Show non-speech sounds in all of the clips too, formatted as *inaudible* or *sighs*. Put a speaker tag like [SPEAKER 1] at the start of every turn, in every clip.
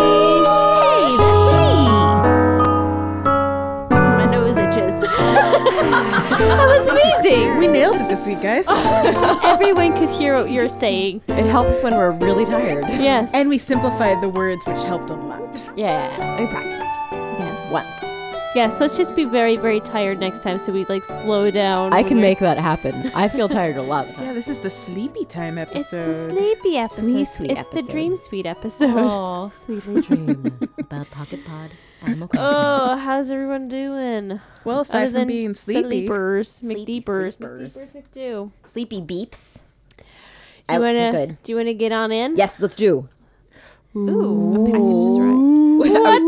[SPEAKER 1] *laughs* That was amazing.
[SPEAKER 2] We nailed it this week, guys.
[SPEAKER 1] Oh. Everyone could hear what you're saying.
[SPEAKER 3] It helps when we're really tired.
[SPEAKER 1] Yes.
[SPEAKER 2] and we simplified the words, which helped a lot.
[SPEAKER 3] Yeah, we practiced
[SPEAKER 1] yes.
[SPEAKER 3] once.
[SPEAKER 1] Yes. Let's just be very, very tired next time, so we like slow down.
[SPEAKER 3] I
[SPEAKER 1] when
[SPEAKER 3] can
[SPEAKER 1] we're-
[SPEAKER 3] make that happen. I feel tired a lot of the time.
[SPEAKER 2] Yeah, this is the sleepy time episode.
[SPEAKER 1] It's the sleepy episode.
[SPEAKER 3] Sweet, sweet
[SPEAKER 1] it's the
[SPEAKER 3] episode.
[SPEAKER 1] dream sweet episode.
[SPEAKER 3] Oh, sweetly dream about Pocket Pod Animal Crossing.
[SPEAKER 1] Oh, how's everyone doing?
[SPEAKER 2] well, aside from being sleepy,
[SPEAKER 1] sleepers,
[SPEAKER 4] Sleepy
[SPEAKER 1] McDeepers,
[SPEAKER 4] sleepers.
[SPEAKER 1] McDeepers, McDo.
[SPEAKER 4] Sleepy beeps.
[SPEAKER 1] Do you
[SPEAKER 4] I'm
[SPEAKER 1] wanna?
[SPEAKER 4] good.
[SPEAKER 1] Do you wanna get on in?
[SPEAKER 3] Oh, Yes, let's do.
[SPEAKER 1] Ooh, a package is right.
[SPEAKER 3] What's,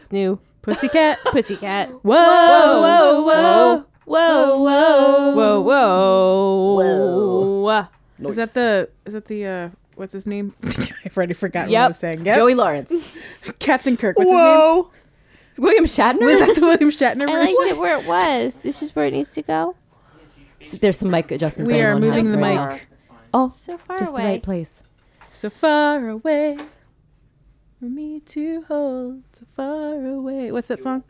[SPEAKER 1] What's new?
[SPEAKER 3] *laughs*
[SPEAKER 2] pussycat.
[SPEAKER 1] Pussycat.
[SPEAKER 2] Whoa, whoa, whoa,
[SPEAKER 3] Whoa, whoa.
[SPEAKER 1] Whoa, whoa,
[SPEAKER 4] Whoa.
[SPEAKER 2] Is that the? Is that the? uh What's his name? *laughs* I've already forgotten what I
[SPEAKER 1] Yep.
[SPEAKER 2] was saying. Yep.
[SPEAKER 3] Joey Lawrence.
[SPEAKER 2] Captain Kirk. What's
[SPEAKER 3] William
[SPEAKER 2] his name?
[SPEAKER 3] Shatner?
[SPEAKER 2] *laughs* Was that the William Shatner
[SPEAKER 1] I
[SPEAKER 2] version?
[SPEAKER 1] liked it where it was. This is where it needs to go.
[SPEAKER 3] S- There's some mic adjustment
[SPEAKER 2] We
[SPEAKER 3] going
[SPEAKER 2] are
[SPEAKER 3] on
[SPEAKER 2] moving the
[SPEAKER 3] right
[SPEAKER 2] mic
[SPEAKER 3] now. Oh,
[SPEAKER 1] So far
[SPEAKER 3] just
[SPEAKER 1] away.
[SPEAKER 3] the right place.
[SPEAKER 2] so far away. For me to hold so far away. What's that song?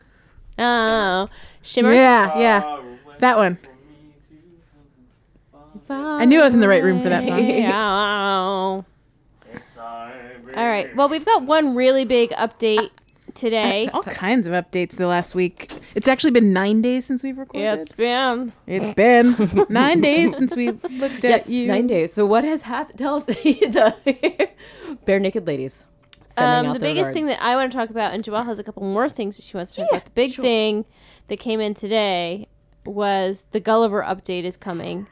[SPEAKER 1] Oh, shimmer.
[SPEAKER 2] Yeah, yeah. That one.
[SPEAKER 1] Oh,
[SPEAKER 2] I knew I was in the right room for that song.
[SPEAKER 1] Yeah. All right. Well, we've got one really big update today.
[SPEAKER 3] oh,
[SPEAKER 2] All kinds of updates the last week. It's actually been nine days since we've recorded.
[SPEAKER 1] It's been
[SPEAKER 2] It's been nine days since we looked at
[SPEAKER 3] Yes,
[SPEAKER 2] Uh, you.
[SPEAKER 3] nine days. So what has happened? *laughs* Tell us the *laughs* bare naked ladies. Sending
[SPEAKER 1] um,
[SPEAKER 3] out
[SPEAKER 1] the
[SPEAKER 3] their
[SPEAKER 1] biggest thing
[SPEAKER 3] regards.
[SPEAKER 1] that I want to talk about, and Joelle has a couple more things that she wants to talk about. The big thing that came in today was the Gulliver update is coming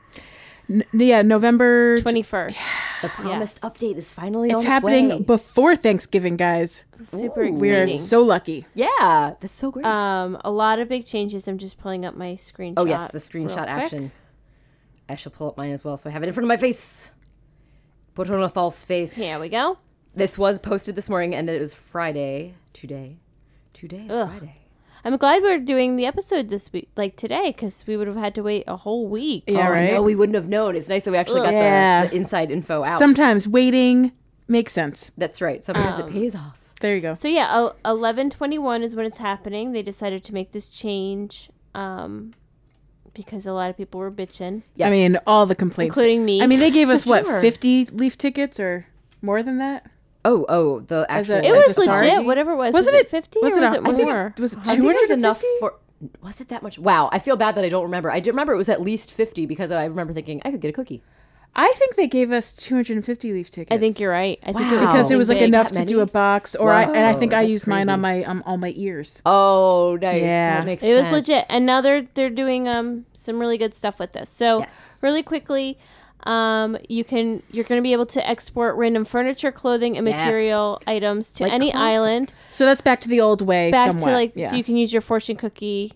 [SPEAKER 2] N- yeah, November. tw-
[SPEAKER 1] twenty first.
[SPEAKER 3] the promised
[SPEAKER 1] Yes.
[SPEAKER 3] update is finally on
[SPEAKER 2] it's happening
[SPEAKER 3] way.
[SPEAKER 2] before Thanksgiving, guys.
[SPEAKER 1] Super
[SPEAKER 2] We are
[SPEAKER 1] exciting.
[SPEAKER 2] so lucky.
[SPEAKER 3] yeah, that's so great.
[SPEAKER 1] um, a lot of big changes. I'm just pulling up my screenshot.
[SPEAKER 3] oh yes, the
[SPEAKER 1] real
[SPEAKER 3] screenshot
[SPEAKER 1] quick.
[SPEAKER 3] action. I shall pull up mine as well, so I have it in front of my face. Put on a false face.
[SPEAKER 1] Here we go.
[SPEAKER 3] This was posted this morning, and it is Friday today. Today is Friday.
[SPEAKER 1] I'm glad we're doing the episode this week, like today, because we would have had to wait a whole week.
[SPEAKER 2] Yeah,
[SPEAKER 3] oh,
[SPEAKER 2] right.
[SPEAKER 3] No, we wouldn't have known. It's nice that we actually got the,
[SPEAKER 2] Yeah.
[SPEAKER 3] the inside info out.
[SPEAKER 2] Sometimes waiting makes sense.
[SPEAKER 3] That's right. Sometimes
[SPEAKER 1] Um,
[SPEAKER 3] it pays off.
[SPEAKER 2] There you go.
[SPEAKER 1] So yeah, eleven twenty one is when it's happening. They decided to make this change um, because a lot of people were bitching.
[SPEAKER 3] Yes.
[SPEAKER 2] I mean, all the complaints,
[SPEAKER 1] Including me.
[SPEAKER 2] I mean, they gave us what
[SPEAKER 3] Sure.
[SPEAKER 2] fifty leaf tickets or more than that.
[SPEAKER 3] oh, oh, the actual.
[SPEAKER 2] a-
[SPEAKER 1] It
[SPEAKER 2] As
[SPEAKER 1] was legit.
[SPEAKER 2] sorry?
[SPEAKER 1] Whatever it was,
[SPEAKER 2] Wasn't
[SPEAKER 1] was
[SPEAKER 2] it-
[SPEAKER 1] it fifty or
[SPEAKER 2] was it
[SPEAKER 1] was
[SPEAKER 2] a-
[SPEAKER 1] it
[SPEAKER 2] I think it
[SPEAKER 1] more?
[SPEAKER 2] was
[SPEAKER 3] I think it was
[SPEAKER 2] 250?
[SPEAKER 3] enough for. Was it that much? Wow, I feel bad that I don't remember. I do remember it was at least fifty because I remember thinking I could get a cookie.
[SPEAKER 2] I think they gave us 250 leaf tickets.
[SPEAKER 1] I think you're right. I think it
[SPEAKER 3] Wow.
[SPEAKER 1] was
[SPEAKER 2] because it was like
[SPEAKER 1] big.
[SPEAKER 2] enough
[SPEAKER 3] That
[SPEAKER 2] to do a
[SPEAKER 3] many?
[SPEAKER 2] box, or I, and I
[SPEAKER 3] Wow,
[SPEAKER 2] think I
[SPEAKER 3] that's
[SPEAKER 2] used mine
[SPEAKER 3] crazy.
[SPEAKER 2] on my um on my ears.
[SPEAKER 3] Oh, nice.
[SPEAKER 2] Yeah.
[SPEAKER 3] that makes
[SPEAKER 1] It was
[SPEAKER 3] sense.
[SPEAKER 1] legit, and now they're they're doing um some really good stuff with this. So
[SPEAKER 3] Yes.
[SPEAKER 1] really quickly, um you can you're going to be able to export random furniture, clothing, and
[SPEAKER 3] Yes.
[SPEAKER 1] material items to
[SPEAKER 3] Like
[SPEAKER 1] any
[SPEAKER 3] classic.
[SPEAKER 1] island.
[SPEAKER 2] So that's back to the old way.
[SPEAKER 1] Back
[SPEAKER 2] somewhat.
[SPEAKER 1] to like
[SPEAKER 2] yeah.
[SPEAKER 1] so you can use your fortune cookie,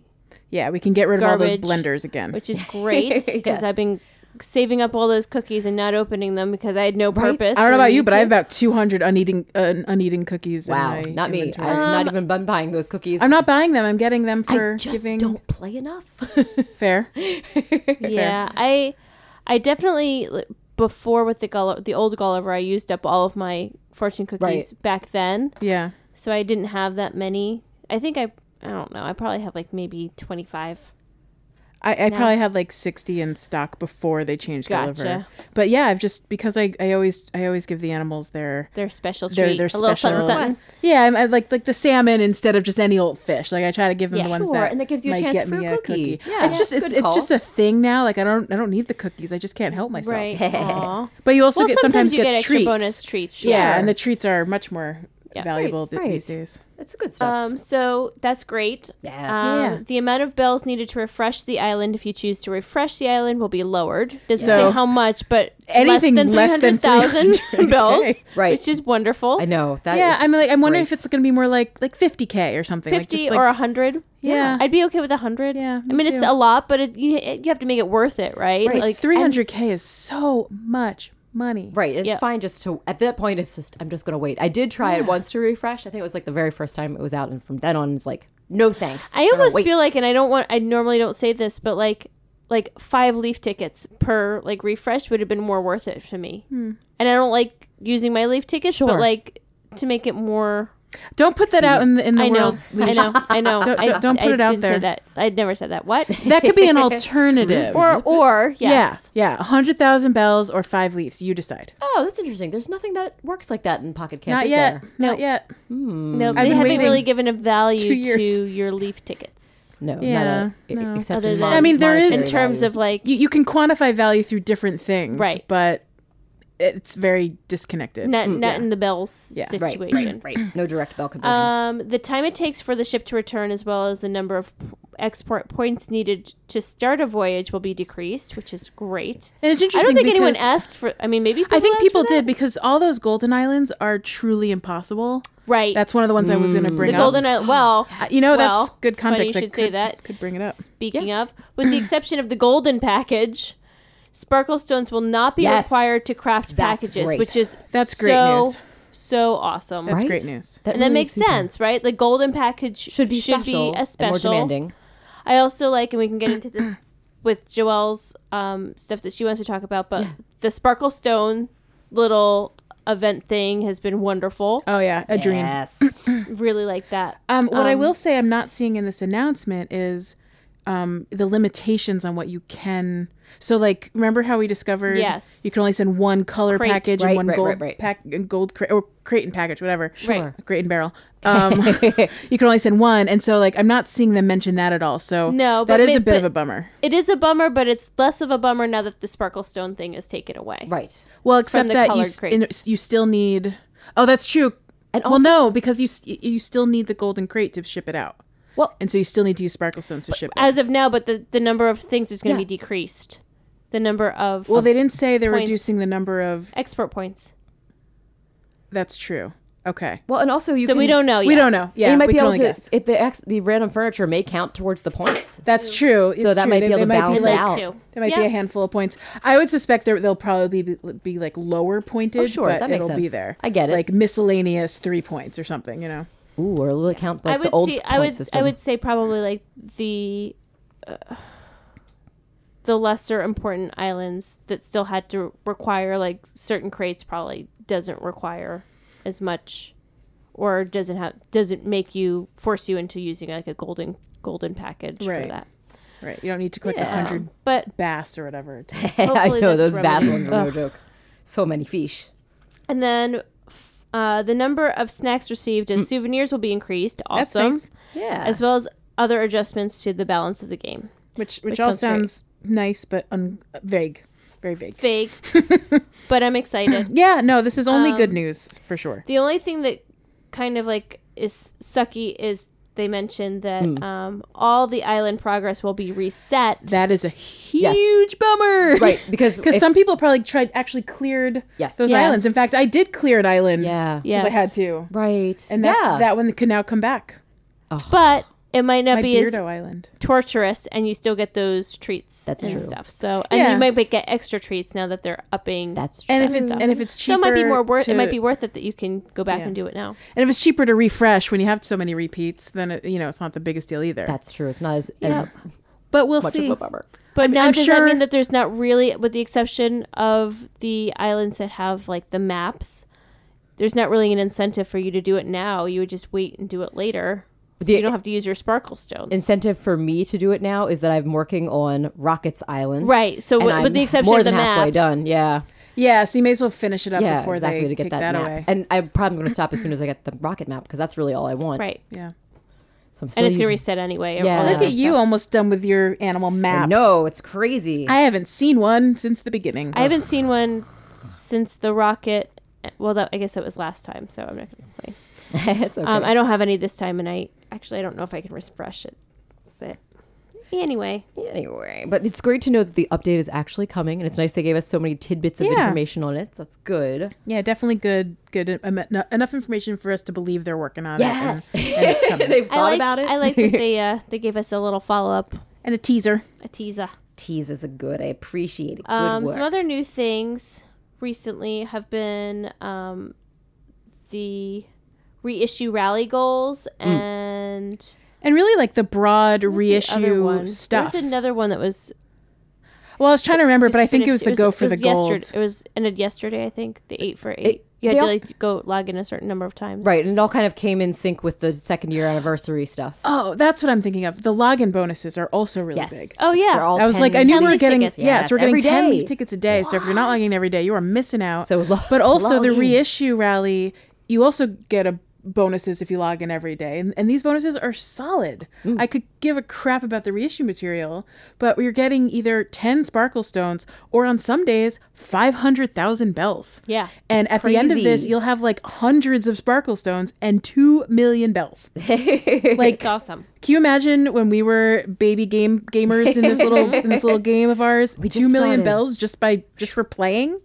[SPEAKER 2] yeah, we can get rid
[SPEAKER 1] garbage,
[SPEAKER 2] of all those blenders again.
[SPEAKER 1] which
[SPEAKER 2] *laughs*
[SPEAKER 1] is great because
[SPEAKER 3] Yes.
[SPEAKER 1] I've been saving up all those cookies and not opening them because I had no purpose.
[SPEAKER 2] I don't know
[SPEAKER 1] and
[SPEAKER 2] about you,
[SPEAKER 1] need
[SPEAKER 2] but I
[SPEAKER 1] to.
[SPEAKER 2] have about 200 uneating uh, uneaten cookies.
[SPEAKER 3] Wow,
[SPEAKER 2] in my
[SPEAKER 3] not me.
[SPEAKER 2] inventory.
[SPEAKER 3] I've not even been buying those cookies.
[SPEAKER 2] I'm not buying them. I'm getting them for
[SPEAKER 3] I just
[SPEAKER 2] giving.
[SPEAKER 3] don't play enough. *laughs*
[SPEAKER 2] Fair.
[SPEAKER 1] Yeah, I, I definitely like, before with the Gulliver, the old Gulliver, I used up all of my fortune cookies back then,
[SPEAKER 2] Yeah.
[SPEAKER 1] so I didn't have that many. I think I, I don't know, I probably have like maybe twenty five.
[SPEAKER 2] I, I probably had like 60 in stock before they changed Gulliver.
[SPEAKER 1] Gotcha.
[SPEAKER 2] But yeah, I've just because I, I always I always give the animals their
[SPEAKER 1] They're special
[SPEAKER 2] their
[SPEAKER 1] treat,
[SPEAKER 2] their
[SPEAKER 1] a little
[SPEAKER 2] special
[SPEAKER 1] something, something.
[SPEAKER 2] Yeah, I'm, I like like the salmon instead of just any old fish. Like I try to give them
[SPEAKER 1] Yeah.
[SPEAKER 2] the ones
[SPEAKER 3] Sure,
[SPEAKER 2] that
[SPEAKER 3] and that gives you a
[SPEAKER 2] might
[SPEAKER 3] chance
[SPEAKER 2] get
[SPEAKER 3] for
[SPEAKER 2] me
[SPEAKER 3] a cookie.
[SPEAKER 2] cookie.
[SPEAKER 3] Yeah.
[SPEAKER 2] it's just
[SPEAKER 3] Good
[SPEAKER 2] it's, it's
[SPEAKER 3] call.
[SPEAKER 2] just a thing now. Like I don't I don't need the cookies. I just can't help myself. *laughs*
[SPEAKER 1] right. Aw.
[SPEAKER 2] But you also
[SPEAKER 1] Well,
[SPEAKER 2] get sometimes,
[SPEAKER 1] sometimes you get,
[SPEAKER 2] get,
[SPEAKER 1] extra
[SPEAKER 2] treats.
[SPEAKER 1] bonus treats.
[SPEAKER 2] Yeah,
[SPEAKER 1] sure.
[SPEAKER 2] and the treats are much more
[SPEAKER 1] Yeah.
[SPEAKER 2] valuable th-
[SPEAKER 3] right.
[SPEAKER 2] these days.
[SPEAKER 3] It's good stuff.
[SPEAKER 1] Um, so that's great.
[SPEAKER 3] Yes.
[SPEAKER 1] Um,
[SPEAKER 2] Yeah.
[SPEAKER 1] The amount of bells needed to refresh the island, if you choose to refresh the island, will be lowered. Doesn't
[SPEAKER 2] So-
[SPEAKER 1] say how much, but
[SPEAKER 2] Anything less
[SPEAKER 1] less
[SPEAKER 2] than
[SPEAKER 1] than 300,000
[SPEAKER 2] okay. *laughs*
[SPEAKER 1] bells,
[SPEAKER 3] Right.
[SPEAKER 1] which is wonderful.
[SPEAKER 3] I know that.
[SPEAKER 2] yeah,
[SPEAKER 3] is
[SPEAKER 2] I'm like I'm wondering if
[SPEAKER 3] great.
[SPEAKER 2] it's going to be more like like 50k or something. like,
[SPEAKER 1] 50
[SPEAKER 2] just like,
[SPEAKER 1] or 100.
[SPEAKER 2] Yeah.
[SPEAKER 1] I'd be okay with 100.
[SPEAKER 2] Yeah,
[SPEAKER 1] I
[SPEAKER 2] me
[SPEAKER 1] mean, it's
[SPEAKER 2] too.
[SPEAKER 1] a lot, but it, you, it, you have to make it worth it, right?
[SPEAKER 2] like
[SPEAKER 1] Like,
[SPEAKER 2] 300k is so much money.
[SPEAKER 3] Right, it's
[SPEAKER 1] Yep.
[SPEAKER 3] fine just to at that point it's just I'm just gonna wait. I did try it once to refresh. I think it was like the very first time it was out and from then on it's like, no thanks.
[SPEAKER 1] I
[SPEAKER 3] Gonna
[SPEAKER 1] almost
[SPEAKER 3] wait.
[SPEAKER 1] feel like, and I don't want, I normally don't say this, but like, like five leaf tickets per like refresh would have been more
[SPEAKER 2] Hmm.
[SPEAKER 1] worth it to me. And I don't like using my leaf tickets,
[SPEAKER 3] Sure.
[SPEAKER 1] but like to make it more
[SPEAKER 2] Don't put that out in the in the
[SPEAKER 1] I know,
[SPEAKER 2] world.
[SPEAKER 1] I know, I know.
[SPEAKER 2] *laughs* Don't-
[SPEAKER 1] I-
[SPEAKER 2] don't- don't put
[SPEAKER 1] I
[SPEAKER 2] it out
[SPEAKER 1] didn't say
[SPEAKER 2] there.
[SPEAKER 1] that. I'd never said that.
[SPEAKER 2] *laughs*
[SPEAKER 1] What? *laughs*
[SPEAKER 2] That
[SPEAKER 3] *laughs*
[SPEAKER 2] could be an alternative.
[SPEAKER 1] or or yes.
[SPEAKER 2] Yeah, yeah, hundred thousand bells or five leaves. You decide.
[SPEAKER 3] Oh, that's interesting. There's nothing that works like that in Pocket Camp.
[SPEAKER 2] Not
[SPEAKER 3] is
[SPEAKER 2] yet.
[SPEAKER 3] There?
[SPEAKER 2] Not yet.
[SPEAKER 1] No, they
[SPEAKER 2] been
[SPEAKER 1] haven't
[SPEAKER 2] waiting
[SPEAKER 1] really given a
[SPEAKER 2] two
[SPEAKER 1] value
[SPEAKER 2] years.
[SPEAKER 1] to your leaf tickets.
[SPEAKER 3] No.
[SPEAKER 2] Yeah,
[SPEAKER 3] Not a,
[SPEAKER 2] no.
[SPEAKER 3] no. Except
[SPEAKER 1] Other
[SPEAKER 3] in
[SPEAKER 1] than-
[SPEAKER 3] mon-
[SPEAKER 2] I mean, there is-
[SPEAKER 1] In
[SPEAKER 3] monetary
[SPEAKER 1] terms
[SPEAKER 3] value.
[SPEAKER 1] of like,
[SPEAKER 2] You, you can quantify value through different things,
[SPEAKER 1] Right.
[SPEAKER 2] But it's very disconnected.
[SPEAKER 1] not not in the bells
[SPEAKER 2] Mm, Yeah. Right,
[SPEAKER 1] situation.
[SPEAKER 3] right, right. No direct bell conversion.
[SPEAKER 1] Um, the time it takes for the ship to return, as well as the number of p- export points needed to start a voyage, will be decreased, which is great.
[SPEAKER 2] and it's
[SPEAKER 1] I
[SPEAKER 2] interesting.
[SPEAKER 1] don't think anyone
[SPEAKER 2] because
[SPEAKER 1] asked for. I mean, maybe people
[SPEAKER 2] I think
[SPEAKER 1] asked
[SPEAKER 2] people
[SPEAKER 1] for that.
[SPEAKER 2] did because all those golden islands are truly impossible.
[SPEAKER 1] Right.
[SPEAKER 2] That's one of the ones I was going to bring
[SPEAKER 1] Mm. the
[SPEAKER 2] up.
[SPEAKER 1] golden island. Well,
[SPEAKER 2] Uh, *gasps* you know,
[SPEAKER 1] well,
[SPEAKER 2] that's good
[SPEAKER 1] funny
[SPEAKER 2] context.
[SPEAKER 1] you
[SPEAKER 2] I
[SPEAKER 1] should say
[SPEAKER 2] *laughs*
[SPEAKER 1] that.
[SPEAKER 2] Could bring it up.
[SPEAKER 1] Speaking of, with the exception of the golden package, sparkle stones will not be
[SPEAKER 3] Yes.
[SPEAKER 1] required to craft
[SPEAKER 3] That's
[SPEAKER 1] packages,
[SPEAKER 3] great.
[SPEAKER 1] which is
[SPEAKER 2] That's
[SPEAKER 1] so,
[SPEAKER 2] great news.
[SPEAKER 1] So awesome.
[SPEAKER 2] That's
[SPEAKER 3] Right?
[SPEAKER 2] great news.
[SPEAKER 1] And that
[SPEAKER 3] really
[SPEAKER 1] makes
[SPEAKER 3] is super.
[SPEAKER 1] sense, right? The golden package
[SPEAKER 3] Should be special
[SPEAKER 1] a
[SPEAKER 3] and
[SPEAKER 1] special.
[SPEAKER 3] more demanding.
[SPEAKER 1] I also like, and we can get into
[SPEAKER 2] *coughs*
[SPEAKER 1] this with Joelle's um, stuff that she wants to talk about, but the Sparkle Stone little event thing has been wonderful.
[SPEAKER 2] Oh yeah, a dream.
[SPEAKER 3] Yes.
[SPEAKER 1] really like that.
[SPEAKER 2] Um, what I will say I'm not seeing in this announcement is um, the limitations on what you can. So, like, remember how we discovered
[SPEAKER 1] Yes.
[SPEAKER 2] you can only send one color
[SPEAKER 1] Crate.
[SPEAKER 2] package
[SPEAKER 3] Right,
[SPEAKER 2] and one
[SPEAKER 3] right,
[SPEAKER 2] gold
[SPEAKER 3] right, right.
[SPEAKER 2] pack and gold cra- or crate and package, whatever.
[SPEAKER 1] Sure.
[SPEAKER 2] Crate
[SPEAKER 1] *laughs*
[SPEAKER 2] and barrel. Um, *laughs* you can only send one, and so like I'm not seeing them mention that at all. So
[SPEAKER 1] No,
[SPEAKER 2] that
[SPEAKER 1] but
[SPEAKER 2] is
[SPEAKER 1] ma-
[SPEAKER 2] a bit of
[SPEAKER 1] but-
[SPEAKER 2] a bummer.
[SPEAKER 1] It is a bummer, but it's less of a bummer now that the Sparkle Stone thing is taken away.
[SPEAKER 3] right.
[SPEAKER 2] Well, except
[SPEAKER 1] the
[SPEAKER 2] that you
[SPEAKER 1] colored
[SPEAKER 2] s- in-
[SPEAKER 1] crates.
[SPEAKER 2] you still need. Oh, that's true.
[SPEAKER 3] And
[SPEAKER 2] well,
[SPEAKER 3] also-
[SPEAKER 2] no, because you s- you still need the golden crate to ship it out,
[SPEAKER 3] Well,
[SPEAKER 2] and so you still need to use sparkle stones to ship it.
[SPEAKER 1] As of now, but the, the number of things is going to
[SPEAKER 3] Yeah.
[SPEAKER 1] be decreased. The number of
[SPEAKER 2] Well, they didn't say they're
[SPEAKER 1] points.
[SPEAKER 2] reducing the number of.
[SPEAKER 1] export points.
[SPEAKER 2] That's true. Okay.
[SPEAKER 3] well, and also you
[SPEAKER 1] so
[SPEAKER 3] can,
[SPEAKER 1] we don't know yet.
[SPEAKER 2] We don't know. Yeah,
[SPEAKER 3] you might
[SPEAKER 2] we
[SPEAKER 3] be
[SPEAKER 2] can
[SPEAKER 3] able
[SPEAKER 2] only
[SPEAKER 3] to.
[SPEAKER 2] guess.
[SPEAKER 3] It, the ex, the random furniture may count towards the points.
[SPEAKER 2] That's true.
[SPEAKER 3] So
[SPEAKER 2] It's
[SPEAKER 3] that
[SPEAKER 2] true.
[SPEAKER 3] might be able to
[SPEAKER 2] might
[SPEAKER 3] balance
[SPEAKER 2] like-
[SPEAKER 3] it out.
[SPEAKER 1] Two.
[SPEAKER 2] There might
[SPEAKER 1] Yeah.
[SPEAKER 2] be a handful of points. I would suspect there they'll probably be, be like lower pointed.
[SPEAKER 3] Oh, sure,
[SPEAKER 2] but
[SPEAKER 3] that makes
[SPEAKER 2] it'll be
[SPEAKER 3] sense.
[SPEAKER 2] there.
[SPEAKER 3] I get it.
[SPEAKER 2] Like miscellaneous three points or something. You know.
[SPEAKER 3] Ooh, or will it count like
[SPEAKER 1] I would
[SPEAKER 3] the old
[SPEAKER 1] see.
[SPEAKER 3] point
[SPEAKER 1] I would.
[SPEAKER 3] system?
[SPEAKER 1] I would say probably like the uh, the lesser important islands that still had to require like certain crates probably doesn't require as much or doesn't have doesn't make you force you into using like a golden golden package for
[SPEAKER 2] Right.
[SPEAKER 1] that.
[SPEAKER 2] Right. You don't need to collect a
[SPEAKER 3] Yeah.
[SPEAKER 2] hundred
[SPEAKER 1] But
[SPEAKER 2] bass or whatever.
[SPEAKER 3] *laughs*
[SPEAKER 2] it
[SPEAKER 3] *laughs*
[SPEAKER 2] takes.
[SPEAKER 3] I
[SPEAKER 1] hopefully
[SPEAKER 3] know
[SPEAKER 1] that's
[SPEAKER 3] those bass
[SPEAKER 1] remedied.
[SPEAKER 3] ones were no joke. So many fish.
[SPEAKER 1] And then f- uh, the number of snacks received
[SPEAKER 3] Hmm.
[SPEAKER 1] as souvenirs will be increased.
[SPEAKER 2] That's
[SPEAKER 1] Awesome.
[SPEAKER 2] nice.
[SPEAKER 3] Yeah.
[SPEAKER 1] As well as other adjustments to the balance of the game.
[SPEAKER 2] *laughs* Which which,
[SPEAKER 1] Which
[SPEAKER 2] all
[SPEAKER 1] sounds
[SPEAKER 2] sounds nice, but un- vague. Very
[SPEAKER 3] *laughs*
[SPEAKER 2] vague.
[SPEAKER 1] Vague, but I'm excited.
[SPEAKER 2] Yeah. No, this is only
[SPEAKER 3] Um,
[SPEAKER 2] good news for sure.
[SPEAKER 1] The only thing that kind of like is sucky is they mentioned that um, all the island progress will be reset.
[SPEAKER 2] Hmm. That is a huge
[SPEAKER 3] Yes.
[SPEAKER 2] bummer.
[SPEAKER 3] *laughs* *laughs* Right, because
[SPEAKER 2] because
[SPEAKER 3] if-
[SPEAKER 2] some people probably tried actually cleared
[SPEAKER 3] Yes.
[SPEAKER 2] those
[SPEAKER 1] Yes.
[SPEAKER 2] islands. In fact, I did clear an island.
[SPEAKER 3] yeah.
[SPEAKER 1] Yes.
[SPEAKER 2] I had to.
[SPEAKER 3] Right.
[SPEAKER 2] And that,
[SPEAKER 3] yeah.
[SPEAKER 2] that one can now come back.
[SPEAKER 1] *sighs* but it might not
[SPEAKER 2] My
[SPEAKER 1] be as
[SPEAKER 2] Beardo Island.
[SPEAKER 1] torturous, and you still get those treats
[SPEAKER 3] That's
[SPEAKER 1] and
[SPEAKER 3] true.
[SPEAKER 1] stuff. So, and
[SPEAKER 2] Yeah.
[SPEAKER 1] you might be- get extra treats now that they're upping.
[SPEAKER 3] That's true.
[SPEAKER 2] And if it's and if it's
[SPEAKER 1] so
[SPEAKER 2] cheaper,
[SPEAKER 1] it might be more worth.
[SPEAKER 2] to-
[SPEAKER 1] It might be worth it that you can go back
[SPEAKER 2] Yeah.
[SPEAKER 1] and do it now.
[SPEAKER 2] and if it's cheaper to refresh when you have so many repeats, then it, you know it's not the biggest deal either.
[SPEAKER 3] That's true. It's not as,
[SPEAKER 1] Yeah.
[SPEAKER 3] as
[SPEAKER 2] but we'll
[SPEAKER 3] much
[SPEAKER 2] see.
[SPEAKER 3] of a bummer.
[SPEAKER 1] But now
[SPEAKER 2] I'm
[SPEAKER 1] does that
[SPEAKER 2] sure-
[SPEAKER 1] mean that there's not really, with the exception of the islands that have like the maps, there's not really an incentive for you to do it now. You would just wait and do it later. So
[SPEAKER 3] The-
[SPEAKER 1] you don't have to use your sparkle stone.
[SPEAKER 3] Incentive for me to do it now is that I'm working on Rockets Island.
[SPEAKER 1] Right, so
[SPEAKER 3] and
[SPEAKER 1] w- with
[SPEAKER 3] I'm
[SPEAKER 1] the exception
[SPEAKER 3] more
[SPEAKER 1] of the
[SPEAKER 3] than halfway
[SPEAKER 1] maps.
[SPEAKER 3] done. Yeah.
[SPEAKER 2] Yeah, so you may as well finish it up
[SPEAKER 3] yeah.
[SPEAKER 2] before
[SPEAKER 3] exactly
[SPEAKER 2] they
[SPEAKER 3] to get
[SPEAKER 2] take
[SPEAKER 3] that,
[SPEAKER 2] that,
[SPEAKER 3] map.
[SPEAKER 2] away.
[SPEAKER 3] And I'm probably going to stop as soon as I get the rocket map because that's really all I want.
[SPEAKER 1] right.
[SPEAKER 2] yeah.
[SPEAKER 3] So I'm still
[SPEAKER 1] And it's going to
[SPEAKER 3] using-
[SPEAKER 1] reset anyway.
[SPEAKER 3] Yeah.
[SPEAKER 1] all that
[SPEAKER 2] Look
[SPEAKER 1] other
[SPEAKER 2] at you
[SPEAKER 1] stuff.
[SPEAKER 2] almost done with your animal
[SPEAKER 3] I
[SPEAKER 2] maps.
[SPEAKER 3] know it's crazy.
[SPEAKER 2] I haven't seen one since the beginning.
[SPEAKER 1] I haven't seen one since the rocket. Well, that, I guess that was last time, so I'm not going to complain.
[SPEAKER 3] *laughs* it's okay.
[SPEAKER 1] Um, I don't have any this time, and I actually I don't know if I can refresh it. But anyway,
[SPEAKER 3] anyway, but it's great to know that the update is actually coming, and it's nice they gave us so many tidbits of
[SPEAKER 2] Yeah.
[SPEAKER 3] information on it. So that's good.
[SPEAKER 2] Yeah, definitely good, good em- en- enough information for us to believe they're working on
[SPEAKER 3] Yes. *laughs*
[SPEAKER 2] it. and- and it's coming.
[SPEAKER 3] They've
[SPEAKER 1] I
[SPEAKER 3] thought
[SPEAKER 1] like
[SPEAKER 3] about it.
[SPEAKER 1] I
[SPEAKER 3] *laughs*
[SPEAKER 1] like that they uh, they gave us a little follow up,
[SPEAKER 2] and a teaser.
[SPEAKER 1] a teaser.
[SPEAKER 3] tease is a good. I appreciate it. Good
[SPEAKER 1] Um,
[SPEAKER 3] work.
[SPEAKER 1] some other new things recently have been um, the reissue rally goals
[SPEAKER 2] Mm.
[SPEAKER 1] and
[SPEAKER 2] And really like the broad
[SPEAKER 1] where's the other
[SPEAKER 2] reissue
[SPEAKER 1] one?
[SPEAKER 2] stuff.
[SPEAKER 1] There's another one that was.
[SPEAKER 2] well, I was trying to remember,
[SPEAKER 1] just
[SPEAKER 2] but I think it
[SPEAKER 1] finished.
[SPEAKER 2] was the go for the
[SPEAKER 1] was
[SPEAKER 2] gold.
[SPEAKER 1] yesterday- It was ended yesterday, I think. The eight for eight.
[SPEAKER 3] It
[SPEAKER 1] You had
[SPEAKER 3] They
[SPEAKER 1] to
[SPEAKER 3] all-
[SPEAKER 1] like go log in a certain number of times.
[SPEAKER 3] Right, and it all kind of came in sync with the second year anniversary stuff.
[SPEAKER 2] Oh, that's what I'm thinking of. The login bonuses are also really
[SPEAKER 3] Yes.
[SPEAKER 2] big.
[SPEAKER 1] Oh yeah.
[SPEAKER 3] They're all
[SPEAKER 2] I was
[SPEAKER 3] 10
[SPEAKER 2] like, I knew we were
[SPEAKER 1] leaf
[SPEAKER 2] getting
[SPEAKER 1] tickets.
[SPEAKER 2] yes, we're
[SPEAKER 3] Yes,
[SPEAKER 2] getting
[SPEAKER 3] every
[SPEAKER 2] ten
[SPEAKER 3] day.
[SPEAKER 2] leaf tickets a day. So if you're not logging in every day, you are missing out.
[SPEAKER 3] So lo-
[SPEAKER 2] but also the
[SPEAKER 3] log in.
[SPEAKER 2] reissue rally, you also get a bonuses if you log in every day, and, and these bonuses are solid.
[SPEAKER 3] Mm.
[SPEAKER 2] I could give a crap about the reissue material, but we're getting either ten sparkle stones or on some days five hundred thousand bells.
[SPEAKER 1] Yeah.
[SPEAKER 2] and at the end of this,
[SPEAKER 3] crazy.
[SPEAKER 2] you'll have like hundreds of sparkle stones and two
[SPEAKER 3] *laughs*
[SPEAKER 2] million bells. like
[SPEAKER 1] It's awesome.
[SPEAKER 2] can you imagine when we were baby game gamers in this little in this little game of ours?
[SPEAKER 3] just
[SPEAKER 2] two million
[SPEAKER 3] started.
[SPEAKER 2] bells just by just for playing.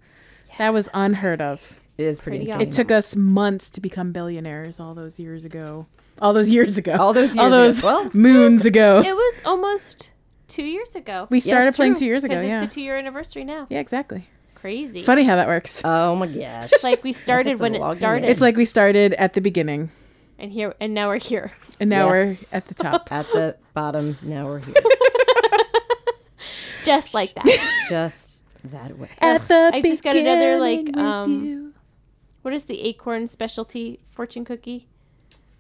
[SPEAKER 2] that was unheard of.
[SPEAKER 3] It is pretty,
[SPEAKER 1] Pretty
[SPEAKER 3] insane.
[SPEAKER 1] awesome.
[SPEAKER 2] It took us months to become billionaires all those years ago. All those years ago.
[SPEAKER 3] All those
[SPEAKER 2] All
[SPEAKER 3] years ago. Well,
[SPEAKER 2] those *laughs* moons ago.
[SPEAKER 1] It was almost two years ago.
[SPEAKER 2] we started
[SPEAKER 3] it's
[SPEAKER 2] playing
[SPEAKER 3] true,
[SPEAKER 2] two years ago.
[SPEAKER 1] because
[SPEAKER 2] Yeah.
[SPEAKER 1] it's a two-year anniversary now.
[SPEAKER 2] yeah, exactly.
[SPEAKER 1] Crazy.
[SPEAKER 2] Funny how that works.
[SPEAKER 3] Oh my gosh!
[SPEAKER 1] Like
[SPEAKER 2] *laughs*
[SPEAKER 1] we started
[SPEAKER 3] It's a
[SPEAKER 1] when it
[SPEAKER 3] login.
[SPEAKER 1] started,
[SPEAKER 2] it's like we started at the beginning
[SPEAKER 1] and here and now we're here. *laughs*
[SPEAKER 2] and now
[SPEAKER 3] Yes.
[SPEAKER 2] we're at the
[SPEAKER 3] *laughs*
[SPEAKER 2] top.
[SPEAKER 3] At the bottom, now we're
[SPEAKER 2] *laughs*
[SPEAKER 3] here.
[SPEAKER 1] Just like that.
[SPEAKER 3] Just that way.
[SPEAKER 2] at the
[SPEAKER 1] I just got another, like,
[SPEAKER 2] beginning with
[SPEAKER 1] um,
[SPEAKER 2] you.
[SPEAKER 1] what is the acorn specialty fortune cookie?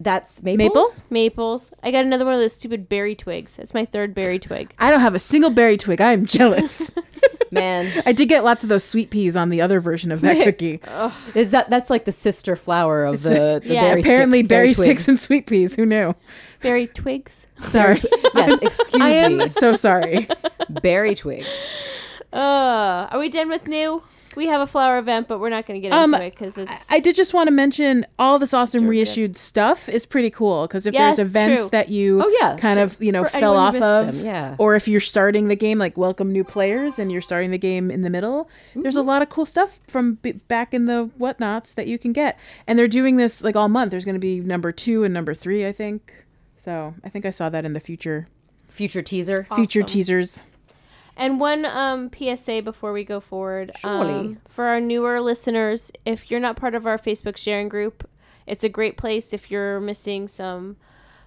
[SPEAKER 3] That's
[SPEAKER 2] maple.
[SPEAKER 3] maples.
[SPEAKER 1] Maples. I got another one of those stupid berry twigs. It's my third berry
[SPEAKER 2] *laughs*
[SPEAKER 1] twig.
[SPEAKER 2] I don't have a single berry twig. I am jealous. *laughs*
[SPEAKER 3] Man,
[SPEAKER 2] I did get lots of those sweet peas on the other version of *laughs* that cookie.
[SPEAKER 3] is that that's like the sister flower of the, the
[SPEAKER 1] Yeah.
[SPEAKER 3] berry stick-
[SPEAKER 2] Apparently, berry,
[SPEAKER 3] twig.
[SPEAKER 2] sticks and sweet peas. Who knew?
[SPEAKER 1] Berry twigs.
[SPEAKER 2] *laughs* Sorry,
[SPEAKER 3] Yes, excuse
[SPEAKER 2] *laughs* I am
[SPEAKER 3] me,
[SPEAKER 2] so sorry.
[SPEAKER 3] berry twigs.
[SPEAKER 1] Uh, are we done with new? We have a flower event, but we're not going to get
[SPEAKER 2] Um,
[SPEAKER 1] into it because it's
[SPEAKER 2] I did just want to mention all this awesome reissued stuff is pretty cool because if
[SPEAKER 1] Yes,
[SPEAKER 2] there's events
[SPEAKER 1] true.
[SPEAKER 2] that you
[SPEAKER 3] Oh, yeah,
[SPEAKER 2] kind
[SPEAKER 3] true.
[SPEAKER 2] of you know
[SPEAKER 3] For
[SPEAKER 2] fell
[SPEAKER 3] anyone
[SPEAKER 2] off
[SPEAKER 3] who
[SPEAKER 2] of,
[SPEAKER 3] missed them, yeah.
[SPEAKER 2] or if you're starting the game like welcome new players and you're starting the game in the middle, there's a
[SPEAKER 3] Mm-hmm.
[SPEAKER 2] lot of cool stuff from b- back in the whatnots that you can get, and they're doing this like all month. There's going to be number two and number three, I think. So I think I saw that in the future
[SPEAKER 3] Future teaser.
[SPEAKER 2] future
[SPEAKER 1] Awesome.
[SPEAKER 2] teasers.
[SPEAKER 1] And one um, PSA before we go forward.
[SPEAKER 3] Surely.
[SPEAKER 1] um, for our newer listeners, if you're not part of our Facebook sharing group, it's a great place if you're missing some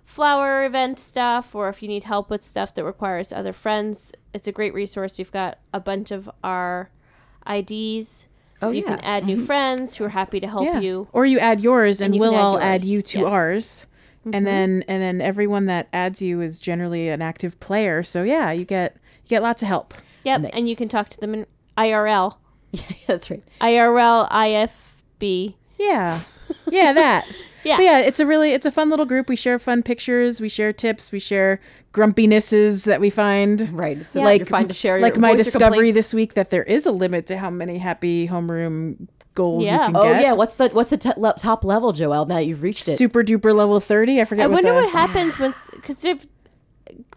[SPEAKER 1] flower event stuff or if you need help with stuff that requires other friends. It's a great resource. We've got a bunch of our IDs. So
[SPEAKER 3] Oh,
[SPEAKER 1] you
[SPEAKER 3] yeah.
[SPEAKER 1] can add new friends who are happy to help
[SPEAKER 2] yeah.
[SPEAKER 1] you.
[SPEAKER 2] Or you add yours and,
[SPEAKER 1] you can
[SPEAKER 2] we'll
[SPEAKER 1] add
[SPEAKER 2] all add
[SPEAKER 1] yours.
[SPEAKER 2] you to
[SPEAKER 1] Yes.
[SPEAKER 2] ours. And then and then everyone that adds you is generally an active player. So yeah, you get you get lots of help.
[SPEAKER 1] Yep.
[SPEAKER 3] Nice.
[SPEAKER 1] And you can talk to them in IRL.
[SPEAKER 3] *laughs* Yeah, that's right.
[SPEAKER 1] IRL IFB.
[SPEAKER 2] Yeah. Yeah, that.
[SPEAKER 1] Yeah.
[SPEAKER 2] But yeah, it's a really it's a fun little group. We share fun pictures, we share tips, we share grumpinesses that we find.
[SPEAKER 3] Right. It's
[SPEAKER 1] Yeah.
[SPEAKER 3] like you're fine to share.
[SPEAKER 2] like
[SPEAKER 3] your,
[SPEAKER 2] my
[SPEAKER 3] voice your
[SPEAKER 2] discovery
[SPEAKER 3] complaints.
[SPEAKER 2] this week that there is a limit to how many happy homeroom goals
[SPEAKER 1] Yeah.
[SPEAKER 2] you can
[SPEAKER 3] Oh
[SPEAKER 2] get.
[SPEAKER 3] yeah. What's the what's the t- le- top level, Joelle? Now you've reached it.
[SPEAKER 2] Super duper level 30. I forget
[SPEAKER 1] I wonder
[SPEAKER 2] the- *sighs*
[SPEAKER 1] what happens once because if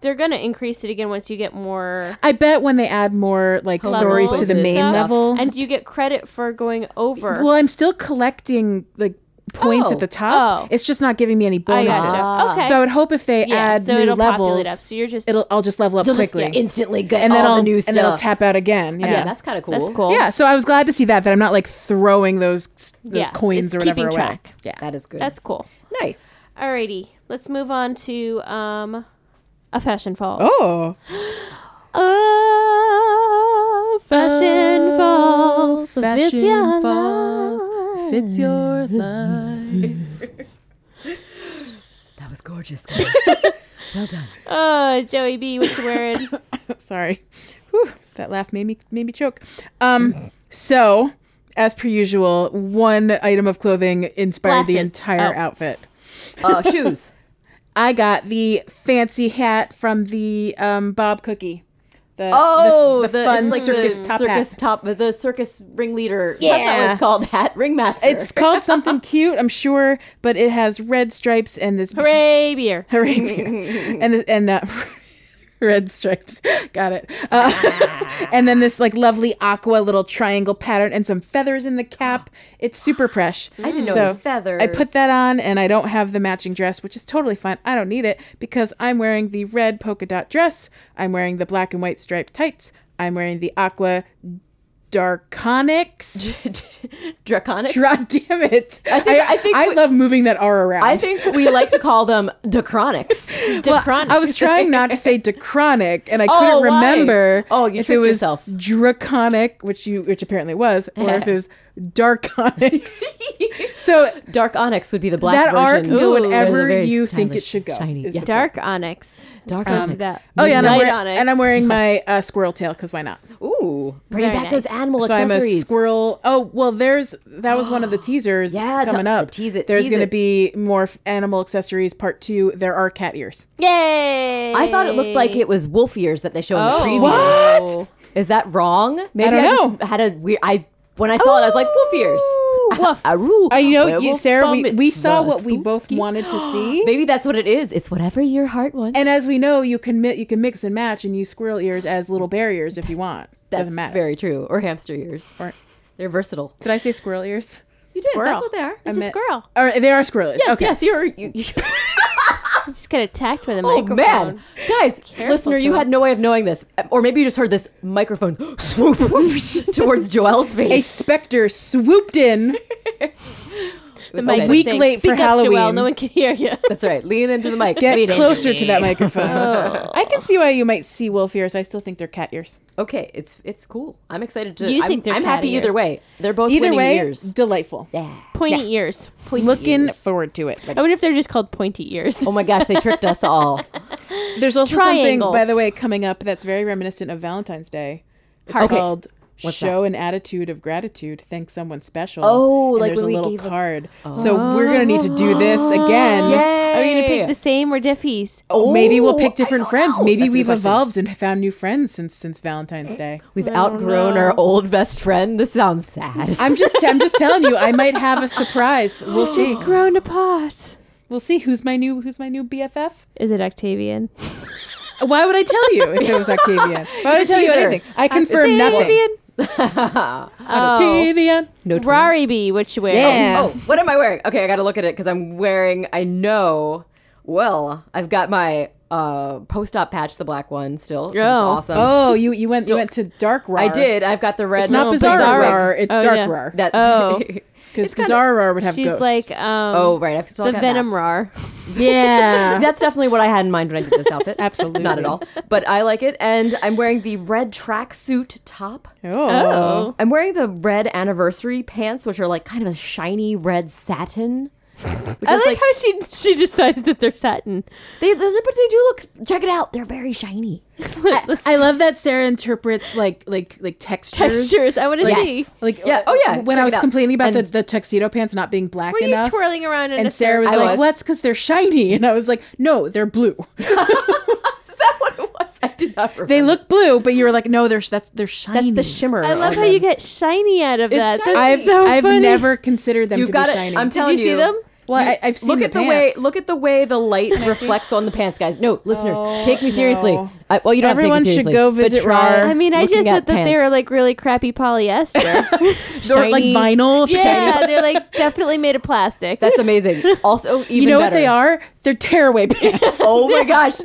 [SPEAKER 1] they're gonna increase it again once you get more
[SPEAKER 2] I bet when they add more like
[SPEAKER 1] Levels
[SPEAKER 2] stories to the
[SPEAKER 1] and
[SPEAKER 2] main
[SPEAKER 1] stuff.
[SPEAKER 2] level.
[SPEAKER 1] and you get credit for going over.
[SPEAKER 2] Well, I'm still collecting like points at
[SPEAKER 3] Oh.
[SPEAKER 2] the top.
[SPEAKER 1] Oh.
[SPEAKER 2] It's just not giving me any
[SPEAKER 1] I
[SPEAKER 2] bonuses.
[SPEAKER 1] gotcha. Ah. okay.
[SPEAKER 2] So I would hope if they
[SPEAKER 1] yeah,
[SPEAKER 2] add
[SPEAKER 1] so
[SPEAKER 2] new
[SPEAKER 1] it'll
[SPEAKER 2] levels,
[SPEAKER 1] populate up. So you're just
[SPEAKER 2] it'll I'll just level up
[SPEAKER 3] You'll just,
[SPEAKER 2] quickly,
[SPEAKER 3] yeah, instantly get
[SPEAKER 2] and then
[SPEAKER 3] all
[SPEAKER 2] I'll
[SPEAKER 3] the new
[SPEAKER 2] and
[SPEAKER 3] stuff.
[SPEAKER 2] then I'll tap out again. Yeah.
[SPEAKER 3] yeah. that's kind of cool.
[SPEAKER 1] that's cool.
[SPEAKER 2] Yeah, so I was glad to see that that I'm not like throwing those those
[SPEAKER 1] Yeah,
[SPEAKER 2] coins
[SPEAKER 1] it's
[SPEAKER 2] or whatever
[SPEAKER 1] keeping
[SPEAKER 2] away.
[SPEAKER 1] track.
[SPEAKER 2] Yeah,
[SPEAKER 3] That is good.
[SPEAKER 1] that's cool.
[SPEAKER 3] nice.
[SPEAKER 1] Alrighty, let's move on to um a fashion fall.
[SPEAKER 2] Oh,
[SPEAKER 1] Oh, fashion fall,
[SPEAKER 2] fashion
[SPEAKER 1] fits your
[SPEAKER 2] falls
[SPEAKER 1] life.
[SPEAKER 2] fits your life.
[SPEAKER 3] That was
[SPEAKER 2] *laughs*
[SPEAKER 3] gorgeous. guys. well done.
[SPEAKER 1] Oh, Joey B, what you
[SPEAKER 2] *laughs*
[SPEAKER 1] wearing?
[SPEAKER 2] Sorry, Whew, that laugh made me made me choke. Um, so as per usual, one item of clothing inspired the
[SPEAKER 1] Glasses.
[SPEAKER 2] entire
[SPEAKER 1] Oh.
[SPEAKER 2] outfit.
[SPEAKER 3] Uh, shoes.
[SPEAKER 2] I got the fancy hat from the um, Bob Cookie. The,
[SPEAKER 3] *laughs* Oh,
[SPEAKER 2] the, the fun
[SPEAKER 3] it's like
[SPEAKER 2] circus
[SPEAKER 3] *laughs* the
[SPEAKER 2] top
[SPEAKER 3] circus
[SPEAKER 2] hat.
[SPEAKER 3] top, the circus ringleader. That's not what
[SPEAKER 2] Yeah.
[SPEAKER 3] it's called. Hat ringmaster.
[SPEAKER 2] It's called something cute, I'm sure, but it has red stripes and this
[SPEAKER 1] Hooray, beer.
[SPEAKER 2] *laughs* hooray Peter. and this, and uh, *laughs* red stripes. got it. Uh, *laughs* and then this like lovely aqua little triangle pattern and some feathers in the cap. It's super fresh. I
[SPEAKER 3] didn't know any feathers.
[SPEAKER 2] I put that on and I don't have the matching dress, which is totally fine. I don't need it because I'm wearing the red polka dot dress. I'm wearing the black and white striped tights. I'm wearing the aqua Darkonics.
[SPEAKER 3] *laughs* Draconics.
[SPEAKER 2] *laughs* God damn it! I
[SPEAKER 3] think-
[SPEAKER 2] I,
[SPEAKER 3] I think we-
[SPEAKER 2] love moving that R around.
[SPEAKER 3] I think we like to call them
[SPEAKER 2] *laughs*
[SPEAKER 3] Draconics.
[SPEAKER 2] Well, I was trying not to say decronic, and I
[SPEAKER 3] Oh,
[SPEAKER 2] couldn't
[SPEAKER 3] why?
[SPEAKER 2] remember.
[SPEAKER 3] Oh, you
[SPEAKER 2] if it
[SPEAKER 3] tricked
[SPEAKER 2] was
[SPEAKER 3] yourself.
[SPEAKER 2] Draconic, which you which apparently was,
[SPEAKER 3] *laughs*
[SPEAKER 2] or if it was Darkonics. so
[SPEAKER 3] Darkonics would be the black
[SPEAKER 2] that arc
[SPEAKER 3] version.
[SPEAKER 2] go
[SPEAKER 1] Ooh.
[SPEAKER 2] whenever
[SPEAKER 3] Very
[SPEAKER 2] you think it
[SPEAKER 3] stylish,
[SPEAKER 2] should go.
[SPEAKER 3] shiny,
[SPEAKER 2] is
[SPEAKER 3] yeah.
[SPEAKER 2] the thing.
[SPEAKER 1] Dark onyx.
[SPEAKER 3] Darkonics.
[SPEAKER 1] that.
[SPEAKER 2] Oh yeah, and I'm,
[SPEAKER 1] Night
[SPEAKER 2] wearing,
[SPEAKER 1] onyx.
[SPEAKER 2] and I'm wearing my uh, squirrel tail because why not?
[SPEAKER 3] Ooh, bring
[SPEAKER 1] Bring Very
[SPEAKER 3] back
[SPEAKER 1] back those
[SPEAKER 3] those
[SPEAKER 1] nice.
[SPEAKER 3] animal
[SPEAKER 2] So I'm a
[SPEAKER 3] accessories.
[SPEAKER 2] squirrel. Oh well, there's that was one
[SPEAKER 3] *gasps*
[SPEAKER 2] of the teasers
[SPEAKER 3] Yeah, tell-
[SPEAKER 2] coming up.
[SPEAKER 3] tease it,
[SPEAKER 2] There's
[SPEAKER 3] tease
[SPEAKER 2] gonna
[SPEAKER 3] it.
[SPEAKER 2] be more f- animal accessories part two. There are cat ears.
[SPEAKER 1] Yay!
[SPEAKER 3] I thought it looked like it was wolf ears that they show in
[SPEAKER 1] Oh.
[SPEAKER 3] the preview.
[SPEAKER 1] What?
[SPEAKER 3] Is that wrong? Maybe
[SPEAKER 2] don't
[SPEAKER 3] just had a weird. I when I saw it, Oh, I was like wolf ears. *laughs*
[SPEAKER 1] Woof.
[SPEAKER 3] Aroo,
[SPEAKER 2] I know you,
[SPEAKER 3] werewolf
[SPEAKER 2] Sarah.
[SPEAKER 3] bar
[SPEAKER 2] We, we
[SPEAKER 3] mitzvah,
[SPEAKER 2] saw what we both
[SPEAKER 3] spooky. *gasps*
[SPEAKER 2] wanted to see.
[SPEAKER 3] Maybe that's what it is. It's whatever your heart wants.
[SPEAKER 2] And as we know, you can mi- you can mix and match and use squirrel ears as little barriers if you want.
[SPEAKER 3] that's
[SPEAKER 2] Doesn't matter.
[SPEAKER 3] very true. Or hamster ears.
[SPEAKER 2] Or-
[SPEAKER 3] They're versatile.
[SPEAKER 2] Did I say squirrel ears?
[SPEAKER 3] You did.
[SPEAKER 1] Squirrel.
[SPEAKER 3] That's what they are.
[SPEAKER 1] It's
[SPEAKER 2] I
[SPEAKER 1] a
[SPEAKER 2] meant-
[SPEAKER 1] squirrel.
[SPEAKER 2] Or they are squirrel ears.
[SPEAKER 3] Yes,
[SPEAKER 2] okay.
[SPEAKER 3] yes, you're. You, *laughs* you-
[SPEAKER 1] You just get attacked with a
[SPEAKER 3] oh
[SPEAKER 1] microphone.
[SPEAKER 3] man, guys, listener, you
[SPEAKER 1] Joel.
[SPEAKER 3] had no way of knowing this, or maybe you just heard this microphone *gasps* swoop *laughs* towards Joel's
[SPEAKER 2] A
[SPEAKER 3] face.
[SPEAKER 2] specter
[SPEAKER 3] *laughs*
[SPEAKER 2] swooped in.
[SPEAKER 3] It was
[SPEAKER 1] The mic
[SPEAKER 3] okay.
[SPEAKER 1] was
[SPEAKER 2] Week
[SPEAKER 1] saying,
[SPEAKER 2] late for
[SPEAKER 1] Speak up, Joel.
[SPEAKER 2] Halloween."
[SPEAKER 1] No one can hear
[SPEAKER 2] *laughs*
[SPEAKER 1] you.
[SPEAKER 3] That's right. Lean into the mic.
[SPEAKER 2] Get
[SPEAKER 3] Lean into
[SPEAKER 2] closer to that
[SPEAKER 3] me.
[SPEAKER 2] microphone.
[SPEAKER 3] Oh.
[SPEAKER 2] I can see why you might see wolf ears. I still think they're cat ears.
[SPEAKER 3] Okay, it's it's cool. I'm excited to.
[SPEAKER 1] You
[SPEAKER 3] I'm,
[SPEAKER 1] think they're
[SPEAKER 3] I'm happy
[SPEAKER 1] cat
[SPEAKER 3] either
[SPEAKER 1] ears.
[SPEAKER 3] way. They're both
[SPEAKER 2] Either
[SPEAKER 3] winning
[SPEAKER 2] way,
[SPEAKER 3] ears.
[SPEAKER 2] delightful.
[SPEAKER 1] Pointy ears. Pointy
[SPEAKER 2] Looking
[SPEAKER 1] ears.
[SPEAKER 2] forward to it.
[SPEAKER 1] I wonder if they're just called pointy ears.
[SPEAKER 3] Oh my gosh, they tricked us all.
[SPEAKER 2] There's also something, by
[SPEAKER 1] Triangles.
[SPEAKER 2] the way, coming up that's very reminiscent of Valentine's Day. It's
[SPEAKER 1] Hearts. Okay.
[SPEAKER 2] called
[SPEAKER 3] What's
[SPEAKER 2] "Show an Attitude of Gratitude." Thank someone special.
[SPEAKER 3] Oh,
[SPEAKER 2] And
[SPEAKER 3] like
[SPEAKER 2] there's
[SPEAKER 3] when we
[SPEAKER 2] a little
[SPEAKER 3] gave a- Ah.
[SPEAKER 2] card. So we're gonna need to do this again.
[SPEAKER 1] Are we gonna
[SPEAKER 3] Yay.
[SPEAKER 1] pick the same or diffees?
[SPEAKER 2] Oh, maybe we'll
[SPEAKER 3] Oh,
[SPEAKER 2] pick
[SPEAKER 3] I
[SPEAKER 2] different
[SPEAKER 3] don't
[SPEAKER 2] friends.
[SPEAKER 3] know.
[SPEAKER 2] Maybe
[SPEAKER 3] That's a good
[SPEAKER 2] we've
[SPEAKER 3] question. Eh.
[SPEAKER 2] evolved and found new friends since since Valentine's Day.
[SPEAKER 3] We've outgrown our old best friend. This sounds sad.
[SPEAKER 2] I'm just I'm just telling you, I might have a
[SPEAKER 3] *gasps*
[SPEAKER 2] surprise. We'll see.
[SPEAKER 1] grown apart.
[SPEAKER 2] We'll see who's my new who's my new BFF.
[SPEAKER 1] Is it Octavian?
[SPEAKER 2] Why would I tell you if it was Octavian? Why would I tell you
[SPEAKER 3] teaser.
[SPEAKER 2] anything? I confirm nothing. *laughs*
[SPEAKER 1] Octavian? oh.
[SPEAKER 2] Octavian.
[SPEAKER 3] No, twin.
[SPEAKER 1] Rari B, what you wear?
[SPEAKER 2] Yeah.
[SPEAKER 3] Oh, what am I wearing? Okay, I got to look at it because I'm wearing. I know. Well, I've got my uh, post-op patch, the black one, still. 'cause
[SPEAKER 1] Oh.
[SPEAKER 3] It's awesome.
[SPEAKER 2] Oh, you you went you went to dark rar.
[SPEAKER 3] I did. I've got the red.
[SPEAKER 2] It's not
[SPEAKER 1] No,
[SPEAKER 2] bizarre
[SPEAKER 1] Bizarre
[SPEAKER 2] rar. It's
[SPEAKER 1] Oh,
[SPEAKER 2] dark
[SPEAKER 1] yeah.
[SPEAKER 2] rar.
[SPEAKER 3] That's
[SPEAKER 1] Oh.
[SPEAKER 2] Because bizarre rar would have
[SPEAKER 1] She's
[SPEAKER 2] ghosts.
[SPEAKER 1] like um
[SPEAKER 3] *laughs* oh, right. I've still
[SPEAKER 1] the
[SPEAKER 3] got
[SPEAKER 1] Venom
[SPEAKER 3] bats.
[SPEAKER 1] Rar.
[SPEAKER 2] *laughs* *laughs* yeah.
[SPEAKER 3] That's definitely what I had in mind when I did this outfit.
[SPEAKER 1] *laughs*
[SPEAKER 3] Absolutely. Not at all. But I like it. And I'm wearing the red tracksuit top.
[SPEAKER 2] oh.
[SPEAKER 3] I'm wearing the red anniversary pants, which are like kind of a shiny red
[SPEAKER 1] *laughs*
[SPEAKER 3] satin. Which
[SPEAKER 1] I
[SPEAKER 3] is
[SPEAKER 1] like, how she she decided that they're satin.
[SPEAKER 3] they, they- but they do look. Check it out; they're very shiny.
[SPEAKER 1] *laughs* Let's-
[SPEAKER 2] I love that Sarah interprets like like like textures.
[SPEAKER 1] textures. I want to
[SPEAKER 2] Like,
[SPEAKER 1] see.
[SPEAKER 3] Yes.
[SPEAKER 2] Like
[SPEAKER 3] Yeah. Oh, yeah. Check
[SPEAKER 2] When I
[SPEAKER 3] it
[SPEAKER 2] was
[SPEAKER 3] out.
[SPEAKER 2] complaining about the,
[SPEAKER 3] And-
[SPEAKER 2] the tuxedo pants not being black
[SPEAKER 1] Were
[SPEAKER 2] enough,
[SPEAKER 1] you twirling around in a
[SPEAKER 2] and
[SPEAKER 1] circle?
[SPEAKER 2] Sarah was
[SPEAKER 3] I
[SPEAKER 2] like,
[SPEAKER 3] was.
[SPEAKER 2] "Well, it's because they're shiny," *laughs* and I was like, "No, they're blue. *laughs*
[SPEAKER 3] Is that what it was? I did not.
[SPEAKER 2] They
[SPEAKER 3] remember.
[SPEAKER 2] look blue." But you were like, "No, they're sh- that's they're
[SPEAKER 3] That's
[SPEAKER 2] shiny."
[SPEAKER 3] the shimmer.
[SPEAKER 1] I love
[SPEAKER 3] on
[SPEAKER 1] how
[SPEAKER 3] them.
[SPEAKER 1] you get shiny out of that.
[SPEAKER 3] shiny.
[SPEAKER 1] That's
[SPEAKER 2] I've
[SPEAKER 1] so
[SPEAKER 2] I've
[SPEAKER 1] funny.
[SPEAKER 2] never considered them
[SPEAKER 3] You've
[SPEAKER 2] to
[SPEAKER 3] got
[SPEAKER 2] be
[SPEAKER 3] it.
[SPEAKER 2] shiny.
[SPEAKER 3] I'm
[SPEAKER 1] Did
[SPEAKER 3] telling
[SPEAKER 1] you see them?
[SPEAKER 2] well, I, I've seen
[SPEAKER 3] look
[SPEAKER 2] the
[SPEAKER 3] at the way.
[SPEAKER 2] pants.
[SPEAKER 3] Look at the way the *laughs* light reflects on the pants, guys. No, listeners, take me seriously.
[SPEAKER 2] no.
[SPEAKER 3] I, well, you don't
[SPEAKER 2] Everyone
[SPEAKER 3] have to
[SPEAKER 2] should
[SPEAKER 3] take me seriously,
[SPEAKER 2] go
[SPEAKER 3] but
[SPEAKER 2] visit
[SPEAKER 3] try
[SPEAKER 2] Rar.
[SPEAKER 1] I mean, I
[SPEAKER 3] looking
[SPEAKER 1] just thought
[SPEAKER 3] at
[SPEAKER 1] that they were
[SPEAKER 3] pants.
[SPEAKER 1] like really crappy polyester. *laughs*
[SPEAKER 2] *laughs* They're like
[SPEAKER 3] shiny-
[SPEAKER 2] vinyl.
[SPEAKER 1] yeah, they're like definitely made of plastic.
[SPEAKER 3] That's *laughs* amazing. Also, even
[SPEAKER 2] You know what
[SPEAKER 3] better.
[SPEAKER 2] they are? They're tearaway pants.
[SPEAKER 3] *laughs* Oh *laughs* my gosh,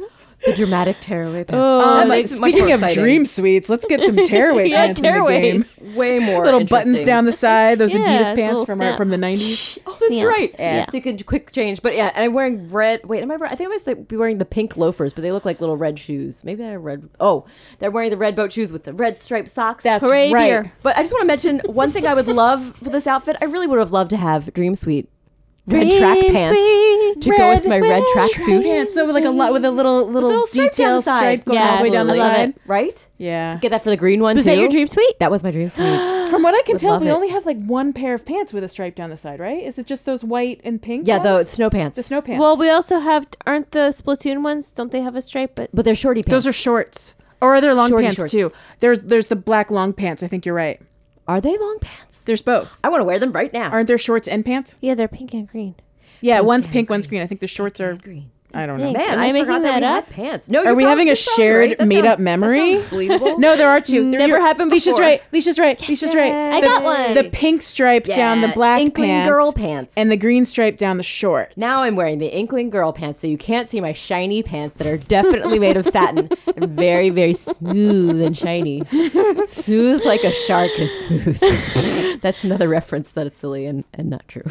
[SPEAKER 3] the dramatic tearaway pants.
[SPEAKER 1] *laughs* Oh,
[SPEAKER 3] That
[SPEAKER 2] Um,
[SPEAKER 3] makes it much
[SPEAKER 2] speaking
[SPEAKER 3] more
[SPEAKER 2] of
[SPEAKER 3] exciting.
[SPEAKER 2] dream suites, let's get some
[SPEAKER 3] *laughs*
[SPEAKER 2] tearaway
[SPEAKER 1] Yeah,
[SPEAKER 2] pants in the game.
[SPEAKER 1] tearaways.
[SPEAKER 3] way more
[SPEAKER 2] Little buttons
[SPEAKER 3] interesting.
[SPEAKER 2] down the side, those
[SPEAKER 1] Yeah,
[SPEAKER 2] Adidas pants
[SPEAKER 1] little
[SPEAKER 2] from our, from the
[SPEAKER 1] snaps.
[SPEAKER 2] nineties.
[SPEAKER 3] Oh, that's
[SPEAKER 1] Snaps.
[SPEAKER 3] right.
[SPEAKER 1] Yeah.
[SPEAKER 3] So you can quick change. But yeah, and I'm wearing red. Wait, am I? wearing- I think I was like, be wearing the pink loafers, but they look like little red shoes. Maybe they're red. Oh, they're wearing the red boat shoes with the red striped socks.
[SPEAKER 2] That's
[SPEAKER 1] Hooray,
[SPEAKER 2] right.
[SPEAKER 1] beer.
[SPEAKER 3] But I just want to mention one thing I would love for this outfit. I really would have loved to have Dream Suite red track
[SPEAKER 1] Dream
[SPEAKER 3] pants
[SPEAKER 1] Suite,
[SPEAKER 3] to go with
[SPEAKER 1] red,
[SPEAKER 3] my red,
[SPEAKER 1] red
[SPEAKER 3] track
[SPEAKER 1] track
[SPEAKER 3] suit.
[SPEAKER 2] Pants, so with like a lot with a little little,
[SPEAKER 3] Little stripe down
[SPEAKER 2] detail
[SPEAKER 3] the side.
[SPEAKER 2] stripe going all
[SPEAKER 1] Yes,
[SPEAKER 2] the way down the
[SPEAKER 1] I love
[SPEAKER 2] side.
[SPEAKER 1] it.
[SPEAKER 3] Right?
[SPEAKER 2] Yeah.
[SPEAKER 3] Get that for the green one
[SPEAKER 1] was
[SPEAKER 3] too.
[SPEAKER 1] that your dream suite?
[SPEAKER 3] That was my dream
[SPEAKER 2] *gasps*
[SPEAKER 3] suite.
[SPEAKER 2] From what I can tell,
[SPEAKER 3] love
[SPEAKER 2] we
[SPEAKER 3] it.
[SPEAKER 2] only have like one pair of pants with a stripe down the side, right? Is it just those white and pink?
[SPEAKER 3] yeah, the
[SPEAKER 2] ones?
[SPEAKER 3] snow pants.
[SPEAKER 2] the snow pants.
[SPEAKER 1] Well, we also have aren't the Splatoon ones? Don't they have a stripe? But
[SPEAKER 3] But they're shorty pants.
[SPEAKER 2] those are shorts, or are there long
[SPEAKER 3] Shorty
[SPEAKER 2] pants
[SPEAKER 3] shorts.
[SPEAKER 2] too? There's there's the black long pants. I think you're right.
[SPEAKER 3] are they long pants?
[SPEAKER 2] There's both.
[SPEAKER 3] I want to wear them right now.
[SPEAKER 2] Aren't there shorts and pants?
[SPEAKER 1] yeah, they're pink and green.
[SPEAKER 2] Yeah, one's pink, one's green. I think the shorts are
[SPEAKER 3] green.
[SPEAKER 2] I don't know.
[SPEAKER 1] Thanks.
[SPEAKER 3] Man,
[SPEAKER 1] Am
[SPEAKER 3] I,
[SPEAKER 1] I making
[SPEAKER 3] forgot that,
[SPEAKER 1] that
[SPEAKER 3] we
[SPEAKER 1] up?
[SPEAKER 3] had pants. No,
[SPEAKER 2] Are we having a shared made-up memory?
[SPEAKER 3] Believable.
[SPEAKER 2] *laughs* No, there are two. There-
[SPEAKER 1] Never
[SPEAKER 2] you're-
[SPEAKER 1] happened
[SPEAKER 2] Leisha's
[SPEAKER 1] before.
[SPEAKER 2] right. Leisha's right. Leisha's right.
[SPEAKER 1] I
[SPEAKER 2] The-
[SPEAKER 1] got one.
[SPEAKER 2] The pink stripe down the
[SPEAKER 3] Yeah,
[SPEAKER 2] black
[SPEAKER 3] Inkling
[SPEAKER 2] pants,
[SPEAKER 3] girl pants.
[SPEAKER 2] and the green stripe down the shorts.
[SPEAKER 3] Now I'm wearing the Inkling girl pants, so you can't see my shiny pants that are definitely made of satin and very, very smooth and shiny. Smooth like a shark is smooth. *laughs* That's another reference that is silly and, and not true.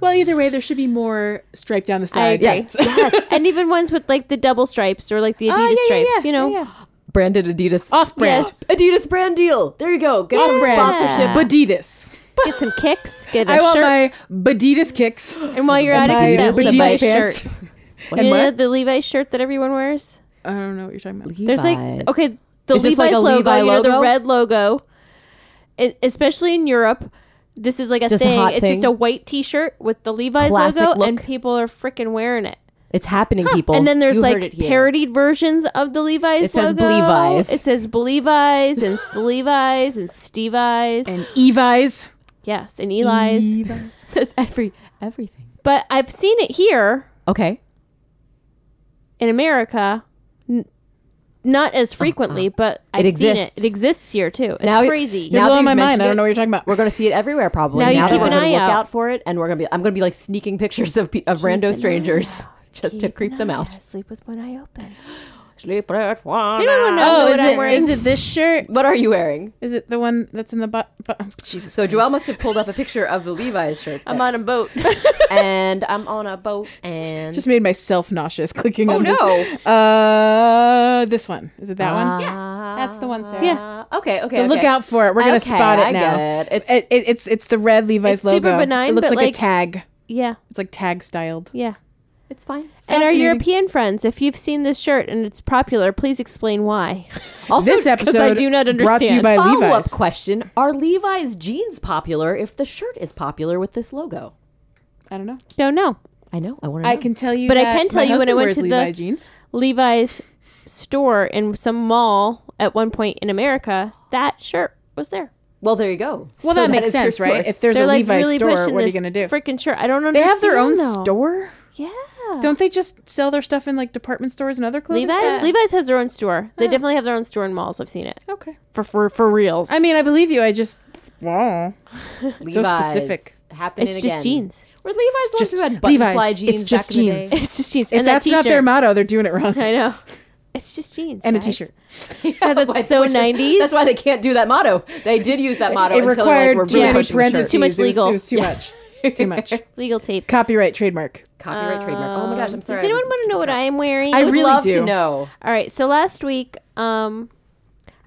[SPEAKER 2] well, either way, there should be more stripe down the side.
[SPEAKER 1] agree. Yes. and even ones with like the double stripes or like the Adidas
[SPEAKER 2] Ah, Oh, yeah, yeah,
[SPEAKER 1] stripes,
[SPEAKER 2] yeah,
[SPEAKER 1] you know.
[SPEAKER 2] yeah, yeah.
[SPEAKER 3] Branded Adidas.
[SPEAKER 2] off brand,
[SPEAKER 1] Yes.
[SPEAKER 3] Adidas brand deal. There you go. Get some
[SPEAKER 2] off brand
[SPEAKER 3] sponsorship.
[SPEAKER 1] Yeah.
[SPEAKER 2] Adidas.
[SPEAKER 1] Get some kicks, get a
[SPEAKER 2] I want
[SPEAKER 1] shirt,
[SPEAKER 2] my Adidas kicks.
[SPEAKER 1] and while you're at it,
[SPEAKER 2] my
[SPEAKER 1] get that
[SPEAKER 2] Adidas
[SPEAKER 1] Levi's
[SPEAKER 2] pants.
[SPEAKER 1] shirt.
[SPEAKER 2] And
[SPEAKER 1] yeah,
[SPEAKER 2] what?
[SPEAKER 1] the Levi's shirt that everyone wears.
[SPEAKER 2] I don't know what you're talking about.
[SPEAKER 1] There's
[SPEAKER 3] Levi's.
[SPEAKER 1] like okay, the
[SPEAKER 3] It's
[SPEAKER 1] Levi's
[SPEAKER 3] just like a
[SPEAKER 1] logo,
[SPEAKER 3] Levi
[SPEAKER 1] you know,
[SPEAKER 3] logo?
[SPEAKER 1] the red logo. It, especially in Europe, this is like a
[SPEAKER 3] Just a
[SPEAKER 1] thing.
[SPEAKER 3] hot
[SPEAKER 1] it's just
[SPEAKER 3] thing.
[SPEAKER 1] a white T-shirt with the Levi's
[SPEAKER 3] Classic
[SPEAKER 1] logo,
[SPEAKER 3] look.
[SPEAKER 1] and people are freaking wearing it.
[SPEAKER 3] It's happening, people.
[SPEAKER 1] and then there's
[SPEAKER 3] You heard
[SPEAKER 1] like
[SPEAKER 3] it here.
[SPEAKER 1] parodied versions of the Levi's.
[SPEAKER 3] It says
[SPEAKER 1] logo.
[SPEAKER 3] Blevi's.
[SPEAKER 1] It says Blevi's and Slevi's and Stevi's.
[SPEAKER 2] And *gasps* Evi's.
[SPEAKER 1] yes, and Eli's.
[SPEAKER 2] Evi's.
[SPEAKER 3] There's every everything.
[SPEAKER 1] but I've seen it here
[SPEAKER 3] Okay.
[SPEAKER 1] in America, n- not as frequently, but I've
[SPEAKER 3] Uh-huh. It
[SPEAKER 1] seen
[SPEAKER 3] exists.
[SPEAKER 1] it. It exists here too. It's
[SPEAKER 3] Now-
[SPEAKER 1] crazy.
[SPEAKER 3] now-
[SPEAKER 2] You're
[SPEAKER 3] that
[SPEAKER 2] blowing
[SPEAKER 3] you've
[SPEAKER 2] my mind.
[SPEAKER 3] mentioned
[SPEAKER 2] I
[SPEAKER 3] it-
[SPEAKER 2] don't know what you're talking about.
[SPEAKER 3] We're gonna see it everywhere probably.
[SPEAKER 1] Now you keep
[SPEAKER 3] that we're
[SPEAKER 1] an
[SPEAKER 3] gonna
[SPEAKER 1] eye
[SPEAKER 3] look
[SPEAKER 1] out.
[SPEAKER 3] for it, and we're gonna be. I'm gonna be like sneaking pictures of pe- of rando strangers *laughs* just to creep them out.
[SPEAKER 1] Sleep with one eye open.
[SPEAKER 3] Sleep at one.
[SPEAKER 1] Does anyone know
[SPEAKER 2] Oh,
[SPEAKER 1] what
[SPEAKER 2] is
[SPEAKER 1] I'm
[SPEAKER 2] it,
[SPEAKER 1] wearing?
[SPEAKER 2] is it this shirt?
[SPEAKER 3] What are you wearing?
[SPEAKER 2] Is it the one that's in the butt? Jesus.
[SPEAKER 3] So Joelle must have pulled up a picture of the Levi's shirt, *laughs*
[SPEAKER 1] I'm on a boat.
[SPEAKER 3] and I'm on a boat, and
[SPEAKER 2] Just made myself nauseous *laughs* clicking
[SPEAKER 3] oh
[SPEAKER 2] on this.
[SPEAKER 3] no,
[SPEAKER 2] Uh, this one. Is it that one?
[SPEAKER 3] yeah,
[SPEAKER 2] That's the one, Sarah.
[SPEAKER 3] Yeah. Okay. Okay.
[SPEAKER 2] So look
[SPEAKER 3] okay.
[SPEAKER 2] out for it. We're gonna
[SPEAKER 3] Okay,
[SPEAKER 2] spot it
[SPEAKER 3] I
[SPEAKER 2] now.
[SPEAKER 3] get it. It's-
[SPEAKER 2] It's, it, it's it's the red Levi's
[SPEAKER 1] It's
[SPEAKER 2] logo.
[SPEAKER 1] super benign,
[SPEAKER 2] It looks
[SPEAKER 1] but,
[SPEAKER 2] like,
[SPEAKER 1] like-
[SPEAKER 2] a tag.
[SPEAKER 1] *laughs* yeah,
[SPEAKER 2] It's like tag styled.
[SPEAKER 1] yeah.
[SPEAKER 3] It's fine.
[SPEAKER 1] And our
[SPEAKER 2] Fascinating.
[SPEAKER 1] European friends, if you've seen this shirt and it's popular, please explain why. *laughs*
[SPEAKER 3] Also,
[SPEAKER 2] this episode
[SPEAKER 1] I do not
[SPEAKER 2] brought to you
[SPEAKER 1] understand.
[SPEAKER 2] by
[SPEAKER 3] follow up
[SPEAKER 2] Levi's.
[SPEAKER 3] question: Are Levi's jeans popular if the shirt is popular with this logo?
[SPEAKER 2] I don't know.
[SPEAKER 1] Don't know.
[SPEAKER 3] I know. I want to.
[SPEAKER 2] I can tell you,
[SPEAKER 1] But I
[SPEAKER 2] that
[SPEAKER 1] can tell
[SPEAKER 2] my
[SPEAKER 1] you when
[SPEAKER 2] husband
[SPEAKER 1] I went
[SPEAKER 2] wears
[SPEAKER 1] to the-
[SPEAKER 2] Levi jeans.
[SPEAKER 1] Levi's store in some mall at one point in America, that shirt was there.
[SPEAKER 3] Well, there you go.
[SPEAKER 2] Well, that makes sense, right? If there's
[SPEAKER 1] They're
[SPEAKER 2] a
[SPEAKER 1] like
[SPEAKER 2] Levi's
[SPEAKER 1] really
[SPEAKER 2] store,
[SPEAKER 1] pushing
[SPEAKER 2] what are you
[SPEAKER 1] this
[SPEAKER 2] gonna do?
[SPEAKER 1] Freaking shirt. I don't understand.
[SPEAKER 2] they have their own
[SPEAKER 1] though.
[SPEAKER 2] store.
[SPEAKER 1] Yeah.
[SPEAKER 2] Don't they just sell their stuff in like department stores and other clothing?
[SPEAKER 1] Levi's.
[SPEAKER 2] stores?
[SPEAKER 1] Levi's has their own store. They definitely have their own store in malls. I've seen it
[SPEAKER 2] Okay.
[SPEAKER 1] for for for reals.
[SPEAKER 2] I mean, I believe you. I just. Wow. so specific.
[SPEAKER 3] Happening
[SPEAKER 1] it's just
[SPEAKER 3] again.
[SPEAKER 1] jeans.
[SPEAKER 3] Were Levi's the ones
[SPEAKER 2] just
[SPEAKER 3] who had
[SPEAKER 2] Levi's.
[SPEAKER 3] buttonfly
[SPEAKER 2] It's
[SPEAKER 3] jeans
[SPEAKER 2] just
[SPEAKER 3] back
[SPEAKER 2] jeans.
[SPEAKER 3] in the day? *laughs*
[SPEAKER 1] *laughs* It's just jeans.
[SPEAKER 2] If
[SPEAKER 1] and
[SPEAKER 2] that's
[SPEAKER 1] that
[SPEAKER 2] not their
[SPEAKER 1] t-shirt.
[SPEAKER 2] motto, they're doing it wrong.
[SPEAKER 1] I know. It's just jeans
[SPEAKER 2] And a
[SPEAKER 1] guys.
[SPEAKER 2] t-shirt.
[SPEAKER 1] God, that's so
[SPEAKER 3] Which is-
[SPEAKER 1] nineties.
[SPEAKER 3] That's *laughs* why they can't do that motto. They did use that motto
[SPEAKER 2] It
[SPEAKER 3] until they, like, were
[SPEAKER 2] required too
[SPEAKER 3] really
[SPEAKER 2] many
[SPEAKER 3] pushing the shirt.
[SPEAKER 2] parentheses.
[SPEAKER 1] Too much
[SPEAKER 2] It was-
[SPEAKER 1] legal.
[SPEAKER 2] It was too *laughs* much. It was Too much.
[SPEAKER 1] Legal tape.
[SPEAKER 2] Copyright trademark.
[SPEAKER 3] Copyright trademark. Oh my gosh, I'm sorry.
[SPEAKER 1] Does anyone want to know what I am wearing?
[SPEAKER 2] I
[SPEAKER 3] I
[SPEAKER 2] really
[SPEAKER 3] really love
[SPEAKER 2] do.
[SPEAKER 3] to know.
[SPEAKER 1] *laughs* All right. So last week, um,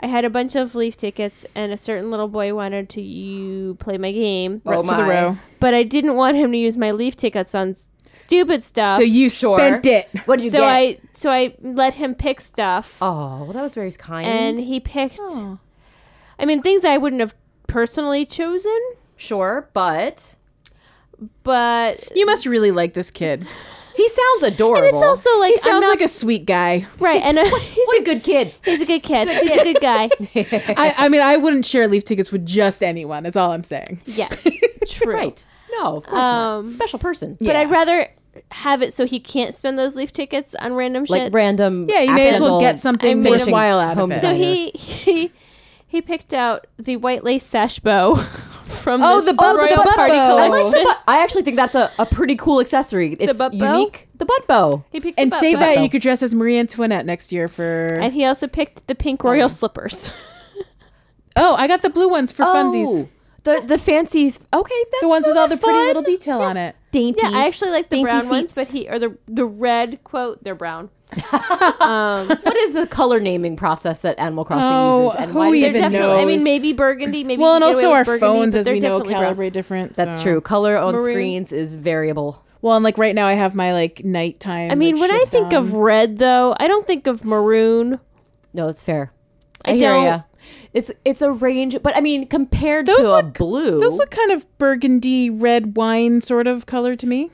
[SPEAKER 1] I had a bunch of leaf tickets, and a certain little boy wanted to you play my game,
[SPEAKER 3] Oh
[SPEAKER 2] to the
[SPEAKER 3] my.
[SPEAKER 2] row.
[SPEAKER 1] but I didn't want him to use my leaf tickets on s- stupid stuff.
[SPEAKER 2] So you
[SPEAKER 3] sure.
[SPEAKER 2] spent it.
[SPEAKER 3] What did you
[SPEAKER 1] so
[SPEAKER 3] get?
[SPEAKER 1] I so I let him pick stuff,
[SPEAKER 3] oh, well, that was very kind.
[SPEAKER 1] and he picked. I mean, things I wouldn't have personally chosen,
[SPEAKER 3] sure, but
[SPEAKER 1] but
[SPEAKER 2] You must really like this kid.
[SPEAKER 3] he sounds adorable.
[SPEAKER 1] it's also like
[SPEAKER 2] He
[SPEAKER 1] I'm
[SPEAKER 2] sounds
[SPEAKER 1] not
[SPEAKER 2] like a sweet guy.
[SPEAKER 1] right, and *laughs* uh,
[SPEAKER 3] *laughs*
[SPEAKER 1] he's
[SPEAKER 3] What
[SPEAKER 1] a
[SPEAKER 3] a good kid.
[SPEAKER 1] he's a good kid, he's a good guy.
[SPEAKER 2] *laughs* I, I mean, I wouldn't share leaf tickets with just anyone. That's all I'm saying. *laughs*
[SPEAKER 1] Yes, true.
[SPEAKER 3] Right. No, of course
[SPEAKER 1] Um,
[SPEAKER 3] not. Special person.
[SPEAKER 1] But
[SPEAKER 2] Yeah.
[SPEAKER 1] I'd rather have it so he can't spend those leaf tickets on random
[SPEAKER 3] Like
[SPEAKER 1] shit.
[SPEAKER 3] random.
[SPEAKER 2] Yeah, you may as well
[SPEAKER 3] accidental
[SPEAKER 2] get something
[SPEAKER 1] made a
[SPEAKER 2] worthwhile out of
[SPEAKER 3] home
[SPEAKER 2] it.
[SPEAKER 1] so
[SPEAKER 3] design.
[SPEAKER 1] he he he picked out the white lace sash bow *laughs* from
[SPEAKER 2] Oh,
[SPEAKER 1] this
[SPEAKER 2] the bu- the
[SPEAKER 1] Royal
[SPEAKER 2] butt
[SPEAKER 1] party
[SPEAKER 2] bow.
[SPEAKER 3] I,
[SPEAKER 1] collection.
[SPEAKER 3] like the butt- I actually think that's a, a pretty cool accessory. It's
[SPEAKER 1] butt bow?
[SPEAKER 3] unique. The butt bow.
[SPEAKER 1] He picked the
[SPEAKER 2] and
[SPEAKER 1] butt
[SPEAKER 2] save
[SPEAKER 1] bow.
[SPEAKER 2] that.
[SPEAKER 3] though.
[SPEAKER 2] You could dress as Marie Antoinette next year for.
[SPEAKER 1] And he also picked the pink royal
[SPEAKER 2] *laughs*
[SPEAKER 1] slippers.
[SPEAKER 2] oh, I got the blue ones for funsies.
[SPEAKER 3] Oh, the the fancy. Okay, that's
[SPEAKER 2] The ones with all the pretty
[SPEAKER 3] fun.
[SPEAKER 2] little detail on it.
[SPEAKER 3] dainties.
[SPEAKER 1] Yeah, I actually like the
[SPEAKER 3] dainty
[SPEAKER 1] brown ones,
[SPEAKER 3] feets.
[SPEAKER 1] but he or the the red quote they're brown.
[SPEAKER 3] *laughs* what is the color naming process that Animal Crossing
[SPEAKER 2] Oh,
[SPEAKER 3] uses? And
[SPEAKER 2] who
[SPEAKER 3] why do they
[SPEAKER 2] even
[SPEAKER 3] do
[SPEAKER 1] Definitely.
[SPEAKER 2] knows?
[SPEAKER 1] I mean, maybe burgundy. Maybe
[SPEAKER 2] Well,
[SPEAKER 1] you
[SPEAKER 2] and
[SPEAKER 1] can get away
[SPEAKER 2] also
[SPEAKER 1] with
[SPEAKER 2] our
[SPEAKER 1] burgundy,
[SPEAKER 2] phones,
[SPEAKER 1] but
[SPEAKER 2] as
[SPEAKER 1] they're
[SPEAKER 2] we know,
[SPEAKER 1] definitely brown.
[SPEAKER 2] calibrate different.
[SPEAKER 3] That's
[SPEAKER 2] so-
[SPEAKER 3] true. Color on
[SPEAKER 1] Maroon.
[SPEAKER 3] screens is variable.
[SPEAKER 2] Well, and like right now, I have my like nighttime.
[SPEAKER 1] I mean, when I think of red, though, I don't think of maroon.
[SPEAKER 3] No, it's fair.
[SPEAKER 1] I don't-
[SPEAKER 3] ya. It's it's a range, but I mean, compared
[SPEAKER 2] Those
[SPEAKER 3] to a
[SPEAKER 2] look-
[SPEAKER 3] blue.
[SPEAKER 2] those look kind of burgundy red wine sort of color to me.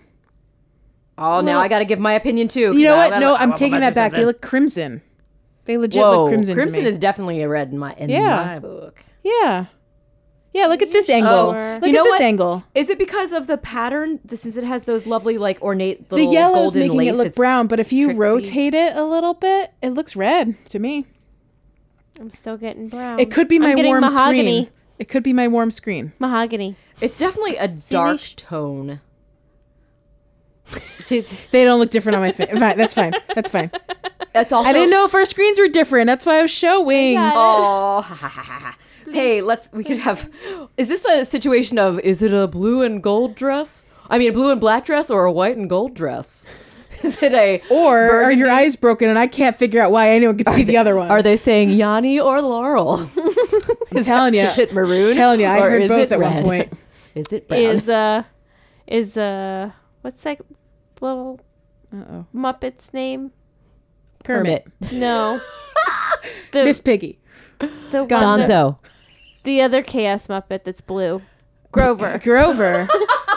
[SPEAKER 3] oh, now I got to give my opinion too.
[SPEAKER 2] You
[SPEAKER 3] 'cause
[SPEAKER 2] know
[SPEAKER 3] I-
[SPEAKER 2] what?
[SPEAKER 3] I
[SPEAKER 2] No,
[SPEAKER 3] don't-
[SPEAKER 2] I'm taking that back. They look crimson. They legit
[SPEAKER 3] Whoa,
[SPEAKER 2] look crimson.
[SPEAKER 3] crimson
[SPEAKER 2] to me.
[SPEAKER 3] is definitely a red in my in
[SPEAKER 2] Yeah.
[SPEAKER 3] my book.
[SPEAKER 2] yeah,
[SPEAKER 5] Yeah, look at this angle.
[SPEAKER 1] Or-
[SPEAKER 5] Look
[SPEAKER 3] You
[SPEAKER 5] at
[SPEAKER 3] know
[SPEAKER 5] this
[SPEAKER 3] what?
[SPEAKER 5] angle.
[SPEAKER 3] Is it because of the pattern? This is it has those lovely like ornate
[SPEAKER 2] The
[SPEAKER 3] little
[SPEAKER 2] yellow's
[SPEAKER 3] golden
[SPEAKER 2] making
[SPEAKER 3] lace.
[SPEAKER 2] it look
[SPEAKER 3] It's-
[SPEAKER 2] brown, but if you
[SPEAKER 3] tricksy.
[SPEAKER 2] rotate it a little bit, it looks red to me.
[SPEAKER 1] I'm still getting brown.
[SPEAKER 2] It could be my
[SPEAKER 1] I'm getting
[SPEAKER 2] warm
[SPEAKER 1] mahogany.
[SPEAKER 2] screen. It could be my warm screen.
[SPEAKER 1] Mahogany.
[SPEAKER 3] It's definitely a dark
[SPEAKER 2] *laughs*
[SPEAKER 3] tone. See, it's-
[SPEAKER 2] They don't look different on my *laughs* face. fine, that's fine. That's fine.
[SPEAKER 3] that's also
[SPEAKER 2] I
[SPEAKER 3] *laughs*
[SPEAKER 2] didn't know if our screens were different. That's why I was showing.
[SPEAKER 3] Oh, ha, ha, ha, ha, ha. hey, let's. We could have. Is this a situation of is it a blue and gold dress? I mean, a blue and black dress or a white and gold dress? *laughs* Is it a
[SPEAKER 2] Or are
[SPEAKER 3] burgundy-
[SPEAKER 2] your eyes broken and I can't figure out why anyone could see the other one?
[SPEAKER 3] Are they saying Yanni or Laurel?
[SPEAKER 2] *laughs* I'm telling you.
[SPEAKER 3] Is it maroon?
[SPEAKER 2] telling you, I
[SPEAKER 3] or
[SPEAKER 2] heard
[SPEAKER 3] is it
[SPEAKER 2] both at one
[SPEAKER 3] red? *laughs*
[SPEAKER 2] point.
[SPEAKER 3] Is it brown?
[SPEAKER 1] Is uh is uh what's that little
[SPEAKER 2] Uh-oh.
[SPEAKER 1] Muppet's
[SPEAKER 3] *laughs*
[SPEAKER 1] name?
[SPEAKER 2] Kermit.
[SPEAKER 1] No. the
[SPEAKER 2] Miss Piggy.
[SPEAKER 1] the one that-
[SPEAKER 3] Gonzo?
[SPEAKER 1] the other chaos Muppet that's blue. Grover.
[SPEAKER 3] *laughs*
[SPEAKER 2] Grover.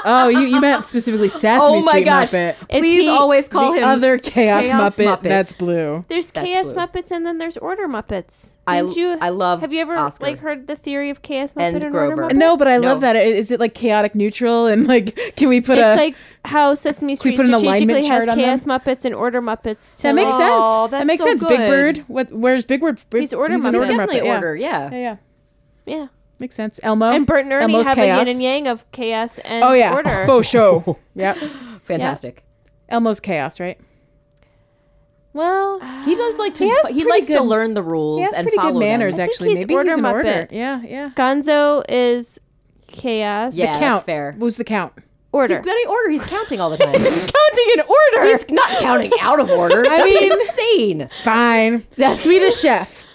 [SPEAKER 2] oh, you, you meant specifically Sesame
[SPEAKER 3] Oh my
[SPEAKER 2] Street
[SPEAKER 3] gosh.
[SPEAKER 2] Muppet.
[SPEAKER 1] Is
[SPEAKER 3] Please
[SPEAKER 1] he-
[SPEAKER 3] always call
[SPEAKER 2] the
[SPEAKER 3] him
[SPEAKER 2] other chaos,
[SPEAKER 3] Chaos
[SPEAKER 2] Muppet,
[SPEAKER 3] Muppet.
[SPEAKER 2] that's blue.
[SPEAKER 1] There's
[SPEAKER 3] That's
[SPEAKER 1] chaos
[SPEAKER 3] blue.
[SPEAKER 1] Muppets and then there's order Muppets.
[SPEAKER 3] I-
[SPEAKER 1] Didn't you,
[SPEAKER 3] I love
[SPEAKER 1] Have you ever
[SPEAKER 3] Oscar.
[SPEAKER 1] like heard the theory of chaos Muppet
[SPEAKER 3] And
[SPEAKER 1] and,
[SPEAKER 3] Grover.
[SPEAKER 1] order Muppet?
[SPEAKER 2] No, but I
[SPEAKER 3] No.
[SPEAKER 2] love that. I- Is it like chaotic neutral and like can we put
[SPEAKER 1] it's
[SPEAKER 2] a
[SPEAKER 1] like how Sesame
[SPEAKER 2] Can uh, we
[SPEAKER 1] Street
[SPEAKER 2] put an
[SPEAKER 1] strategically
[SPEAKER 2] alignment
[SPEAKER 1] has
[SPEAKER 2] chart on
[SPEAKER 1] chaos Muppets and order Muppets. To
[SPEAKER 2] That makes
[SPEAKER 1] like-
[SPEAKER 2] sense.
[SPEAKER 3] Oh,
[SPEAKER 2] that
[SPEAKER 3] that's
[SPEAKER 2] makes
[SPEAKER 3] so
[SPEAKER 2] sense. Big
[SPEAKER 3] good.
[SPEAKER 2] Bird. What? Where's Big Bird? Big-
[SPEAKER 1] He's order
[SPEAKER 2] an
[SPEAKER 1] Muppet.
[SPEAKER 3] He's
[SPEAKER 1] Order
[SPEAKER 3] definitely
[SPEAKER 2] Muppet, yeah.
[SPEAKER 3] order. Yeah.
[SPEAKER 2] Yeah. yeah,
[SPEAKER 1] Yeah.
[SPEAKER 2] makes sense. Elmo
[SPEAKER 1] And Bert and Ernie
[SPEAKER 2] Elmo's
[SPEAKER 1] have a
[SPEAKER 2] Oh, chaos.
[SPEAKER 1] yin and yang of chaos and
[SPEAKER 2] Oh yeah, *laughs*
[SPEAKER 1] order. *laughs*
[SPEAKER 2] faux show. yep,
[SPEAKER 3] fantastic.
[SPEAKER 2] Elmo's chaos, right?
[SPEAKER 1] Well,
[SPEAKER 3] He does like to.
[SPEAKER 2] He has
[SPEAKER 3] He,
[SPEAKER 2] pretty
[SPEAKER 3] likes to
[SPEAKER 2] good-
[SPEAKER 3] learn the rules
[SPEAKER 2] He has
[SPEAKER 3] and
[SPEAKER 2] pretty
[SPEAKER 3] follow
[SPEAKER 2] good manners,
[SPEAKER 3] them.
[SPEAKER 1] think
[SPEAKER 2] actually.
[SPEAKER 1] he's
[SPEAKER 2] Maybe
[SPEAKER 1] order
[SPEAKER 2] he's an order.
[SPEAKER 1] Muppet.
[SPEAKER 2] Yeah, yeah.
[SPEAKER 1] Gonzo is chaos.
[SPEAKER 3] Yeah,
[SPEAKER 2] count
[SPEAKER 3] that's fair.
[SPEAKER 2] Who's the count?
[SPEAKER 1] Order.
[SPEAKER 3] He's very order. He's counting *laughs* all the time.
[SPEAKER 2] Counting in order.
[SPEAKER 3] He's not counting out of *laughs* order. I mean, insane.
[SPEAKER 2] fine.
[SPEAKER 3] *laughs* That's
[SPEAKER 2] Swedish chef.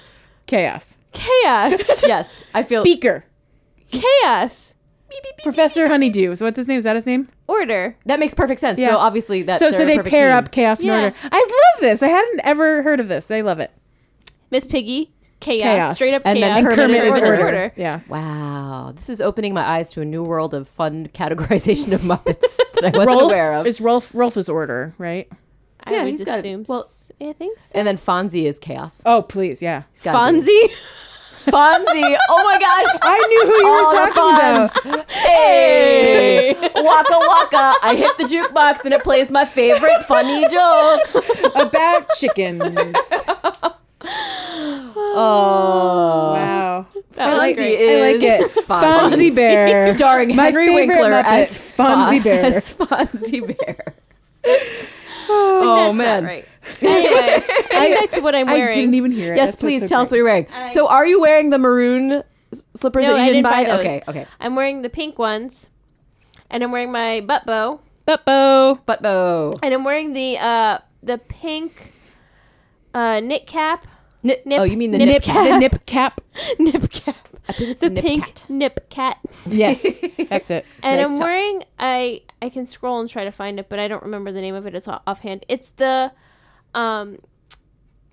[SPEAKER 2] Chaos.
[SPEAKER 1] *laughs* chaos.
[SPEAKER 3] Yes, I feel.
[SPEAKER 2] Beaker.
[SPEAKER 1] chaos.
[SPEAKER 2] Professor Honeydew. So what's his name? Is that his name?
[SPEAKER 1] Order.
[SPEAKER 3] That makes perfect sense.
[SPEAKER 2] Yeah.
[SPEAKER 3] So obviously that.
[SPEAKER 2] so
[SPEAKER 3] they're
[SPEAKER 2] so
[SPEAKER 3] a
[SPEAKER 2] they
[SPEAKER 3] perfect
[SPEAKER 2] pair
[SPEAKER 3] team.
[SPEAKER 2] up chaos and
[SPEAKER 1] Yeah.
[SPEAKER 2] order. I love this. I hadn't ever heard of this. I love it.
[SPEAKER 1] Miss Piggy. Chaos.
[SPEAKER 2] Chaos.
[SPEAKER 1] Straight up
[SPEAKER 3] And then
[SPEAKER 1] chaos.
[SPEAKER 2] And
[SPEAKER 3] Kermit is order.
[SPEAKER 2] Yeah.
[SPEAKER 3] Wow, this is opening my eyes to a new world of fun *laughs* categorization of Muppets that I wasn't aware of.
[SPEAKER 2] is Rolf. Rolf is order, right?
[SPEAKER 1] I
[SPEAKER 3] Yeah,
[SPEAKER 1] would
[SPEAKER 3] he's got-
[SPEAKER 1] assume.
[SPEAKER 3] well-
[SPEAKER 1] s- I think so.
[SPEAKER 3] and then Fonzie is chaos.
[SPEAKER 2] Oh please, yeah.
[SPEAKER 3] gotta be-
[SPEAKER 1] Fonzie.
[SPEAKER 3] Fonzie. Oh my gosh.
[SPEAKER 2] I knew who
[SPEAKER 3] *laughs*
[SPEAKER 2] you
[SPEAKER 3] All
[SPEAKER 2] were
[SPEAKER 3] the
[SPEAKER 2] talking about.
[SPEAKER 3] Hey, *laughs* waka waka! I hit the jukebox and it plays my favorite funny
[SPEAKER 2] *laughs*
[SPEAKER 3] jokes. *laughs*
[SPEAKER 2] about chickens.
[SPEAKER 3] Oh,
[SPEAKER 2] Wow.
[SPEAKER 1] *laughs* That was
[SPEAKER 2] I like,
[SPEAKER 1] great.
[SPEAKER 2] I like it. Fonzie Bear.
[SPEAKER 3] starring
[SPEAKER 2] My
[SPEAKER 3] Henry
[SPEAKER 2] favorite
[SPEAKER 3] Winkler
[SPEAKER 2] Muppet,
[SPEAKER 3] as
[SPEAKER 2] Fonzie
[SPEAKER 3] Fon-
[SPEAKER 2] Bear.
[SPEAKER 3] As *laughs* Fonzie Bear.
[SPEAKER 2] *laughs*
[SPEAKER 3] oh man!
[SPEAKER 1] right. Anyway,
[SPEAKER 3] *laughs*
[SPEAKER 1] getting back to what I'm
[SPEAKER 2] I
[SPEAKER 1] wearing.
[SPEAKER 2] didn't even hear it.
[SPEAKER 3] Yes,
[SPEAKER 2] That's what's
[SPEAKER 3] please
[SPEAKER 2] so
[SPEAKER 3] tell us what
[SPEAKER 2] great.
[SPEAKER 3] you're wearing. so, are you wearing the maroon s- slippers
[SPEAKER 1] No,
[SPEAKER 3] that you
[SPEAKER 1] I
[SPEAKER 3] didn't,
[SPEAKER 1] didn't buy those.
[SPEAKER 3] Okay, okay.
[SPEAKER 1] I'm wearing the pink ones, and I'm wearing my butt bow,
[SPEAKER 2] Butbo.
[SPEAKER 3] But oh,
[SPEAKER 1] and I'm wearing the uh the pink uh knit cap. Nip,
[SPEAKER 3] oh, you mean the
[SPEAKER 2] Nip
[SPEAKER 3] nip,
[SPEAKER 2] cap. The nip cap.
[SPEAKER 1] *laughs* nip cap? the
[SPEAKER 3] nip
[SPEAKER 1] pink
[SPEAKER 3] cat.
[SPEAKER 1] nip cat.
[SPEAKER 2] Yes. That's it.
[SPEAKER 1] And
[SPEAKER 3] Nice
[SPEAKER 1] I'm
[SPEAKER 3] touch.
[SPEAKER 1] wearing I I can scroll and try to find it, but I don't remember the name of it. It's off- offhand. It's the um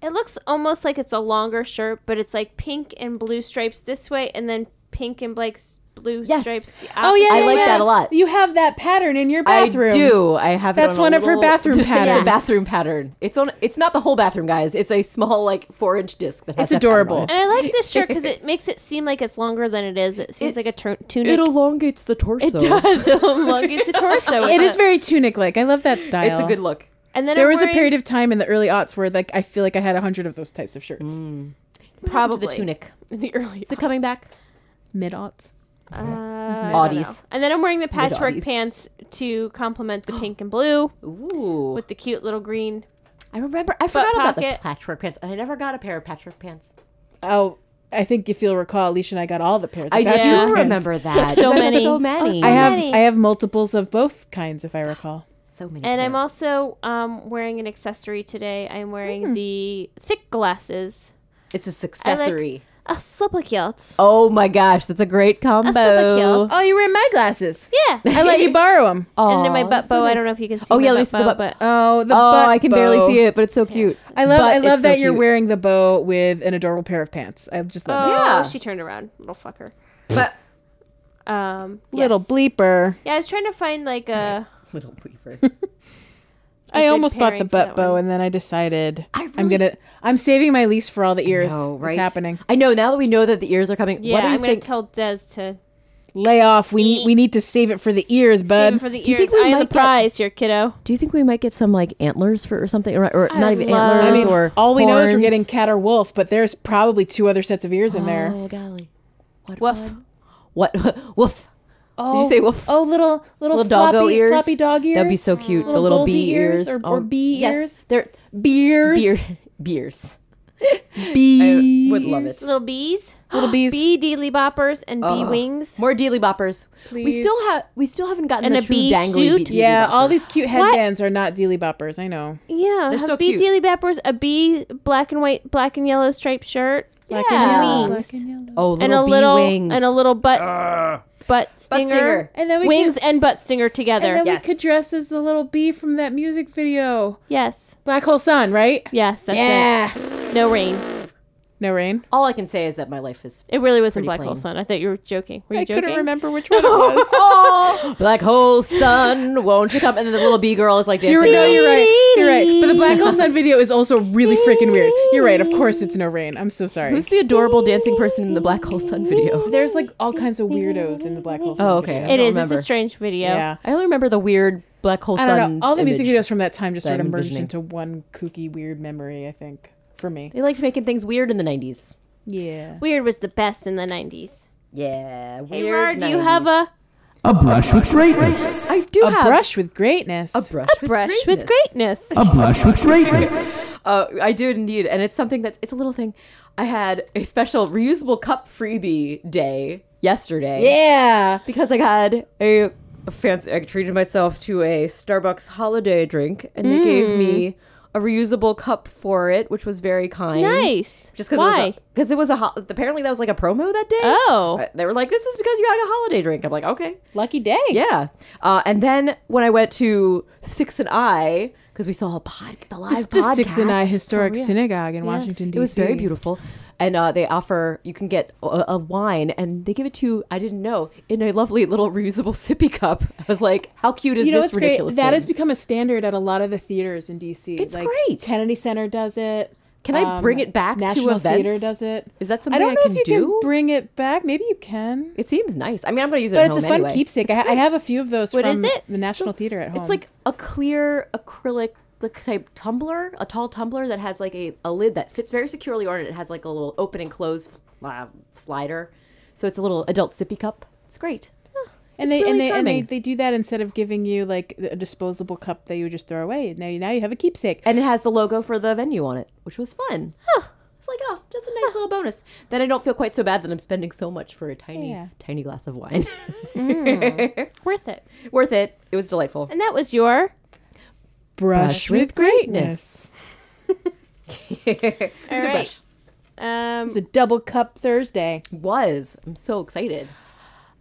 [SPEAKER 1] it looks almost like it's a longer shirt, but it's like pink and blue stripes this way and then pink and Blake's blue
[SPEAKER 3] Yes.
[SPEAKER 1] stripes the
[SPEAKER 2] *laughs* Oh yeah,
[SPEAKER 1] opposite
[SPEAKER 3] I
[SPEAKER 2] yeah,
[SPEAKER 3] like
[SPEAKER 2] yeah.
[SPEAKER 3] that a lot.
[SPEAKER 2] You have that pattern in your
[SPEAKER 3] I
[SPEAKER 2] bathroom.
[SPEAKER 3] do. I have.
[SPEAKER 2] That's
[SPEAKER 3] it on a
[SPEAKER 2] one of her
[SPEAKER 3] little- *laughs*
[SPEAKER 2] bathroom
[SPEAKER 3] It's
[SPEAKER 2] patterns.
[SPEAKER 3] a bathroom pattern. It's on. It's not the whole bathroom, guys. It's a small, like four-inch disc. That has
[SPEAKER 2] It's
[SPEAKER 3] that pattern
[SPEAKER 2] adorable.
[SPEAKER 3] on it.
[SPEAKER 1] And I like this shirt because
[SPEAKER 2] *laughs*
[SPEAKER 1] it makes it seem like it's longer than it is. It seems like a tur- tunic.
[SPEAKER 3] It elongates the torso.
[SPEAKER 1] it does. It
[SPEAKER 2] *laughs*
[SPEAKER 1] elongates the torso. Uh,
[SPEAKER 2] It is very tunic like. I love that style.
[SPEAKER 3] It's a good look.
[SPEAKER 1] And then
[SPEAKER 2] There
[SPEAKER 1] I'm
[SPEAKER 2] was a
[SPEAKER 1] wearing-
[SPEAKER 2] period of time in the early aughts where like I feel like I had a hundred of those types of shirts.
[SPEAKER 3] Mm. Probably the
[SPEAKER 1] Probably.
[SPEAKER 3] tunic.
[SPEAKER 1] in *laughs* the early.
[SPEAKER 3] Is it coming back?
[SPEAKER 2] Mid aughts.
[SPEAKER 1] *laughs* Uh, I don't
[SPEAKER 3] Oddies.
[SPEAKER 1] know. And then I'm wearing the
[SPEAKER 3] oddies.
[SPEAKER 1] patchwork pants to complement
[SPEAKER 2] *gasps*
[SPEAKER 1] the pink and blue
[SPEAKER 3] Ooh.
[SPEAKER 1] with the cute little green
[SPEAKER 3] I remember. I forgot about the
[SPEAKER 1] pocket.
[SPEAKER 3] patchwork pants, and I never got a pair of patchwork pants.
[SPEAKER 2] Oh, I think if you'll recall, Alicia and I got all the pairs. Of
[SPEAKER 3] I
[SPEAKER 2] matching
[SPEAKER 3] do
[SPEAKER 2] pants.
[SPEAKER 3] *laughs* remember that.
[SPEAKER 1] So
[SPEAKER 3] You guys have
[SPEAKER 1] many.
[SPEAKER 3] So
[SPEAKER 1] Oh,
[SPEAKER 3] many.
[SPEAKER 1] so
[SPEAKER 2] I have
[SPEAKER 1] many.
[SPEAKER 2] I have multiples of both kinds, if I recall.
[SPEAKER 3] so many.
[SPEAKER 1] And I'm
[SPEAKER 3] pairs.
[SPEAKER 1] also um, wearing an accessory today. I'm wearing
[SPEAKER 3] Hmm.
[SPEAKER 1] the thick glasses.
[SPEAKER 3] It's a accessory.
[SPEAKER 1] A slipperkilt.
[SPEAKER 3] Oh my gosh, that's a great combo.
[SPEAKER 1] slipper
[SPEAKER 2] Oh, you wear my glasses.
[SPEAKER 3] *laughs*
[SPEAKER 1] Yeah.
[SPEAKER 2] I let you borrow them.
[SPEAKER 1] and then my
[SPEAKER 3] Aw,
[SPEAKER 1] butt
[SPEAKER 3] that's so
[SPEAKER 1] bow. I
[SPEAKER 3] nice.
[SPEAKER 1] don't know if you can see.
[SPEAKER 3] Oh,
[SPEAKER 1] my
[SPEAKER 3] yeah, let me
[SPEAKER 1] butt
[SPEAKER 3] see the
[SPEAKER 1] bow,
[SPEAKER 3] butt bow.
[SPEAKER 1] But
[SPEAKER 2] Oh, the
[SPEAKER 3] Oh, I can barely see it, but it's so cute.
[SPEAKER 2] I love
[SPEAKER 3] But
[SPEAKER 2] I
[SPEAKER 3] it's
[SPEAKER 2] love
[SPEAKER 3] so
[SPEAKER 2] that you're
[SPEAKER 3] cute.
[SPEAKER 2] wearing the bow with an adorable pair of pants. I just love
[SPEAKER 1] oh,
[SPEAKER 2] it.
[SPEAKER 3] Yeah.
[SPEAKER 1] she turned around, little fucker.
[SPEAKER 3] But-
[SPEAKER 1] um,
[SPEAKER 2] Little
[SPEAKER 1] yes.
[SPEAKER 2] bleeper.
[SPEAKER 1] Yeah, I was trying to find like a.
[SPEAKER 3] *laughs* little
[SPEAKER 2] *laughs*
[SPEAKER 3] believer.
[SPEAKER 1] a
[SPEAKER 2] I
[SPEAKER 1] good
[SPEAKER 2] almost bought
[SPEAKER 1] pairing
[SPEAKER 2] the
[SPEAKER 1] for that
[SPEAKER 2] butt bow,
[SPEAKER 1] one.
[SPEAKER 2] and then I decided
[SPEAKER 3] I
[SPEAKER 2] I'm
[SPEAKER 3] really-
[SPEAKER 2] gonna I'm saving my lease for all the ears.
[SPEAKER 3] Oh, right.
[SPEAKER 2] It's happening.
[SPEAKER 3] I know. Now that we know that the ears are coming,
[SPEAKER 1] Yeah,
[SPEAKER 3] what do you
[SPEAKER 1] I'm
[SPEAKER 3] think?
[SPEAKER 1] gonna tell Des to
[SPEAKER 2] Lay off. We need we need to save it for the ears, bud.
[SPEAKER 1] Save it for the ears.
[SPEAKER 3] do you think we
[SPEAKER 1] Eye of
[SPEAKER 3] might
[SPEAKER 1] the
[SPEAKER 3] get-
[SPEAKER 1] prize here, kiddo?
[SPEAKER 3] Do you think we might get some like antlers for or something, or, or
[SPEAKER 1] I
[SPEAKER 3] not even
[SPEAKER 1] love-
[SPEAKER 3] antlers
[SPEAKER 2] I mean,
[SPEAKER 3] or
[SPEAKER 2] all we know is we're
[SPEAKER 3] horns?
[SPEAKER 2] getting cat or wolf, but there's probably two other sets of ears in there.
[SPEAKER 3] Oh golly, what
[SPEAKER 1] Woof.
[SPEAKER 3] fun. What *laughs* woof?
[SPEAKER 2] Oh,
[SPEAKER 3] say woof?
[SPEAKER 2] Oh, little little,
[SPEAKER 3] Little doggo
[SPEAKER 2] floppy,
[SPEAKER 3] ears.
[SPEAKER 2] floppy dog ears.
[SPEAKER 3] That'd be so cute. the little
[SPEAKER 2] Goldie
[SPEAKER 3] bee ears,
[SPEAKER 2] or, or
[SPEAKER 3] Oh,
[SPEAKER 2] bee
[SPEAKER 3] yes,
[SPEAKER 2] ears.
[SPEAKER 3] they're
[SPEAKER 2] Beers.
[SPEAKER 3] beer *laughs*
[SPEAKER 2] *laughs*
[SPEAKER 3] beers.
[SPEAKER 2] Bees.
[SPEAKER 3] Would love it.
[SPEAKER 1] Little bees,
[SPEAKER 2] Little bees.
[SPEAKER 1] bee deedly boppers, and bee wings.
[SPEAKER 3] More dealy boppers. We
[SPEAKER 2] Please.
[SPEAKER 3] still have. We still haven't gotten
[SPEAKER 1] And
[SPEAKER 3] the
[SPEAKER 1] a
[SPEAKER 3] true
[SPEAKER 1] bee
[SPEAKER 3] dangly
[SPEAKER 1] suit.
[SPEAKER 3] bee- deedly
[SPEAKER 2] Yeah, all
[SPEAKER 3] boppers.
[SPEAKER 2] these cute headbands are not dealy boppers. I know.
[SPEAKER 1] Yeah, have
[SPEAKER 3] so
[SPEAKER 1] bee
[SPEAKER 3] cute.
[SPEAKER 1] deedly boppers, a bee black and white, black and yellow striped shirt,
[SPEAKER 2] Black
[SPEAKER 1] yeah.
[SPEAKER 2] and yellow.
[SPEAKER 1] wings,
[SPEAKER 2] Black um, and yellow.
[SPEAKER 3] Oh, little
[SPEAKER 1] and a
[SPEAKER 3] bee
[SPEAKER 1] little
[SPEAKER 3] wings.
[SPEAKER 1] and a little butt butt stinger,
[SPEAKER 3] stinger.
[SPEAKER 2] And then we
[SPEAKER 1] wings and butt stinger
[SPEAKER 2] could,
[SPEAKER 1] together.
[SPEAKER 2] and then
[SPEAKER 3] Yes.
[SPEAKER 2] we could dress as the little bee from that music video.
[SPEAKER 1] yes,
[SPEAKER 2] Black Hole Sun, right?
[SPEAKER 1] yes, that's it. No rain.
[SPEAKER 2] No rain.
[SPEAKER 3] All I can say is that my life is
[SPEAKER 1] It really wasn't
[SPEAKER 3] Pretty
[SPEAKER 1] Black
[SPEAKER 3] plain.
[SPEAKER 1] Hole Sun. I thought you were joking. Were you
[SPEAKER 2] I
[SPEAKER 1] joking?
[SPEAKER 2] couldn't remember which
[SPEAKER 3] *laughs*
[SPEAKER 2] one it was.
[SPEAKER 3] oh black hole sun. Won't you come? And then the little bee girl is like dancing.
[SPEAKER 2] You're, no,
[SPEAKER 3] around.
[SPEAKER 2] you're right. You're right. But the Black Hole Sun video is also really freaking weird. You're right. Of course, it's no rain. I'm so sorry.
[SPEAKER 3] Who's the adorable dancing person in the black hole sun video?
[SPEAKER 2] There's like all kinds of weirdos in the Black Hole Sun.
[SPEAKER 3] Oh, okay.
[SPEAKER 2] video.
[SPEAKER 1] It
[SPEAKER 3] don't
[SPEAKER 1] is.
[SPEAKER 3] remember.
[SPEAKER 1] It's a strange video.
[SPEAKER 2] Yeah.
[SPEAKER 3] I only remember the weird black hole
[SPEAKER 2] I
[SPEAKER 3] sun.
[SPEAKER 2] don't know. All the music
[SPEAKER 3] image.
[SPEAKER 2] videos from that time just
[SPEAKER 3] that
[SPEAKER 2] sort of
[SPEAKER 3] I'm
[SPEAKER 2] merged
[SPEAKER 3] envisioning.
[SPEAKER 2] into one kooky, weird memory. I think for me.
[SPEAKER 3] They liked making things weird in the nineties.
[SPEAKER 2] Yeah.
[SPEAKER 1] Weird was the best in the nineties.
[SPEAKER 3] Yeah, weird.
[SPEAKER 1] Hey, Mar, do you have a
[SPEAKER 5] A brush with greatness.
[SPEAKER 3] I do
[SPEAKER 2] A
[SPEAKER 3] have
[SPEAKER 2] brush with greatness.
[SPEAKER 3] a brush, with
[SPEAKER 1] brush with greatness?
[SPEAKER 3] Oh.
[SPEAKER 5] A brush with greatness.
[SPEAKER 3] Uh, I do indeed, and it's something that's it's a little thing. I had a special reusable cup freebie day yesterday.
[SPEAKER 2] yeah.
[SPEAKER 3] because I had a fancy. I treated myself to a Starbucks holiday drink, and they gave
[SPEAKER 2] Mm.
[SPEAKER 3] me a reusable cup for it, which was very kind.
[SPEAKER 1] Nice.
[SPEAKER 3] Just because
[SPEAKER 1] Why?
[SPEAKER 3] because it was a ho- apparently that was like a promo that day.
[SPEAKER 1] Oh.
[SPEAKER 3] Uh, they were like, "This is because you had a holiday drink." I'm like,
[SPEAKER 2] *laughs*
[SPEAKER 3] "Okay,
[SPEAKER 2] Lucky day.
[SPEAKER 3] yeah." Uh, and then when I went to Six and I, because we saw a pod, the live
[SPEAKER 2] The
[SPEAKER 3] podcast,
[SPEAKER 2] Six and I Historic
[SPEAKER 3] for real.
[SPEAKER 2] Synagogue in Washington D.C.
[SPEAKER 3] It was very beautiful. And uh, they offer you can get a, a wine, and they give it to you, I didn't know in a lovely little reusable sippy cup. I was like, how cute is
[SPEAKER 2] You know
[SPEAKER 3] this
[SPEAKER 2] what's great?
[SPEAKER 3] ridiculous?
[SPEAKER 2] That
[SPEAKER 3] thing?
[SPEAKER 2] has become a standard at a lot of the theaters in D.C.
[SPEAKER 3] It's
[SPEAKER 2] like,
[SPEAKER 3] great.
[SPEAKER 2] Kennedy Center does it. Um,
[SPEAKER 3] Can I bring it back to
[SPEAKER 2] National
[SPEAKER 3] events?
[SPEAKER 2] Theater does it.
[SPEAKER 3] Is that
[SPEAKER 2] I
[SPEAKER 3] something
[SPEAKER 2] don't
[SPEAKER 3] I
[SPEAKER 2] know
[SPEAKER 3] can
[SPEAKER 2] if you
[SPEAKER 3] do?
[SPEAKER 2] can bring it back. Maybe you can.
[SPEAKER 3] it seems nice. I mean, I'm going to use it.
[SPEAKER 2] But
[SPEAKER 3] at
[SPEAKER 2] it's a
[SPEAKER 3] home
[SPEAKER 2] fun
[SPEAKER 3] anyway.
[SPEAKER 2] keepsake. I, I have a few of those
[SPEAKER 1] What
[SPEAKER 2] from
[SPEAKER 1] is it?
[SPEAKER 2] the National Theater at home.
[SPEAKER 3] It's like a clear acrylic like, type tumbler, a tall tumbler that has like a, a lid that fits very securely on it. It has like a little open and close uh, slider, so it's a little adult sippy cup. It's great.
[SPEAKER 2] and
[SPEAKER 3] it's
[SPEAKER 2] they
[SPEAKER 3] really
[SPEAKER 2] and they and they,
[SPEAKER 3] charming.
[SPEAKER 2] they do that instead of giving you like a disposable cup that you would just throw away. Now you now you have a keepsake.
[SPEAKER 3] and it has the logo for the venue on it, which was fun. Huh. It's like, oh, just a nice little bonus. Then I don't feel quite so bad that I'm spending so much for a tiny,
[SPEAKER 2] Yeah.
[SPEAKER 3] tiny glass of wine. *laughs*
[SPEAKER 1] Worth it.
[SPEAKER 3] Worth it. It was delightful.
[SPEAKER 1] And that was your
[SPEAKER 2] Brush, with greatness.
[SPEAKER 3] It's a good
[SPEAKER 1] All
[SPEAKER 3] brush.
[SPEAKER 1] Um,
[SPEAKER 2] It's a double cup Thursday.
[SPEAKER 3] Was. I'm so excited.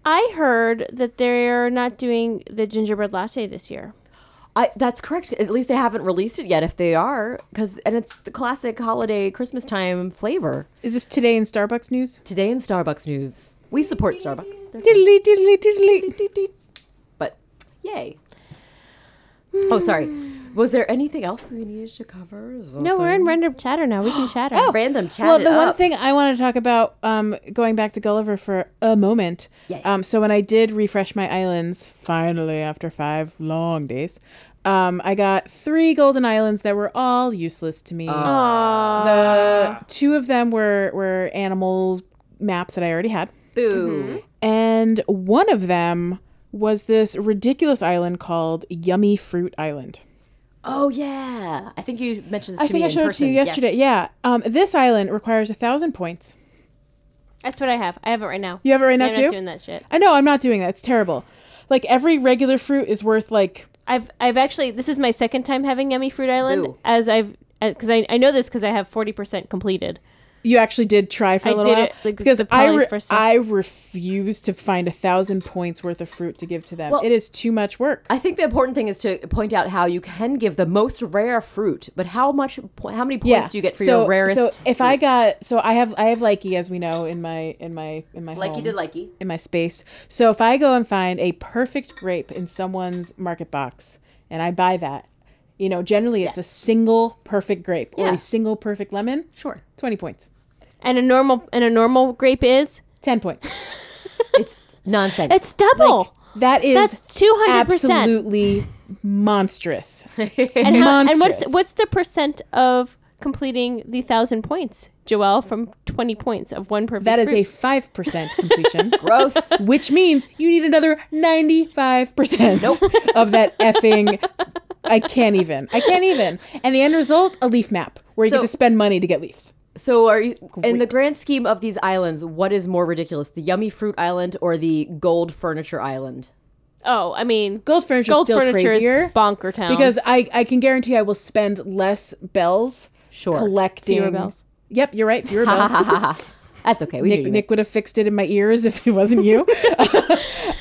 [SPEAKER 1] I heard that they're not doing the gingerbread latte this year.
[SPEAKER 3] I, that's correct. At least they haven't released it yet. If they are, because and it's the classic holiday Christmas time flavor.
[SPEAKER 2] Is this today in Starbucks news?
[SPEAKER 3] Today in Starbucks news, we support Starbucks. They're-
[SPEAKER 2] Diddly diddly diddly.
[SPEAKER 3] But yay. Oh, sorry. Was there anything else we needed to cover? Is
[SPEAKER 1] No, we're
[SPEAKER 3] something-
[SPEAKER 1] in random chatter now. We *gasps* can chatter.
[SPEAKER 3] random chat.
[SPEAKER 2] Well, the one thing I wanted to talk about, um, going back to Gulliver for a moment.
[SPEAKER 3] Yeah.
[SPEAKER 2] Um, so when I did refresh my islands, finally after five long days, um, I got three golden islands that were all useless to me. The two of them were were animal maps that I already had,
[SPEAKER 3] Boo.
[SPEAKER 2] and one of them was this ridiculous island called Yummy Fruit Island.
[SPEAKER 3] Oh yeah, I think you mentioned this.
[SPEAKER 2] I
[SPEAKER 3] to
[SPEAKER 2] think
[SPEAKER 3] me
[SPEAKER 2] I
[SPEAKER 3] in
[SPEAKER 2] showed it to
[SPEAKER 3] person.
[SPEAKER 2] you yesterday.
[SPEAKER 3] Yes.
[SPEAKER 2] Yeah. Um, this island requires a thousand points.
[SPEAKER 1] That's what I have. I have it right now.
[SPEAKER 2] You have it right
[SPEAKER 1] Yeah,
[SPEAKER 2] now
[SPEAKER 1] I'm
[SPEAKER 2] too.
[SPEAKER 1] not doing that shit.
[SPEAKER 2] I know I'm not doing that. It's terrible. Like every regular fruit is worth like
[SPEAKER 1] I've I've actually this is my second time having Yummy Fruit Island
[SPEAKER 3] Boo.
[SPEAKER 1] as I've because I, I know this because I have forty percent completed.
[SPEAKER 2] you actually did try for a
[SPEAKER 1] I
[SPEAKER 2] little
[SPEAKER 1] did
[SPEAKER 2] while
[SPEAKER 1] it, like,
[SPEAKER 2] because
[SPEAKER 1] the
[SPEAKER 2] I
[SPEAKER 1] probably
[SPEAKER 2] re-
[SPEAKER 1] first time.
[SPEAKER 2] I refuse to find a thousand points worth of fruit to give to them.
[SPEAKER 3] Well-
[SPEAKER 2] it is too much work.
[SPEAKER 3] I think the important thing is to point out how you can give the most rare fruit, but how much, how many points do you get for
[SPEAKER 2] so,
[SPEAKER 3] your rarest?
[SPEAKER 2] So if I got so I have I have likey as we know in my in my in my
[SPEAKER 3] like you
[SPEAKER 2] home,
[SPEAKER 3] did, likey.
[SPEAKER 2] in my space. So if I go and find a perfect grape in someone's market box and I buy that, you know, generally it's a
[SPEAKER 3] Yes.
[SPEAKER 2] single perfect grape or
[SPEAKER 3] Yeah.
[SPEAKER 2] a single perfect lemon.
[SPEAKER 3] Sure.
[SPEAKER 2] Twenty points.
[SPEAKER 1] And a normal and a normal grape is
[SPEAKER 2] Ten points.
[SPEAKER 3] It's nonsense.
[SPEAKER 1] It's double.
[SPEAKER 2] That is
[SPEAKER 1] That's 200%.
[SPEAKER 2] absolutely monstrous.
[SPEAKER 1] *laughs* And, how, and what's
[SPEAKER 2] monstrous.
[SPEAKER 1] what's the percent of completing the 1000 points, Joelle, from 20 points of one perfect
[SPEAKER 2] That is a
[SPEAKER 1] fruit?
[SPEAKER 2] five percent
[SPEAKER 1] *laughs*
[SPEAKER 2] completion,
[SPEAKER 3] gross.
[SPEAKER 2] which means you need another ninety-five percent *laughs* of that effing. I can't even. I can't even. And the end result, a leaf map where you
[SPEAKER 3] So-
[SPEAKER 2] get to spend money to get leaves.
[SPEAKER 3] So are you in the grand scheme of these islands, what is more ridiculous? The yummy fruit island or the gold furniture *laughs* island?
[SPEAKER 1] Oh, I mean,
[SPEAKER 2] Gold furniture
[SPEAKER 1] gold
[SPEAKER 2] still
[SPEAKER 1] furniture
[SPEAKER 2] crazier
[SPEAKER 1] is bonker town.
[SPEAKER 2] because I I can guarantee I will spend less bells
[SPEAKER 3] Sure.
[SPEAKER 2] collecting
[SPEAKER 1] Fewer bells.
[SPEAKER 2] Yep, you're right.
[SPEAKER 1] *laughs*
[SPEAKER 2] Fewer bells.
[SPEAKER 3] That's okay. We
[SPEAKER 2] Nick,
[SPEAKER 3] do
[SPEAKER 2] Nick would have fixed it in my ears if it
[SPEAKER 1] *laughs*
[SPEAKER 2] wasn't you.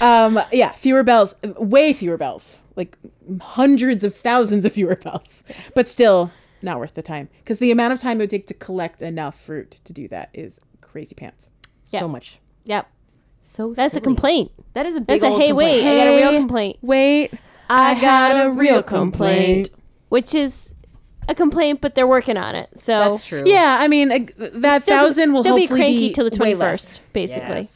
[SPEAKER 2] um, yeah, fewer bells, way fewer bells, like hundreds of thousands of fewer bells, but still not worth the time because the amount of time it would take to collect enough fruit to do that is crazy pants.
[SPEAKER 1] Yeah.
[SPEAKER 3] so much.
[SPEAKER 1] yep.
[SPEAKER 3] So
[SPEAKER 1] That's a
[SPEAKER 3] silly.
[SPEAKER 1] complaint.
[SPEAKER 3] That is a big
[SPEAKER 1] That's a
[SPEAKER 3] old
[SPEAKER 1] hey
[SPEAKER 3] complaint.
[SPEAKER 1] wait, I got a
[SPEAKER 2] Hey,
[SPEAKER 1] real complaint.
[SPEAKER 2] Wait, I got a real complaint.
[SPEAKER 1] which is a complaint, but they're working on it. So
[SPEAKER 3] That's true.
[SPEAKER 2] yeah, I mean uh, that
[SPEAKER 1] Still be-
[SPEAKER 2] thousand will
[SPEAKER 1] still be
[SPEAKER 2] hopefully
[SPEAKER 1] cranky till the
[SPEAKER 2] way
[SPEAKER 1] twenty
[SPEAKER 2] less.
[SPEAKER 1] first, basically.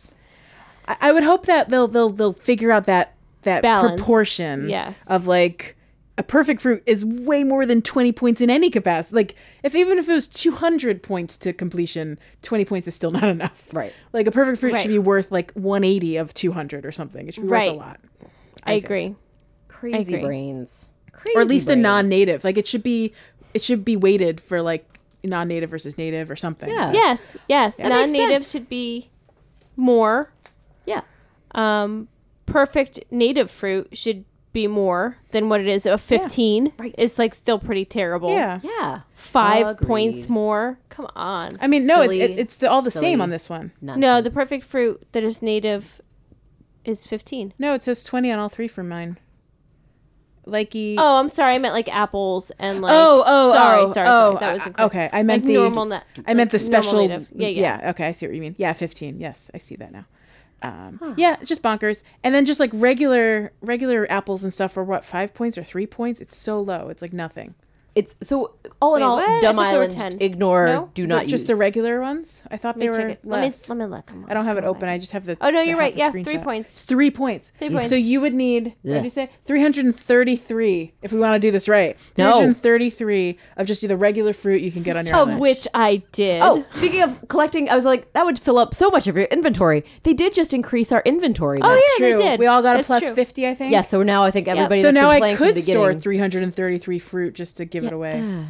[SPEAKER 2] I, I would hope that they'll they'll they'll figure out that that
[SPEAKER 1] Balance.
[SPEAKER 2] proportion
[SPEAKER 1] Yes.
[SPEAKER 2] of like a perfect fruit is way more than 20 points in any capacity like if even if it was 200 points to completion 20 points is still *laughs* not enough
[SPEAKER 3] Right.
[SPEAKER 2] like a perfect fruit
[SPEAKER 1] Right.
[SPEAKER 2] should be worth like 180 of 200 or something it should be
[SPEAKER 1] Right.
[SPEAKER 2] worth a lot
[SPEAKER 1] I, agree.
[SPEAKER 3] Crazy
[SPEAKER 1] agree.
[SPEAKER 3] brains.
[SPEAKER 2] or at least a
[SPEAKER 3] brains.
[SPEAKER 2] non-native like it should be it should be weighted for like non-native versus native or something
[SPEAKER 3] Yeah.
[SPEAKER 1] Yes, yes.
[SPEAKER 3] Uh, That
[SPEAKER 1] Non
[SPEAKER 3] makes
[SPEAKER 1] native
[SPEAKER 3] sense.
[SPEAKER 1] should be more.
[SPEAKER 3] Yeah.
[SPEAKER 1] Um, perfect native fruit should be more than what it is. A fifteen
[SPEAKER 3] Right.
[SPEAKER 1] is like still pretty terrible.
[SPEAKER 2] yeah
[SPEAKER 3] Yeah.
[SPEAKER 1] Five
[SPEAKER 3] Agreed.
[SPEAKER 1] points more. Come on.
[SPEAKER 2] i mean no it,
[SPEAKER 3] Silly,
[SPEAKER 2] it, it's the, all the
[SPEAKER 3] silly.
[SPEAKER 2] same on this one
[SPEAKER 1] no, the
[SPEAKER 3] Nonsense.
[SPEAKER 1] perfect fruit that is native is fifteen.
[SPEAKER 2] no it says 20 on all three for mine likey
[SPEAKER 1] Oh, I'm sorry. I meant like apples and like.
[SPEAKER 2] Oh, oh,
[SPEAKER 1] sorry,
[SPEAKER 2] oh,
[SPEAKER 1] sorry,
[SPEAKER 2] oh,
[SPEAKER 1] sorry. That was
[SPEAKER 2] uh,
[SPEAKER 1] incorrect.
[SPEAKER 2] okay. I meant
[SPEAKER 1] like
[SPEAKER 2] the-
[SPEAKER 1] normal. Na-
[SPEAKER 2] I meant the
[SPEAKER 1] like normal
[SPEAKER 2] special.
[SPEAKER 1] native. Yeah, yeah,
[SPEAKER 2] Okay, I see what you mean. Yeah, fifteen. Yes, I see that now. Um, Yeah, it's just bonkers. And then just like regular, regular apples and stuff were what five points or three points? It's so low. It's like nothing.
[SPEAKER 3] It's so all in
[SPEAKER 1] Wait,
[SPEAKER 3] all,
[SPEAKER 1] what? I
[SPEAKER 3] Dumb
[SPEAKER 1] thought there were
[SPEAKER 3] Island
[SPEAKER 1] 10.
[SPEAKER 3] ignore
[SPEAKER 1] No?
[SPEAKER 3] do
[SPEAKER 2] But
[SPEAKER 3] not
[SPEAKER 2] just
[SPEAKER 3] use
[SPEAKER 2] the regular ones. I thought
[SPEAKER 1] Let
[SPEAKER 2] they
[SPEAKER 1] me check
[SPEAKER 2] were
[SPEAKER 1] it. Let me
[SPEAKER 2] less.
[SPEAKER 1] let me look. I'm
[SPEAKER 2] I don't have it
[SPEAKER 1] going
[SPEAKER 2] open.
[SPEAKER 1] back.
[SPEAKER 2] I just have the.
[SPEAKER 1] Oh, no,
[SPEAKER 2] the
[SPEAKER 1] you're
[SPEAKER 2] half
[SPEAKER 1] right.
[SPEAKER 2] the
[SPEAKER 1] Yeah, three
[SPEAKER 2] screenshot.
[SPEAKER 1] points.
[SPEAKER 2] It's three points.
[SPEAKER 1] Three points.
[SPEAKER 2] So you would need. What
[SPEAKER 3] Yeah.
[SPEAKER 2] did you say? Three hundred and thirty-three. If we want to do this right,
[SPEAKER 3] No.
[SPEAKER 2] three hundred thirty-three of just the regular fruit you can get on your.
[SPEAKER 1] Of
[SPEAKER 2] island.
[SPEAKER 1] which I did. *laughs*
[SPEAKER 3] Oh, speaking of collecting, I was like, that would fill up so much of your inventory. They did just increase our inventory.
[SPEAKER 1] Oh,
[SPEAKER 3] now.
[SPEAKER 1] yeah,
[SPEAKER 2] True.
[SPEAKER 1] they did.
[SPEAKER 2] We all got a
[SPEAKER 1] That's
[SPEAKER 2] plus
[SPEAKER 1] true.
[SPEAKER 2] fifty. I think.
[SPEAKER 3] Yeah, so now I think everybody
[SPEAKER 2] so
[SPEAKER 3] that's
[SPEAKER 2] now
[SPEAKER 3] been
[SPEAKER 2] I
[SPEAKER 3] playing from
[SPEAKER 2] could
[SPEAKER 3] the
[SPEAKER 2] store
[SPEAKER 3] beginning.
[SPEAKER 2] 333 fruit just to give it away.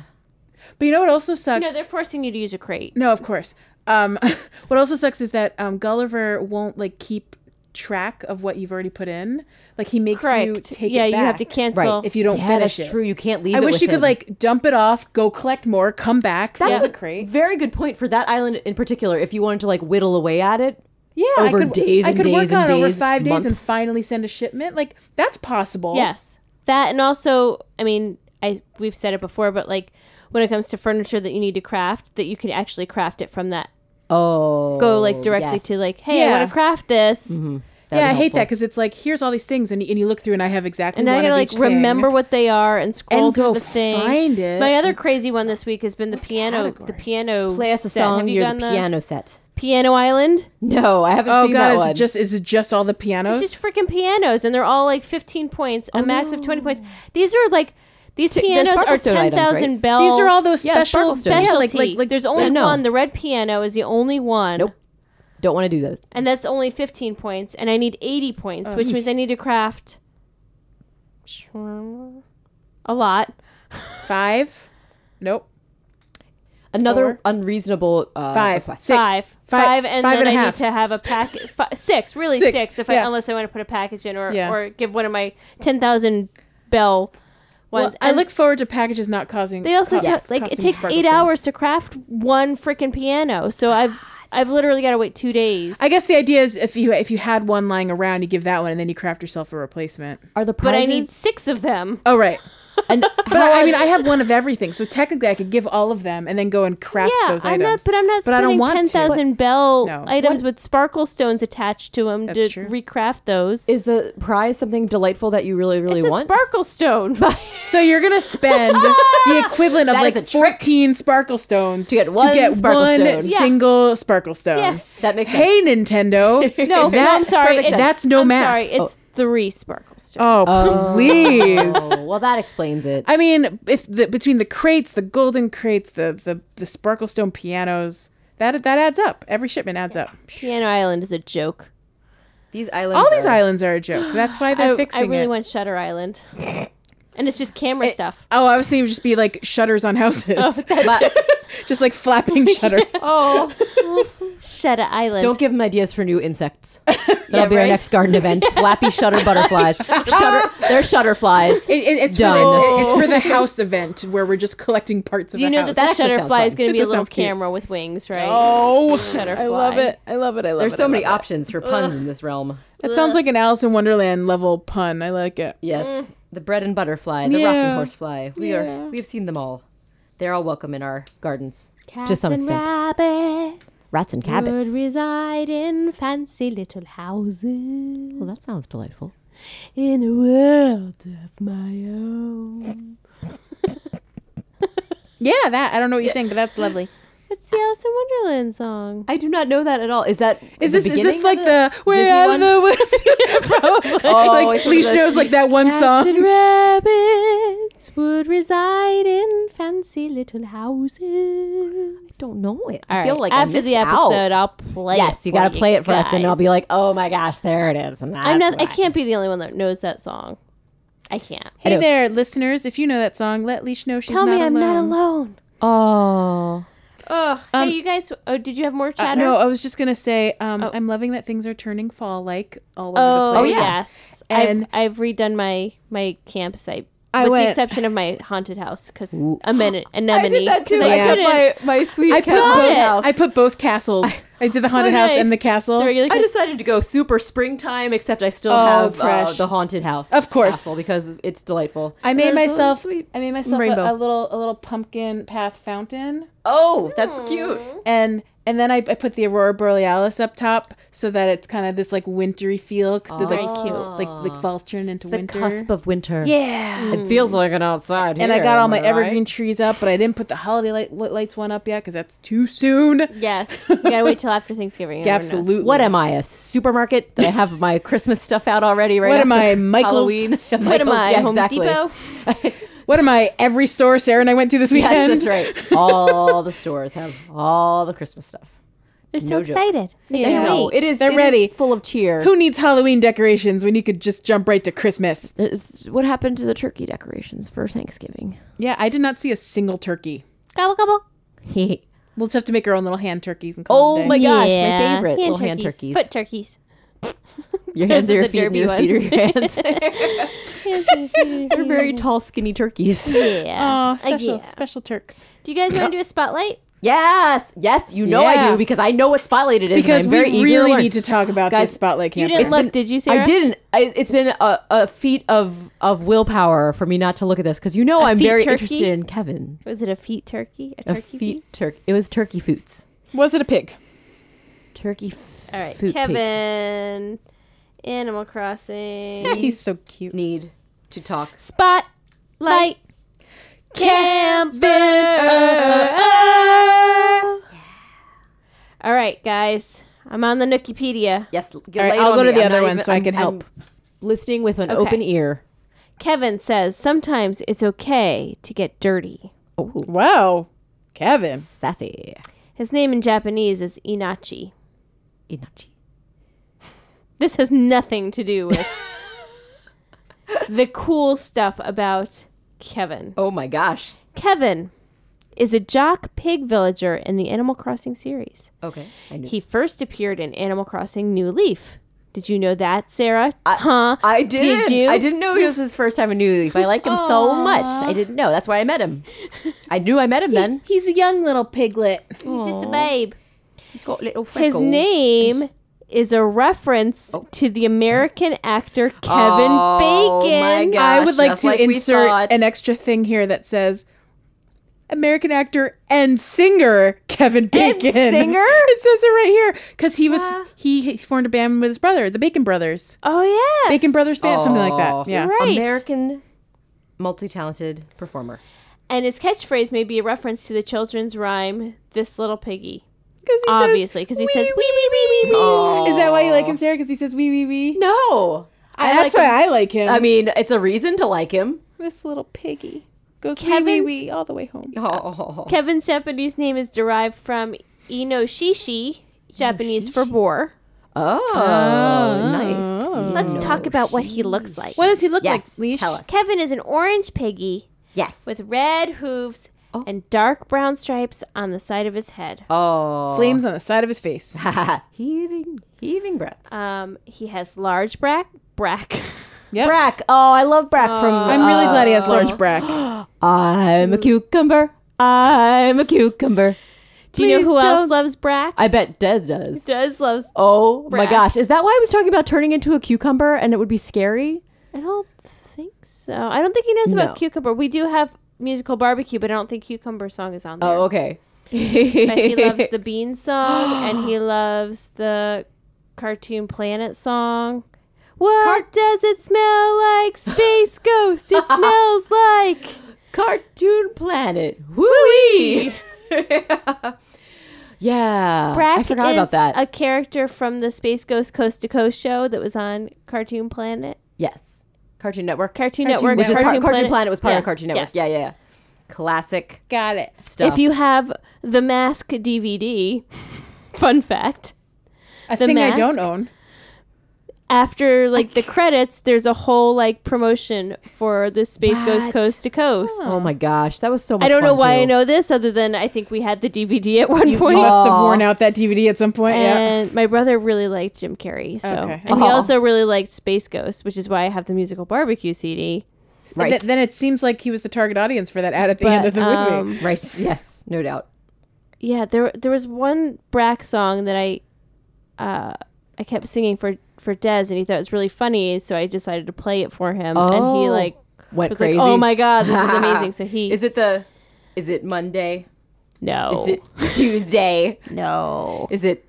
[SPEAKER 2] But you know what also sucks?
[SPEAKER 1] No, they're forcing you to use a crate.
[SPEAKER 2] No, of course. Um, *laughs* what also sucks is that um, Gulliver won't like keep track of what you've already put in. Like he makes you
[SPEAKER 1] Correct.
[SPEAKER 2] take
[SPEAKER 1] yeah,
[SPEAKER 2] it
[SPEAKER 1] you have
[SPEAKER 2] back
[SPEAKER 1] to cancel.
[SPEAKER 2] if you don't
[SPEAKER 3] yeah,
[SPEAKER 2] finish
[SPEAKER 3] that's
[SPEAKER 2] it.
[SPEAKER 3] true. You can't leave.
[SPEAKER 2] I
[SPEAKER 3] it
[SPEAKER 2] wish
[SPEAKER 3] with
[SPEAKER 2] you could
[SPEAKER 3] him.
[SPEAKER 2] like dump it off, go collect more, come back.
[SPEAKER 3] That's
[SPEAKER 2] fill
[SPEAKER 3] a
[SPEAKER 2] the crate.
[SPEAKER 3] Very good point for that island in particular. If you wanted to like whittle away at it,
[SPEAKER 2] Yeah,
[SPEAKER 3] over
[SPEAKER 2] I could,
[SPEAKER 3] days
[SPEAKER 2] I
[SPEAKER 3] and
[SPEAKER 2] could
[SPEAKER 3] days
[SPEAKER 2] work
[SPEAKER 3] and
[SPEAKER 2] on it over
[SPEAKER 3] days,
[SPEAKER 2] five days and
[SPEAKER 3] months.
[SPEAKER 2] finally send a shipment. Like that's possible.
[SPEAKER 1] Yes, that and also, I mean, I we've said it before, but like when it comes to furniture that you need to craft, that you can actually craft it from that.
[SPEAKER 3] oh,
[SPEAKER 1] Go like directly to
[SPEAKER 3] yes.
[SPEAKER 1] like, hey, I
[SPEAKER 2] Yeah.
[SPEAKER 1] want to craft this,
[SPEAKER 3] That'd
[SPEAKER 2] yeah, I
[SPEAKER 3] be
[SPEAKER 2] hate that
[SPEAKER 3] helpful.
[SPEAKER 2] because it's like here's all these things, and, y- and you look through, and I have exactly.
[SPEAKER 1] and I
[SPEAKER 2] one
[SPEAKER 1] gotta
[SPEAKER 2] of
[SPEAKER 1] like
[SPEAKER 2] each thing.
[SPEAKER 1] remember what they are and scroll
[SPEAKER 2] And
[SPEAKER 1] through
[SPEAKER 2] go
[SPEAKER 1] the thing.
[SPEAKER 2] find it.
[SPEAKER 1] My other crazy one this week has been the piano. The
[SPEAKER 2] category?
[SPEAKER 1] piano.
[SPEAKER 3] Play us a
[SPEAKER 1] set. Have
[SPEAKER 3] song
[SPEAKER 1] you
[SPEAKER 3] near
[SPEAKER 1] done
[SPEAKER 3] the piano set.
[SPEAKER 1] Piano Island.
[SPEAKER 3] No, I haven't
[SPEAKER 2] Oh
[SPEAKER 3] seen
[SPEAKER 2] god,
[SPEAKER 3] that
[SPEAKER 2] is
[SPEAKER 3] one.
[SPEAKER 2] it just is it just all the pianos?
[SPEAKER 1] It's just freaking pianos, and they're all like 15 points, a max of 20
[SPEAKER 2] Oh.
[SPEAKER 1] points. These are like these
[SPEAKER 3] they're
[SPEAKER 1] pianos
[SPEAKER 3] sparkle
[SPEAKER 1] are
[SPEAKER 3] stone items,
[SPEAKER 1] 10,000
[SPEAKER 3] right?
[SPEAKER 1] bell.
[SPEAKER 2] These are all those
[SPEAKER 3] Yeah,
[SPEAKER 2] special,
[SPEAKER 3] sparkle stones.
[SPEAKER 2] yeah,
[SPEAKER 1] specialty.
[SPEAKER 2] like like like
[SPEAKER 1] There's only
[SPEAKER 3] Yeah, no.
[SPEAKER 1] one. The red piano is the only one.
[SPEAKER 3] Nope. Don't want to do those.
[SPEAKER 1] And that's only 15 points, and I need 80 points,
[SPEAKER 2] Oh,
[SPEAKER 1] which means I need to craft a lot.
[SPEAKER 2] five. Nope.
[SPEAKER 3] Another
[SPEAKER 2] Four.
[SPEAKER 3] unreasonable uh,
[SPEAKER 2] Five.
[SPEAKER 3] request.
[SPEAKER 2] Six.
[SPEAKER 1] Five.
[SPEAKER 2] Five-
[SPEAKER 1] Five, and
[SPEAKER 2] five
[SPEAKER 1] then
[SPEAKER 2] and a
[SPEAKER 1] I
[SPEAKER 2] half.
[SPEAKER 1] need to have a
[SPEAKER 2] *laughs*
[SPEAKER 1] packet. six, really six,
[SPEAKER 2] Six,
[SPEAKER 1] if I,
[SPEAKER 2] yeah.
[SPEAKER 1] unless I want to put a package in or,
[SPEAKER 2] Yeah.
[SPEAKER 1] or give one of my 10,000 bell
[SPEAKER 2] Well,
[SPEAKER 1] ones.
[SPEAKER 2] I
[SPEAKER 1] And-
[SPEAKER 2] look forward to packages not causing.
[SPEAKER 1] They also
[SPEAKER 2] co-
[SPEAKER 1] ta-
[SPEAKER 2] yes,
[SPEAKER 1] like it
[SPEAKER 2] costing
[SPEAKER 1] takes
[SPEAKER 2] Sparkle
[SPEAKER 1] eight
[SPEAKER 2] Stones.
[SPEAKER 1] hours to craft one freaking piano, so I've I've literally got to wait two days.
[SPEAKER 2] I guess the idea is if you if you had one lying around, you give that one, and then you craft yourself a replacement.
[SPEAKER 3] Are the
[SPEAKER 1] but I
[SPEAKER 3] prizes?
[SPEAKER 1] need six of them.
[SPEAKER 2] Oh right.
[SPEAKER 3] And
[SPEAKER 2] *laughs* But I, I mean, I have one of everything, so technically I could give all of them and then go and craft
[SPEAKER 1] yeah,
[SPEAKER 2] those
[SPEAKER 1] I'm
[SPEAKER 2] items.
[SPEAKER 1] not, but I'm not
[SPEAKER 2] But I
[SPEAKER 1] spending
[SPEAKER 2] don't want to.
[SPEAKER 1] ten thousand bell
[SPEAKER 2] No.
[SPEAKER 1] items with sparkle stones attached to them to
[SPEAKER 2] That's true.
[SPEAKER 1] recraft those.
[SPEAKER 3] is the prize something delightful that you really, really
[SPEAKER 1] it's a
[SPEAKER 3] want?
[SPEAKER 1] sparkle
[SPEAKER 2] *laughs*
[SPEAKER 1] stone.
[SPEAKER 2] So you're gonna spend
[SPEAKER 1] *laughs*
[SPEAKER 2] the equivalent of
[SPEAKER 3] That
[SPEAKER 2] like
[SPEAKER 3] is a trick.
[SPEAKER 2] 14 sparkle stones
[SPEAKER 3] To get one sparkle
[SPEAKER 2] one
[SPEAKER 3] stone. Yeah.
[SPEAKER 2] single sparkle stone.
[SPEAKER 1] Yes.
[SPEAKER 3] That makes sense.
[SPEAKER 2] Hey
[SPEAKER 1] *laughs*
[SPEAKER 2] Nintendo.
[SPEAKER 1] no, no, I'm sorry.
[SPEAKER 2] perfect
[SPEAKER 1] It's,
[SPEAKER 2] sense. That's no
[SPEAKER 1] I'm
[SPEAKER 2] math.
[SPEAKER 1] Sorry, it's three sparkle stones.
[SPEAKER 2] oh, please.
[SPEAKER 3] Oh, well, that explains it.
[SPEAKER 2] I mean, if the between the crates, the golden crates, the the the sparkle stone pianos, that that adds up. Every shipment adds up.
[SPEAKER 1] Piano Island is a joke.
[SPEAKER 4] These islands.
[SPEAKER 2] All these
[SPEAKER 4] are-
[SPEAKER 2] islands are a joke.
[SPEAKER 1] *gasps*
[SPEAKER 2] That's why they're
[SPEAKER 1] I,
[SPEAKER 2] fixing
[SPEAKER 1] I really
[SPEAKER 2] it.
[SPEAKER 1] want Shutter Island, and it's just camera
[SPEAKER 2] *laughs*
[SPEAKER 1] stuff.
[SPEAKER 2] Oh, I was thinking it would just be like shutters on houses. *laughs*
[SPEAKER 3] But
[SPEAKER 2] just
[SPEAKER 1] *laughs*
[SPEAKER 2] like flapping shutters.
[SPEAKER 1] Oh, Shutter Island.
[SPEAKER 3] don't give them ideas for new
[SPEAKER 2] *laughs*
[SPEAKER 3] insects. That'll be our
[SPEAKER 1] right.
[SPEAKER 3] next garden event. Flappy shutter butterflies. shutter, they're shutter
[SPEAKER 2] *laughs*
[SPEAKER 3] flies.
[SPEAKER 2] It, it- it's, for,
[SPEAKER 3] Done.
[SPEAKER 2] it's, it's for *laughs* the house event where we're just collecting parts of
[SPEAKER 1] you
[SPEAKER 2] the
[SPEAKER 1] know
[SPEAKER 2] house.
[SPEAKER 1] that that
[SPEAKER 3] That actually
[SPEAKER 1] shutterfly
[SPEAKER 3] sounds
[SPEAKER 1] is going to
[SPEAKER 2] fun.
[SPEAKER 1] be
[SPEAKER 2] It
[SPEAKER 1] a
[SPEAKER 2] does
[SPEAKER 1] little
[SPEAKER 2] sound cute.
[SPEAKER 1] camera with wings, right?
[SPEAKER 2] oh,
[SPEAKER 1] Shutterfly.
[SPEAKER 2] I love it. I love it. I love it.
[SPEAKER 3] There's
[SPEAKER 2] I
[SPEAKER 3] so
[SPEAKER 2] love
[SPEAKER 3] many
[SPEAKER 2] it.
[SPEAKER 3] options for puns in this realm.
[SPEAKER 2] That sounds like an Alice in Wonderland level pun. I like it.
[SPEAKER 3] Yes, the bread and butterfly, the
[SPEAKER 2] Mm. Yeah.
[SPEAKER 3] rocking horse fly. We
[SPEAKER 2] Yeah.
[SPEAKER 3] are we've seen them all. They're all welcome in our gardens
[SPEAKER 1] Cats
[SPEAKER 3] to some
[SPEAKER 1] and
[SPEAKER 3] extent.
[SPEAKER 1] rabbits
[SPEAKER 3] Rats and
[SPEAKER 1] would reside in fancy little houses
[SPEAKER 3] Well, that sounds delightful.
[SPEAKER 1] in a world of my own.
[SPEAKER 2] Yeah, that. I don't know what you think, but that's lovely.
[SPEAKER 1] It's the Alice in Wonderland song.
[SPEAKER 3] I do not know that at all. Is that
[SPEAKER 2] Is
[SPEAKER 3] the
[SPEAKER 2] this is
[SPEAKER 3] beginning
[SPEAKER 2] this like
[SPEAKER 3] of
[SPEAKER 2] the
[SPEAKER 3] Disney
[SPEAKER 2] where are
[SPEAKER 3] one?
[SPEAKER 2] the *laughs* West?
[SPEAKER 3] Oh,
[SPEAKER 2] like
[SPEAKER 3] it's one
[SPEAKER 2] Leash
[SPEAKER 3] of those-
[SPEAKER 2] knows like that one
[SPEAKER 1] Cats
[SPEAKER 2] song.
[SPEAKER 1] and rabbits would reside in fancy little houses.
[SPEAKER 3] Don't know it.
[SPEAKER 1] All
[SPEAKER 3] I feel
[SPEAKER 1] right,
[SPEAKER 3] like I
[SPEAKER 1] after the
[SPEAKER 3] missed out.
[SPEAKER 1] episode, I'll play.
[SPEAKER 3] yes,
[SPEAKER 1] it
[SPEAKER 3] you got
[SPEAKER 1] for
[SPEAKER 3] to play it for us, and I'll
[SPEAKER 1] guys.
[SPEAKER 3] be like, oh my gosh, there it is. And
[SPEAKER 1] I'm not.
[SPEAKER 3] that's
[SPEAKER 1] I
[SPEAKER 3] why.
[SPEAKER 1] can't be the only one that knows that song. I can't.
[SPEAKER 2] Hey
[SPEAKER 3] Hello.
[SPEAKER 2] there, listeners! If you know that song, let Leash know she's
[SPEAKER 1] Tell
[SPEAKER 2] not
[SPEAKER 1] me, I'm
[SPEAKER 2] alone.
[SPEAKER 1] not alone.
[SPEAKER 3] Oh,
[SPEAKER 1] Ugh. hey, you guys. Oh, did you have more
[SPEAKER 2] Uh,
[SPEAKER 1] chatter?
[SPEAKER 2] no, I was just gonna say, um, I'm loving that things are turning fall-like all over the
[SPEAKER 1] Oh,
[SPEAKER 2] place.
[SPEAKER 3] yeah.
[SPEAKER 1] yes.
[SPEAKER 2] And-
[SPEAKER 1] I've I've redone my my campsite.
[SPEAKER 2] I
[SPEAKER 1] with
[SPEAKER 2] went-
[SPEAKER 1] the exception of my haunted house, because
[SPEAKER 3] Ooh. *gasps*
[SPEAKER 1] anemone. anemone
[SPEAKER 2] I got
[SPEAKER 1] couldn't-
[SPEAKER 3] my sweet
[SPEAKER 2] I put, both,
[SPEAKER 1] house.
[SPEAKER 2] I put both castles. I, did the haunted
[SPEAKER 1] Oh,
[SPEAKER 2] house and the
[SPEAKER 1] nice.
[SPEAKER 2] castle.
[SPEAKER 1] The regular-
[SPEAKER 3] I decided to go super springtime, except I still
[SPEAKER 2] Oh,
[SPEAKER 3] have uh,
[SPEAKER 2] fresh.
[SPEAKER 3] the haunted house,
[SPEAKER 2] Of course.
[SPEAKER 3] castle because it's delightful.
[SPEAKER 2] I made
[SPEAKER 3] There's the
[SPEAKER 2] myself.
[SPEAKER 3] sweet-
[SPEAKER 2] I made myself a,
[SPEAKER 3] rainbow.
[SPEAKER 2] a little a little pumpkin path fountain,
[SPEAKER 3] Oh, that's
[SPEAKER 2] Hmm.
[SPEAKER 3] cute.
[SPEAKER 2] and and then I, I put the aurora borealis up top so that it's kind of this like wintry feel. Oh.
[SPEAKER 1] Very cute.
[SPEAKER 2] Like like fall's turned into
[SPEAKER 3] The
[SPEAKER 2] winter.
[SPEAKER 3] cusp of winter.
[SPEAKER 2] yeah.
[SPEAKER 3] It feels like an outside.
[SPEAKER 2] And I
[SPEAKER 3] here,
[SPEAKER 2] got all
[SPEAKER 3] am
[SPEAKER 2] my
[SPEAKER 3] I
[SPEAKER 2] evergreen
[SPEAKER 3] right?
[SPEAKER 2] trees up, but I didn't put the holiday light, lights one up yet because that's too soon.
[SPEAKER 1] Yes, you gotta wait till
[SPEAKER 3] *laughs*
[SPEAKER 1] after Thanksgiving. everyone knows.
[SPEAKER 2] Absolutely.
[SPEAKER 3] What am I? A supermarket that I have my Christmas stuff out already? Right?
[SPEAKER 2] What am
[SPEAKER 3] after
[SPEAKER 2] I, Michael's?
[SPEAKER 1] *laughs*
[SPEAKER 3] Halloween. *laughs*
[SPEAKER 1] What am I?
[SPEAKER 3] Yeah,
[SPEAKER 1] Home
[SPEAKER 3] exactly.
[SPEAKER 1] Depot.
[SPEAKER 2] What am I? Every store Sarah and I went to this weekend.
[SPEAKER 3] Yes, that's right. All the stores have all the Christmas stuff.
[SPEAKER 1] They're so
[SPEAKER 3] No joke.
[SPEAKER 1] excited. They
[SPEAKER 3] I
[SPEAKER 1] can't
[SPEAKER 3] know it
[SPEAKER 1] wait.
[SPEAKER 3] is.
[SPEAKER 2] They're
[SPEAKER 3] it is
[SPEAKER 2] ready.
[SPEAKER 3] full of cheer.
[SPEAKER 2] Who needs Halloween decorations when you could just jump right to Christmas?
[SPEAKER 3] Is- what happened to the turkey decorations for *laughs* Thanksgiving?
[SPEAKER 2] Yeah, I did not see a single turkey.
[SPEAKER 1] Gobble gobble.
[SPEAKER 2] We'll just have to make our own little hand turkeys and call
[SPEAKER 3] oh
[SPEAKER 2] it a day.
[SPEAKER 3] my gosh, my
[SPEAKER 1] Yeah.
[SPEAKER 3] favorite little hand turkeys.
[SPEAKER 1] foot *laughs* turkeys.
[SPEAKER 3] your hands
[SPEAKER 1] of
[SPEAKER 3] are your
[SPEAKER 1] the
[SPEAKER 3] feet, and your
[SPEAKER 1] derby
[SPEAKER 3] feet are your
[SPEAKER 1] *laughs*
[SPEAKER 3] hands. They're *laughs* very tall, skinny turkeys.
[SPEAKER 1] Yeah. Oh, Uh,
[SPEAKER 2] Aw, special,
[SPEAKER 1] yeah.
[SPEAKER 2] special turks.
[SPEAKER 1] Do you guys want to do a spotlight?
[SPEAKER 3] *laughs* Yes, yes, you know I
[SPEAKER 2] Yeah.
[SPEAKER 3] do because I know what spotlight it is.
[SPEAKER 2] Because
[SPEAKER 3] and I'm very
[SPEAKER 2] we
[SPEAKER 3] eager
[SPEAKER 2] really
[SPEAKER 3] learn.
[SPEAKER 2] need to talk about
[SPEAKER 3] Guys,
[SPEAKER 2] this spotlight
[SPEAKER 1] You
[SPEAKER 2] camper.
[SPEAKER 1] didn't look, did you, Sarah?
[SPEAKER 3] I didn't. I, it's been a, a feat of of willpower for me not to look at this because you know i I'm
[SPEAKER 1] feet
[SPEAKER 3] very
[SPEAKER 1] turkey?
[SPEAKER 3] interested in Kevin.
[SPEAKER 1] Was it a feet turkey? A
[SPEAKER 3] A
[SPEAKER 1] turkey feet?
[SPEAKER 3] feet turkey. It was turkey foots.
[SPEAKER 2] Was it a pig? *laughs*
[SPEAKER 3] Turkey. F-
[SPEAKER 1] All right,
[SPEAKER 3] foot pig.
[SPEAKER 1] Kevin. Animal Crossing.
[SPEAKER 2] He's so cute.
[SPEAKER 3] Need to talk.
[SPEAKER 1] Spotlight. Camper.
[SPEAKER 2] All
[SPEAKER 1] All right, guys. I'm on the Nookipedia.
[SPEAKER 3] Yes. Get
[SPEAKER 2] right,
[SPEAKER 3] laid
[SPEAKER 2] I'll
[SPEAKER 3] on
[SPEAKER 2] go to
[SPEAKER 3] me.
[SPEAKER 2] the
[SPEAKER 3] I'm
[SPEAKER 2] other
[SPEAKER 3] not
[SPEAKER 2] one
[SPEAKER 3] even-
[SPEAKER 2] so i
[SPEAKER 3] I'm-
[SPEAKER 2] can
[SPEAKER 3] I'm
[SPEAKER 2] help.
[SPEAKER 3] listening with an
[SPEAKER 1] Okay.
[SPEAKER 3] open ear.
[SPEAKER 1] Kevin says sometimes it's okay to get dirty.
[SPEAKER 3] Oh,
[SPEAKER 2] wow, Kevin.
[SPEAKER 3] sassy.
[SPEAKER 1] His name in Japanese is Inachi.
[SPEAKER 3] Inachi.
[SPEAKER 1] This has nothing to do with the cool stuff about Kevin.
[SPEAKER 3] Oh my gosh.
[SPEAKER 1] Kevin is a jock pig villager in the Animal Crossing series.
[SPEAKER 3] Okay. I knew.
[SPEAKER 1] He first appeared in Animal Crossing New Leaf. Did you know that, Sarah? huh?
[SPEAKER 3] I did.
[SPEAKER 1] Did you?
[SPEAKER 3] I didn't know he was his first time in New Leaf. I like him so much. I didn't know. That's why I met him. I knew I met him then.
[SPEAKER 2] He's a young little piglet.
[SPEAKER 1] He's just a Oh. babe.
[SPEAKER 3] He's got little
[SPEAKER 1] His name is a reference to the American actor Kevin
[SPEAKER 4] Oh, my
[SPEAKER 1] Bacon.
[SPEAKER 4] God.
[SPEAKER 2] I
[SPEAKER 4] Gosh,
[SPEAKER 2] would like
[SPEAKER 4] just
[SPEAKER 2] to
[SPEAKER 4] like we
[SPEAKER 2] insert
[SPEAKER 4] thought.
[SPEAKER 2] an extra thing here that says American actor and singer Kevin Bacon. *laughs*
[SPEAKER 1] singer?
[SPEAKER 2] It says it right here because he was he, he formed a band with his brother, the Bacon Brothers,
[SPEAKER 1] Oh yeah,
[SPEAKER 2] Bacon Brothers band, something like
[SPEAKER 3] Oh.
[SPEAKER 2] that. Yeah,
[SPEAKER 1] You're Right.
[SPEAKER 3] American multi-talented performer.
[SPEAKER 1] And his catchphrase may be a reference to the children's rhyme "This Little Piggy."
[SPEAKER 2] because he
[SPEAKER 1] Obviously, because he says wee wee wee wee wee.
[SPEAKER 2] Is that why you like him, Sarah? Because he says wee wee wee.
[SPEAKER 3] No. I
[SPEAKER 2] That's
[SPEAKER 3] like
[SPEAKER 2] why
[SPEAKER 3] him.
[SPEAKER 2] I like him.
[SPEAKER 3] I mean, it's a reason to like him.
[SPEAKER 2] this little piggy goes wee wee
[SPEAKER 1] Kevin's-
[SPEAKER 2] wee all the way home.
[SPEAKER 3] Oh.
[SPEAKER 1] Kevin's Japanese name is derived from inoshishi, Japanese for boar.
[SPEAKER 3] Oh, nice.
[SPEAKER 1] Let's talk about what he looks like.
[SPEAKER 2] What does he look
[SPEAKER 3] Yes,
[SPEAKER 2] like, Leash?
[SPEAKER 3] tell us.
[SPEAKER 1] Kevin is an orange piggy
[SPEAKER 3] Yes.
[SPEAKER 1] with red hooves and dark brown stripes on the side of his head.
[SPEAKER 3] oh, *laughs*
[SPEAKER 2] Flames on the side of his face.
[SPEAKER 3] heaving, heaving breaths.
[SPEAKER 1] Um, he has large brack brack. *laughs*
[SPEAKER 2] Yep.
[SPEAKER 3] Brack. Oh, I love Brack from.
[SPEAKER 1] Uh,
[SPEAKER 2] I'm really glad he has large brack.
[SPEAKER 3] I'm
[SPEAKER 1] Mm.
[SPEAKER 3] a cucumber. I'm a cucumber.
[SPEAKER 1] Do you know
[SPEAKER 3] Please
[SPEAKER 1] who
[SPEAKER 3] don't-
[SPEAKER 1] else loves brack?
[SPEAKER 3] I bet Des does.
[SPEAKER 1] Does loves?
[SPEAKER 3] Oh
[SPEAKER 1] Brack.
[SPEAKER 3] my gosh. Is that why I was talking about turning into a cucumber and it would be scary?
[SPEAKER 1] I don't think so. I don't think he knows
[SPEAKER 3] No.
[SPEAKER 1] about cucumber. We do have musical barbecue, but I don't think cucumber song is on there.
[SPEAKER 3] Oh, okay.
[SPEAKER 1] But he loves *laughs* the bean song and *gasps* he loves the cartoon planet song. What does it smell like? Space ghost. *laughs* It smells like.
[SPEAKER 3] *laughs* Cartoon Planet. Woo *laughs* Yeah.
[SPEAKER 1] Brack
[SPEAKER 3] Oh, I forgot
[SPEAKER 1] is
[SPEAKER 3] about that.
[SPEAKER 1] a character from the Space Ghost Coast to Coast show that was on Cartoon Planet.
[SPEAKER 3] yes. Cartoon Network.
[SPEAKER 1] Cartoon Network.
[SPEAKER 3] Which was part,
[SPEAKER 1] Cartoon
[SPEAKER 3] Cartoon Planet. was part of Cartoon Network.
[SPEAKER 1] Yes.
[SPEAKER 3] Yeah, yeah, yeah. Classic
[SPEAKER 2] Got it.
[SPEAKER 3] stuff.
[SPEAKER 1] If you have the Mask
[SPEAKER 3] *laughs*
[SPEAKER 1] DVD, fun fact.
[SPEAKER 2] A thing I don't
[SPEAKER 1] mask.
[SPEAKER 2] own.
[SPEAKER 1] after like the credits, there's a whole like promotion for the space goes
[SPEAKER 3] What?
[SPEAKER 1] coast to coast.
[SPEAKER 3] oh my gosh, that was so much
[SPEAKER 1] I don't know
[SPEAKER 3] fun,
[SPEAKER 1] why I
[SPEAKER 3] too.
[SPEAKER 1] know this, other than I think we had the DVD at one point.
[SPEAKER 2] You must have worn out that DVD at some point. yeah.
[SPEAKER 1] And my brother really liked Jim Carrey, so
[SPEAKER 2] Okay.
[SPEAKER 1] and he
[SPEAKER 3] Aw.
[SPEAKER 1] also really liked Space Ghost, which is why I have the musical barbecue CD.
[SPEAKER 3] Right.
[SPEAKER 2] Th- then it seems like he was the target audience for that ad at the end
[SPEAKER 1] But,
[SPEAKER 2] of the movie.
[SPEAKER 1] um,
[SPEAKER 3] right. Yes, no doubt.
[SPEAKER 1] yeah, there there was one Brack song that I uh, I kept singing for for Des, and he thought it was really funny, so I decided to play it for him, and he
[SPEAKER 3] Oh.
[SPEAKER 1] like
[SPEAKER 3] Went
[SPEAKER 1] was
[SPEAKER 3] crazy.
[SPEAKER 1] like, "Oh my
[SPEAKER 3] *laughs*
[SPEAKER 1] god, this is amazing!" So he
[SPEAKER 3] Is it the is it Monday?
[SPEAKER 1] no
[SPEAKER 3] Is it
[SPEAKER 1] Oh. *laughs*
[SPEAKER 3] Tuesday?
[SPEAKER 1] no
[SPEAKER 3] Is it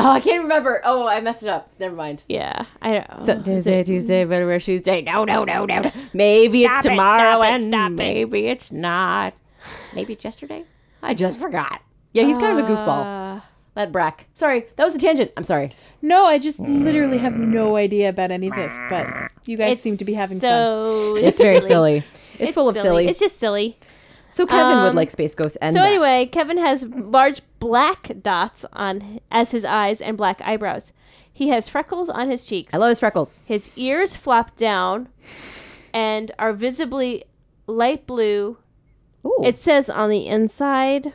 [SPEAKER 3] Oh, I can't remember. Oh, I messed it up. Never mind.
[SPEAKER 1] Yeah, I don't.
[SPEAKER 3] So Tuesday, Tuesday, better wear Tuesday. No, no, no,
[SPEAKER 1] *laughs*
[SPEAKER 3] no. no. Maybe it's tomorrow and maybe it's not. Maybe it's yesterday. I just forgot. Yeah, he's kind of a goofball. That Brack. Sorry, that was a tangent. I'm sorry.
[SPEAKER 2] No, I just literally have no idea about any of this, but you guys seem to be having fun.
[SPEAKER 1] so
[SPEAKER 3] It's very silly. It's, full of silly.
[SPEAKER 1] It's just silly.
[SPEAKER 3] so Kevin would
[SPEAKER 1] um,
[SPEAKER 3] like Space Ghost and
[SPEAKER 1] So
[SPEAKER 3] Brack.
[SPEAKER 1] anyway, Kevin has large black dots on as his eyes and black eyebrows. He has freckles on his cheeks.
[SPEAKER 3] I love his freckles.
[SPEAKER 1] His ears flop down, and are visibly light blue.
[SPEAKER 3] Ooh.
[SPEAKER 1] It says on the inside.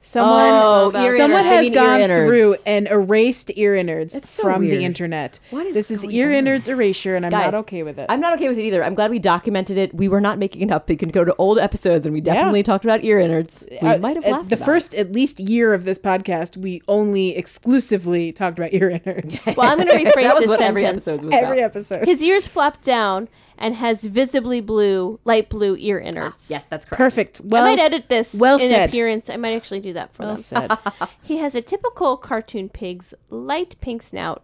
[SPEAKER 2] Someone,
[SPEAKER 3] Oh, about ear
[SPEAKER 2] someone
[SPEAKER 3] innards. They
[SPEAKER 2] has
[SPEAKER 3] mean ear
[SPEAKER 2] gone
[SPEAKER 3] innards.
[SPEAKER 2] through and erased ear innards
[SPEAKER 3] That's so
[SPEAKER 2] from
[SPEAKER 3] weird.
[SPEAKER 2] the internet.
[SPEAKER 3] What is
[SPEAKER 2] this is
[SPEAKER 3] going
[SPEAKER 2] ear
[SPEAKER 3] on?
[SPEAKER 2] innards erasure, and I'm
[SPEAKER 3] Guys,
[SPEAKER 2] not okay with it.
[SPEAKER 3] I'm not okay with it either. I'm glad we documented it. We were not making it up. You can go to old episodes, and we definitely talked about ear innards. We
[SPEAKER 2] Uh,
[SPEAKER 3] might have
[SPEAKER 2] at
[SPEAKER 3] laughed.
[SPEAKER 2] the
[SPEAKER 3] about
[SPEAKER 2] first, at least, year of this podcast, we only exclusively talked about ear *laughs* innards
[SPEAKER 1] Well, I'm going to
[SPEAKER 3] it.
[SPEAKER 1] rephrase
[SPEAKER 3] *laughs* that was
[SPEAKER 1] this
[SPEAKER 3] what
[SPEAKER 1] sentence.
[SPEAKER 3] every episode was
[SPEAKER 2] every
[SPEAKER 3] about.
[SPEAKER 2] episode.
[SPEAKER 1] His ears flop down and has visibly blue, light blue ear innards.
[SPEAKER 3] Yes, that's correct.
[SPEAKER 2] Perfect. Well,
[SPEAKER 1] I might edit this
[SPEAKER 2] well
[SPEAKER 1] in
[SPEAKER 2] said.
[SPEAKER 1] appearance. I might actually do that for
[SPEAKER 2] well
[SPEAKER 3] *laughs*
[SPEAKER 1] them.
[SPEAKER 2] said.
[SPEAKER 1] He has a typical cartoon pig's light pink snout.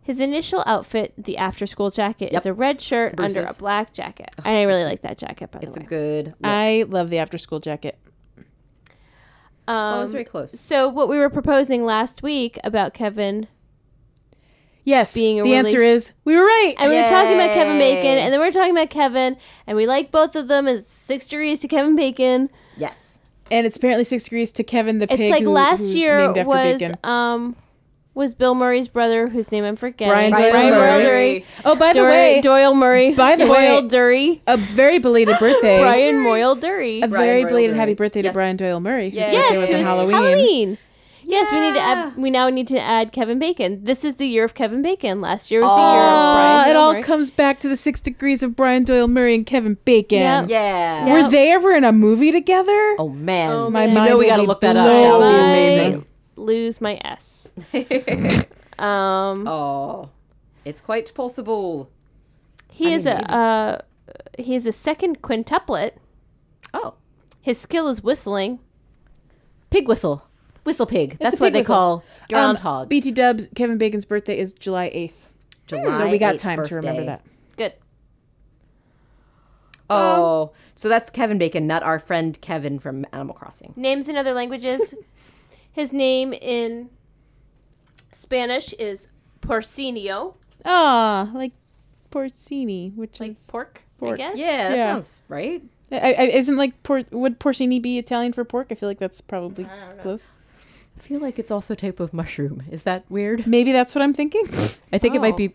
[SPEAKER 1] His initial outfit, the after school jacket,
[SPEAKER 3] Oh. Yep.
[SPEAKER 1] is a red shirt under a
[SPEAKER 3] Bruce's.
[SPEAKER 1] black jacket. and I really like that jacket, by the
[SPEAKER 3] It's a
[SPEAKER 1] way.
[SPEAKER 3] good.
[SPEAKER 2] I love the after school jacket.
[SPEAKER 1] um,
[SPEAKER 3] I Oh, was very close.
[SPEAKER 1] so, what we were proposing last week about Kevin,
[SPEAKER 2] Yes.
[SPEAKER 1] Being a
[SPEAKER 2] the answer
[SPEAKER 1] relation-
[SPEAKER 2] is we were right.
[SPEAKER 1] and we were talking about Kevin Bacon, and then we were talking about Kevin, and we like both of them, and it's six degrees to Kevin Bacon.
[SPEAKER 3] Yes.
[SPEAKER 2] and it's apparently six degrees to Kevin the
[SPEAKER 1] It's
[SPEAKER 2] pig.
[SPEAKER 1] like
[SPEAKER 2] who-
[SPEAKER 1] last
[SPEAKER 2] who's
[SPEAKER 1] year
[SPEAKER 2] named after
[SPEAKER 1] was
[SPEAKER 2] Bacon.
[SPEAKER 1] um was Bill Murray's brother, whose name I'm forgetting.
[SPEAKER 2] Brian Doyle
[SPEAKER 3] Murray.
[SPEAKER 2] Oh, by the
[SPEAKER 1] Dory-
[SPEAKER 2] way,
[SPEAKER 1] Doyle Murray.
[SPEAKER 2] By the
[SPEAKER 1] Doyle
[SPEAKER 2] way-
[SPEAKER 1] Dury.
[SPEAKER 2] a very
[SPEAKER 3] *laughs*
[SPEAKER 2] belated birthday.
[SPEAKER 1] Brian Moyle Dury.
[SPEAKER 2] a very
[SPEAKER 3] Doyle
[SPEAKER 2] belated happy
[SPEAKER 3] Murray.
[SPEAKER 2] birthday to
[SPEAKER 3] Yes.
[SPEAKER 2] Brian Doyle Murray. whose
[SPEAKER 3] Yes,
[SPEAKER 2] birthday
[SPEAKER 1] Yes,
[SPEAKER 2] was
[SPEAKER 1] it
[SPEAKER 2] on
[SPEAKER 1] was Halloween. Yes, we need to add. We now need to add Kevin Bacon. This is the year of Kevin Bacon. Last year was the year of
[SPEAKER 2] Aw,
[SPEAKER 1] Brian.
[SPEAKER 2] it
[SPEAKER 1] Doyle
[SPEAKER 2] all
[SPEAKER 1] Murray.
[SPEAKER 2] comes back to the six degrees of Brian Doyle Murray and Kevin Bacon.
[SPEAKER 1] Yep.
[SPEAKER 3] Yeah.
[SPEAKER 2] Were
[SPEAKER 1] Yep.
[SPEAKER 2] they ever in a movie together?
[SPEAKER 3] Oh man.
[SPEAKER 1] Oh,
[SPEAKER 3] You
[SPEAKER 2] My
[SPEAKER 1] man.
[SPEAKER 2] mind
[SPEAKER 3] know we
[SPEAKER 2] will
[SPEAKER 3] got to
[SPEAKER 2] be
[SPEAKER 3] look that up. That would
[SPEAKER 2] blown.
[SPEAKER 3] be
[SPEAKER 1] My
[SPEAKER 3] amazing.
[SPEAKER 1] lose my *laughs* S. um,
[SPEAKER 3] Oh, it's quite possible.
[SPEAKER 1] he
[SPEAKER 3] I
[SPEAKER 1] is
[SPEAKER 3] mean,
[SPEAKER 1] a uh, he is a second quintuplet.
[SPEAKER 3] Oh,
[SPEAKER 1] His skill is whistling.
[SPEAKER 3] pig whistle, whistle pig. That's
[SPEAKER 2] a
[SPEAKER 3] what
[SPEAKER 2] pig
[SPEAKER 3] they
[SPEAKER 2] whistle.
[SPEAKER 3] call
[SPEAKER 2] Um,
[SPEAKER 3] groundhogs.
[SPEAKER 2] BT Dubs, Kevin Bacon's birthday is July 8th.
[SPEAKER 3] July
[SPEAKER 2] So we got
[SPEAKER 3] 8th
[SPEAKER 2] time to remember
[SPEAKER 3] birthday.
[SPEAKER 2] that.
[SPEAKER 1] Good.
[SPEAKER 3] Oh, so that's Kevin Bacon, not our friend Kevin from Animal Crossing.
[SPEAKER 1] Names in other *laughs* languages. His name in Spanish is Porcinio,
[SPEAKER 2] Ah, like porcini, which
[SPEAKER 1] like
[SPEAKER 2] is
[SPEAKER 1] pork, I
[SPEAKER 2] Pork.
[SPEAKER 1] guess.
[SPEAKER 3] Yeah, that
[SPEAKER 2] Yeah.
[SPEAKER 3] sounds right.
[SPEAKER 2] I, I, isn't like por- would porcini be Italian for pork? I feel like that's probably close.
[SPEAKER 3] I feel like it's also a type of mushroom. Is that weird?
[SPEAKER 2] Maybe that's what I'm thinking.
[SPEAKER 3] I think it
[SPEAKER 1] Oh.
[SPEAKER 3] might be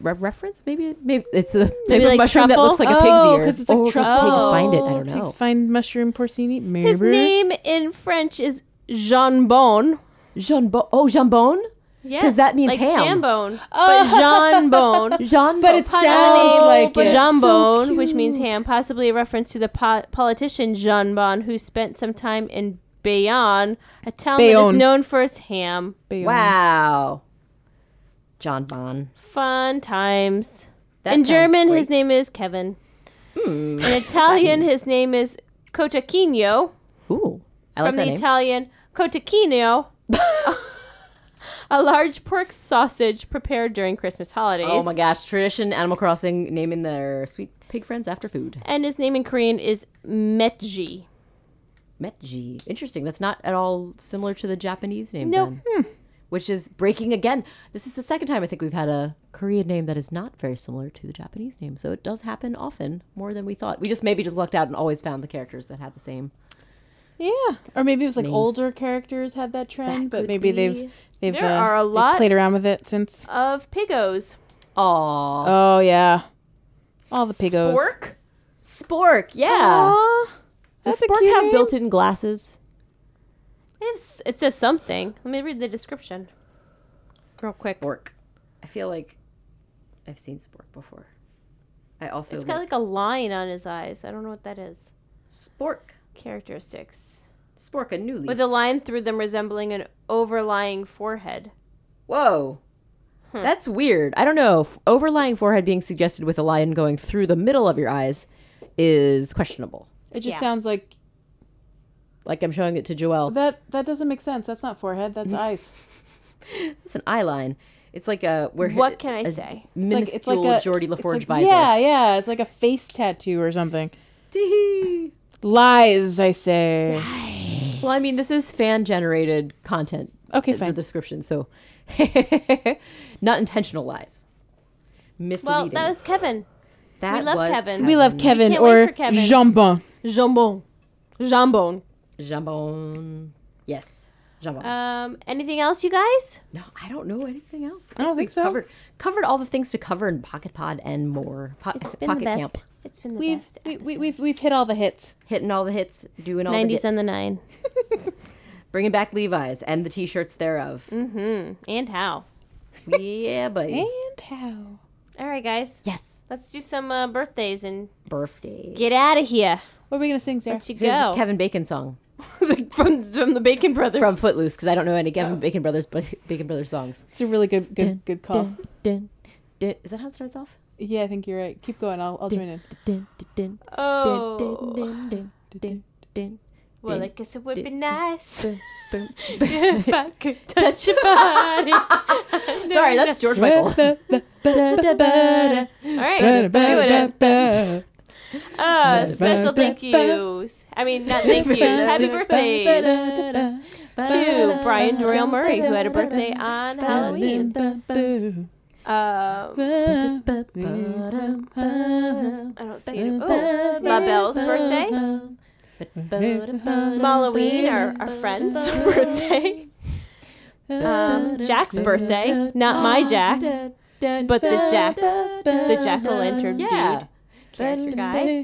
[SPEAKER 3] re- reference. Maybe maybe it's a type
[SPEAKER 1] Maybe
[SPEAKER 3] of
[SPEAKER 1] like
[SPEAKER 3] mushroom that
[SPEAKER 1] truffle?
[SPEAKER 3] looks like a pig's
[SPEAKER 2] Oh,
[SPEAKER 3] ear.
[SPEAKER 2] 'cause it's like
[SPEAKER 3] Or 'cause
[SPEAKER 2] truffle.
[SPEAKER 3] pigs find it. I don't
[SPEAKER 2] Pigs
[SPEAKER 3] know.
[SPEAKER 2] find mushroom porcini. Maybe.
[SPEAKER 1] His name in French is jambon.
[SPEAKER 3] Jambon. Oh, jambon.
[SPEAKER 1] Yes,
[SPEAKER 3] 'Cause that means
[SPEAKER 1] like Oh.
[SPEAKER 3] ham.
[SPEAKER 1] jambone, but *laughs* jambone.
[SPEAKER 3] Jambon.
[SPEAKER 2] But it's
[SPEAKER 1] Pun
[SPEAKER 2] sounds
[SPEAKER 1] name,
[SPEAKER 2] like
[SPEAKER 1] but
[SPEAKER 2] it.
[SPEAKER 1] jambone,
[SPEAKER 3] So
[SPEAKER 1] which means
[SPEAKER 3] cute.
[SPEAKER 1] ham, possibly a reference to the po- politician Jean Bon, who spent some time in Bayonne, a town that
[SPEAKER 2] Bayonne.
[SPEAKER 1] is known for its ham.
[SPEAKER 2] Bayonne.
[SPEAKER 3] wow. John Bon.
[SPEAKER 1] Fun times.
[SPEAKER 3] That
[SPEAKER 1] in
[SPEAKER 3] sounds
[SPEAKER 1] German, his
[SPEAKER 3] great.
[SPEAKER 1] name
[SPEAKER 3] *laughs*
[SPEAKER 1] is Kevin.
[SPEAKER 2] Hmm.
[SPEAKER 1] In Italian, his name is Cotechino.
[SPEAKER 3] Ooh, I like
[SPEAKER 1] From
[SPEAKER 3] Oh, that
[SPEAKER 1] the
[SPEAKER 3] name.
[SPEAKER 1] Italian
[SPEAKER 3] *laughs*
[SPEAKER 1] Cotechino. *laughs* A large pork sausage prepared during Christmas holidays.
[SPEAKER 3] oh my gosh, tradition. Animal Crossing naming their sweet pig friends after food.
[SPEAKER 1] And his name in Korean is Metji.
[SPEAKER 3] Metji. Interesting. That's not at all similar to the Japanese name.
[SPEAKER 1] No.
[SPEAKER 3] then. Which is breaking again. This is the second time I think we've had a Korean name that is not very similar to the Japanese name. So it does happen often, more than we thought. We just maybe just lucked out and always found the characters that had the same.
[SPEAKER 2] Yeah. Or maybe it was like
[SPEAKER 3] Names.
[SPEAKER 2] older characters had that trend, but
[SPEAKER 3] could
[SPEAKER 2] maybe
[SPEAKER 3] be.
[SPEAKER 2] they've they've,
[SPEAKER 1] There
[SPEAKER 2] uh,
[SPEAKER 1] are a
[SPEAKER 2] they've
[SPEAKER 1] lot-
[SPEAKER 2] played around with it since.
[SPEAKER 1] Of pigos.
[SPEAKER 3] Aw.
[SPEAKER 2] Oh yeah. All the pigos.
[SPEAKER 1] Pork?
[SPEAKER 3] Spork, yeah.
[SPEAKER 2] Aw,
[SPEAKER 3] Does
[SPEAKER 2] that's a
[SPEAKER 3] Spork
[SPEAKER 2] cute
[SPEAKER 3] have
[SPEAKER 2] name.
[SPEAKER 3] built in glasses?
[SPEAKER 1] They have s- It says something. Let me read the description. Real quick.
[SPEAKER 3] Spork. I feel like I've seen Spork before. I also
[SPEAKER 1] It's got like a line on his eyes. I don't know what that is.
[SPEAKER 3] Spork.
[SPEAKER 1] Characteristics.
[SPEAKER 3] Spork, a new leaf.
[SPEAKER 1] With a line through them resembling an overlying forehead.
[SPEAKER 3] Whoa.
[SPEAKER 1] Hmm.
[SPEAKER 3] That's weird. I don't know. F- Overlying forehead being suggested with a line going through the middle of your eyes is questionable.
[SPEAKER 2] It just
[SPEAKER 1] Yeah.
[SPEAKER 2] sounds like
[SPEAKER 3] Like I'm showing it to Joelle.
[SPEAKER 2] that. That doesn't make sense. That's not forehead. That's eyes.
[SPEAKER 3] It's an eye line. It's like a where
[SPEAKER 1] What can I
[SPEAKER 3] a
[SPEAKER 1] say?
[SPEAKER 2] It's
[SPEAKER 3] Minuscule
[SPEAKER 2] like, it's like a
[SPEAKER 3] Geordie LaForge
[SPEAKER 2] it's like-
[SPEAKER 3] visor.
[SPEAKER 2] Yeah, yeah. It's like a face tattoo or something.
[SPEAKER 3] Tee-hee.
[SPEAKER 2] Lies, I say.
[SPEAKER 3] Well, I mean, this is fan generated content.
[SPEAKER 2] Okay,
[SPEAKER 3] for
[SPEAKER 2] fine.
[SPEAKER 3] description, so *laughs* not intentional lies.
[SPEAKER 1] Well,
[SPEAKER 3] Misleading.
[SPEAKER 1] that was Kevin.
[SPEAKER 3] That
[SPEAKER 1] we love Kevin.
[SPEAKER 2] We love Kevin
[SPEAKER 1] can't wait
[SPEAKER 2] or
[SPEAKER 1] for Kevin.
[SPEAKER 2] Jambon.
[SPEAKER 1] Jambon. Jambon.
[SPEAKER 3] Jambon. Yes. Jambon.
[SPEAKER 1] Um, anything else, you guys?
[SPEAKER 3] No, I don't know anything else.
[SPEAKER 2] I don't think so.
[SPEAKER 3] Covered, covered all the things to cover in Pocket Pod and more. Po-
[SPEAKER 1] It's been
[SPEAKER 3] Pocket
[SPEAKER 1] the best.
[SPEAKER 3] Camp.
[SPEAKER 1] It's been the
[SPEAKER 2] We've
[SPEAKER 1] best.
[SPEAKER 2] we, we, we've we've hit all the hits.
[SPEAKER 3] Hitting all the hits, doing all the
[SPEAKER 1] 90s
[SPEAKER 3] hits.
[SPEAKER 1] and the 9.
[SPEAKER 3] Bringing back Levi's and the t shirts thereof.
[SPEAKER 1] And how.
[SPEAKER 3] *laughs* Yeah, buddy.
[SPEAKER 2] And how?
[SPEAKER 1] All right, guys.
[SPEAKER 3] Yes.
[SPEAKER 1] Let's do some uh, birthdays and
[SPEAKER 3] Birthday.
[SPEAKER 1] get out of here.
[SPEAKER 2] What are we gonna sing, Sarah?
[SPEAKER 1] Let you
[SPEAKER 3] There's a
[SPEAKER 1] go.
[SPEAKER 3] Kevin Bacon song
[SPEAKER 1] *laughs* from, from the Bacon Brothers.
[SPEAKER 3] from Footloose because I don't know any Kevin Bacon Brothers *laughs* Bacon Brothers songs.
[SPEAKER 2] It's a really good
[SPEAKER 3] Dun,
[SPEAKER 2] good good call.
[SPEAKER 3] Dun, dun, dun. Is that how it starts off?
[SPEAKER 2] Yeah, I think you're right. Keep going. I'll I'll join in.
[SPEAKER 3] Dun, dun, dun, dun,
[SPEAKER 1] oh.
[SPEAKER 3] dun, dun, dun, dun.
[SPEAKER 1] Well, I guess it would be nice
[SPEAKER 3] Boom,
[SPEAKER 1] *laughs*
[SPEAKER 3] boom.
[SPEAKER 1] if I could
[SPEAKER 3] *laughs*
[SPEAKER 1] touch your body.
[SPEAKER 3] Sorry, that's George
[SPEAKER 2] *laughs*
[SPEAKER 3] Michael.
[SPEAKER 1] All right. doing it. Uh, special thank yous. I mean, not
[SPEAKER 3] *laughs*
[SPEAKER 1] thank yous. Happy birthdays to Brian Doyle Murray, who had a birthday on Halloween. Um, I don't see it. Oh, La Belle's birthday. Halloween, our, our friend's *laughs* birthday. Um, Jack's birthday. Not my Jack, but the Jack, the Jack-o'-lantern
[SPEAKER 3] Yeah.
[SPEAKER 1] dude. Character guy.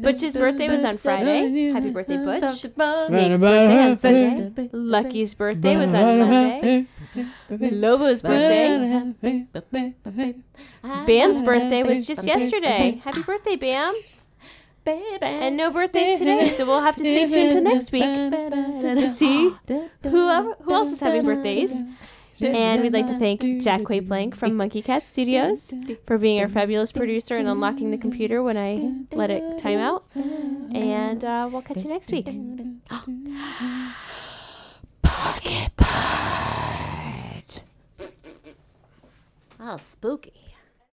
[SPEAKER 1] Butch's birthday was on Friday. Happy birthday, Butch. Snake's birthday on Sunday. Lucky's birthday was on Monday. Lobo's birthday. Bam's birthday was just yesterday. Happy birthday, Bam.
[SPEAKER 3] *gasps*
[SPEAKER 1] And no birthdays today, so we'll have to stay tuned till next week to see who know who else is having birthdays. And we'd like to thank Jack Quayplank from Monkey Cat Studios for being our fabulous producer and unlocking the computer when I let it time out. And uh, we'll catch you next week.
[SPEAKER 3] Oh, spooky.